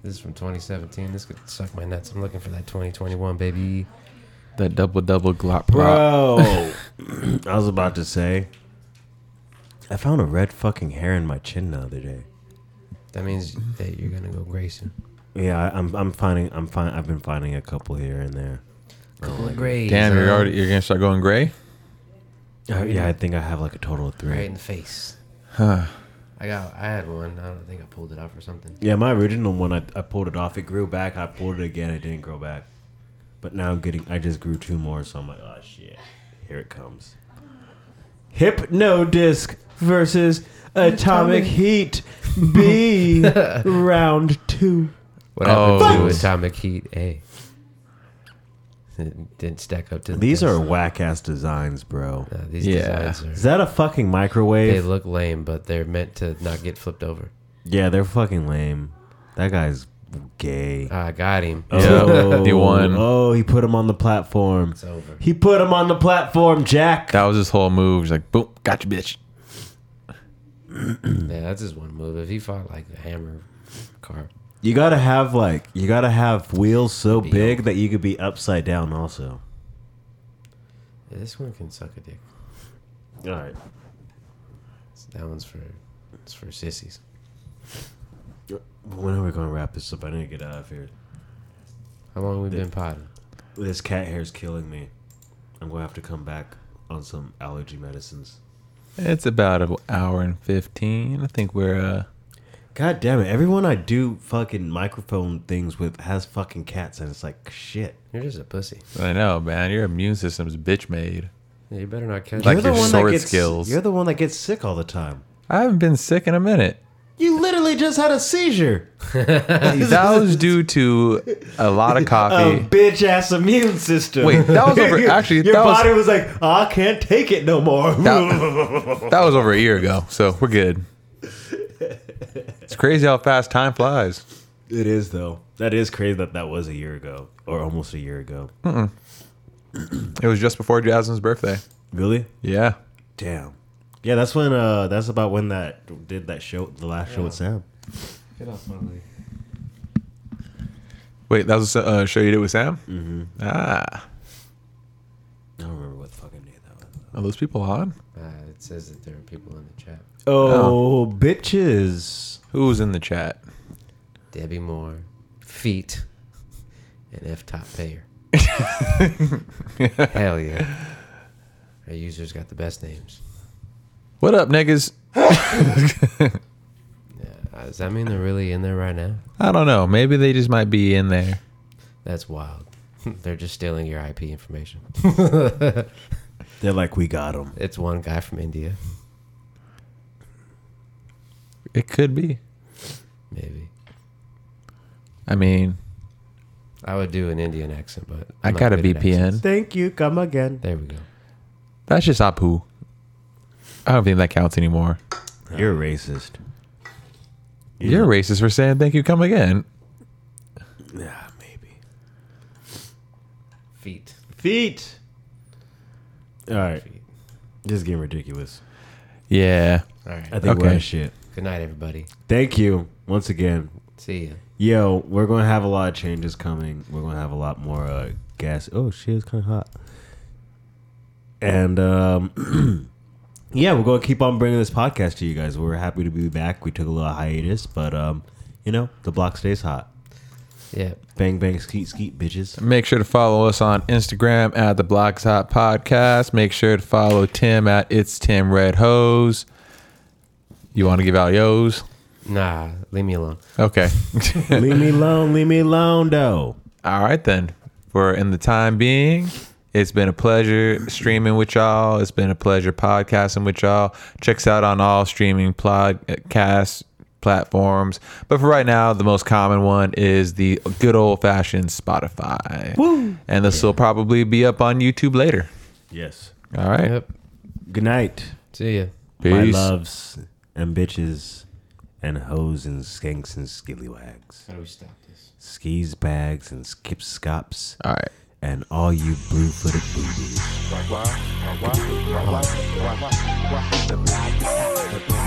[SPEAKER 4] This is from 2017. This could suck my nuts. I'm looking for that 2021, baby.
[SPEAKER 2] That double double glop prop.
[SPEAKER 1] Bro. I was about to say. I found a red fucking hair in my chin the other day.
[SPEAKER 4] That means that you're gonna go Grayson.
[SPEAKER 1] Yeah, I, I'm I'm finding I'm fine. I've been finding a couple here and there.
[SPEAKER 4] Couple of grays.
[SPEAKER 2] Damn, you're
[SPEAKER 4] huh?
[SPEAKER 2] already you're gonna start going gray.
[SPEAKER 1] Uh, yeah, I think I have like a total of three.
[SPEAKER 4] right in the face. I got. I had one. I don't think I pulled it off or something.
[SPEAKER 1] Yeah, my original one, I, I pulled it off. It grew back. I pulled it again. It didn't grow back. But now I'm getting, I just grew two more. So I'm like, oh shit, here it comes. Hypno disc versus atomic heat. B round two.
[SPEAKER 4] What happened
[SPEAKER 2] Oh.
[SPEAKER 4] to Atomic Heat A? It didn't stack up to the
[SPEAKER 1] These
[SPEAKER 4] test.
[SPEAKER 1] are whack ass designs, bro.
[SPEAKER 4] No, these
[SPEAKER 2] Yeah.
[SPEAKER 4] designs
[SPEAKER 1] Is
[SPEAKER 4] are.
[SPEAKER 1] that a fucking
[SPEAKER 4] They
[SPEAKER 1] microwave?
[SPEAKER 4] look lame, but they're meant to not get flipped over.
[SPEAKER 1] yeah, they're fucking lame. That guy's gay.
[SPEAKER 4] Ah, got him.
[SPEAKER 2] Oh. Yeah, he won.
[SPEAKER 1] Oh, he put him on the platform.
[SPEAKER 4] It's over.
[SPEAKER 1] He put him on the platform, Jack.
[SPEAKER 2] That was his whole move. He's like, boom, got you, bitch.
[SPEAKER 4] Yeah, that's his one move. If he fought like a hammer car,
[SPEAKER 1] You gotta have like you gotta have wheels so
[SPEAKER 4] Be
[SPEAKER 1] big that you could be upside down. Also,
[SPEAKER 4] yeah, this one can suck a dick.
[SPEAKER 1] all right.
[SPEAKER 4] That one's for it's for sissies.
[SPEAKER 1] When are we gonna wrap this up? I need to get out of here.
[SPEAKER 4] How long we been potting?
[SPEAKER 1] This cat hair is killing me. I'm gonna have to come back on some allergy medicines.
[SPEAKER 2] It's about an hour and 15. I think we're, uh,
[SPEAKER 1] God damn it! Everyone I do fucking microphone things with has fucking cats, and it's like shit.
[SPEAKER 4] You're just a pussy.
[SPEAKER 2] I know, man. Your immune system's bitch made.
[SPEAKER 4] Yeah, you better not catch. Uh,
[SPEAKER 2] Like
[SPEAKER 4] it.
[SPEAKER 2] your sword
[SPEAKER 1] gets,
[SPEAKER 2] skills.
[SPEAKER 1] You're the one that gets sick all the time.
[SPEAKER 2] I haven't been sick in a minute.
[SPEAKER 1] You literally just had a seizure.
[SPEAKER 2] That was due to a lot of
[SPEAKER 1] A
[SPEAKER 2] coffee.
[SPEAKER 1] bitch ass immune system.
[SPEAKER 2] Wait, that was over- actually,
[SPEAKER 1] Um, your
[SPEAKER 2] that was-
[SPEAKER 1] body was, like, I can't take it no more.
[SPEAKER 2] That, that was over a year ago, so we're good. It's crazy how fast time flies.
[SPEAKER 1] It is though. That is crazy that that was a year ago or almost a year ago.
[SPEAKER 2] It was just before Jasmine's birthday.
[SPEAKER 1] Really?
[SPEAKER 2] Yeah.
[SPEAKER 1] Damn. Yeah, that's when. Uh, that's about when that did that show, the last show with Sam.
[SPEAKER 2] Wait, that was a show you did with Sam? Mm-hmm. Ah.
[SPEAKER 1] I don't remember what fucking day that was.
[SPEAKER 2] Are those people on?
[SPEAKER 4] Uh, it says that there are people in the chat.
[SPEAKER 1] Oh, bitches!
[SPEAKER 2] Who's in the chat?
[SPEAKER 4] Debbie Moore, feet, and F top payer. Hell yeah. Our users got the best names.
[SPEAKER 2] What up, niggas?
[SPEAKER 4] Uh, does that mean they're really in there right now?
[SPEAKER 2] I don't know. Maybe they just might be in there.
[SPEAKER 4] That's wild. they're just stealing your IP information.
[SPEAKER 1] They're like, we got them.
[SPEAKER 4] It's one guy from India,
[SPEAKER 2] It could be.
[SPEAKER 4] maybe.
[SPEAKER 2] I mean,
[SPEAKER 4] I would do an Indian accent, but
[SPEAKER 2] I
[SPEAKER 4] I'm not
[SPEAKER 2] got a
[SPEAKER 4] good at accents.
[SPEAKER 2] VPN.
[SPEAKER 1] Thank you. Come again.
[SPEAKER 4] There we go.
[SPEAKER 2] That's just Apu. I don't think that counts anymore.
[SPEAKER 1] You're racist.
[SPEAKER 2] You're racist for saying thank you, come again.
[SPEAKER 1] Yeah, maybe.
[SPEAKER 4] Feet.
[SPEAKER 1] Feet. All right. This is getting ridiculous.
[SPEAKER 2] Yeah.
[SPEAKER 4] All right.
[SPEAKER 1] I think we're
[SPEAKER 2] Okay.
[SPEAKER 1] out of shit.
[SPEAKER 4] Good night, everybody.
[SPEAKER 1] Thank you once again.
[SPEAKER 4] See ya.
[SPEAKER 1] Yo, we're gonna have a lot of changes coming. We're gonna have a lot more uh, gas. Oh shit, it's kind of hot. And um, yeah, we're gonna keep on bringing this podcast to you guys. We're happy to be back. We took a little hiatus, but um, you know, the block stays hot.
[SPEAKER 4] Yeah.
[SPEAKER 1] Bang bang, skeet skeet, bitches.
[SPEAKER 2] Make sure to follow us on Instagram at the Blocks Hot Podcast. Make sure to follow Tim at It's Tim Red Hose. You want to give out yo's?
[SPEAKER 4] Nah, leave me alone.
[SPEAKER 2] Okay.
[SPEAKER 1] leave me alone. Leave me alone, though.
[SPEAKER 2] All right then. For in the time being, it's been a pleasure streaming with y'all. It's been a pleasure podcasting with y'all. Check us out on all streaming podcast platforms. But for right now, the most common one is the good old fashioned Spotify. And this will probably be up on YouTube later.
[SPEAKER 1] Yes.
[SPEAKER 2] All right.
[SPEAKER 4] Yep.
[SPEAKER 1] Good night.
[SPEAKER 4] See ya.
[SPEAKER 1] my
[SPEAKER 2] Peace.
[SPEAKER 1] loves and bitches and hoes and skanks and skillywags,
[SPEAKER 4] How do we stop this?
[SPEAKER 1] skis bags and skipscops,
[SPEAKER 2] All right.
[SPEAKER 1] and all you brew-footed boobies.
[SPEAKER 5] The black, the black, the black,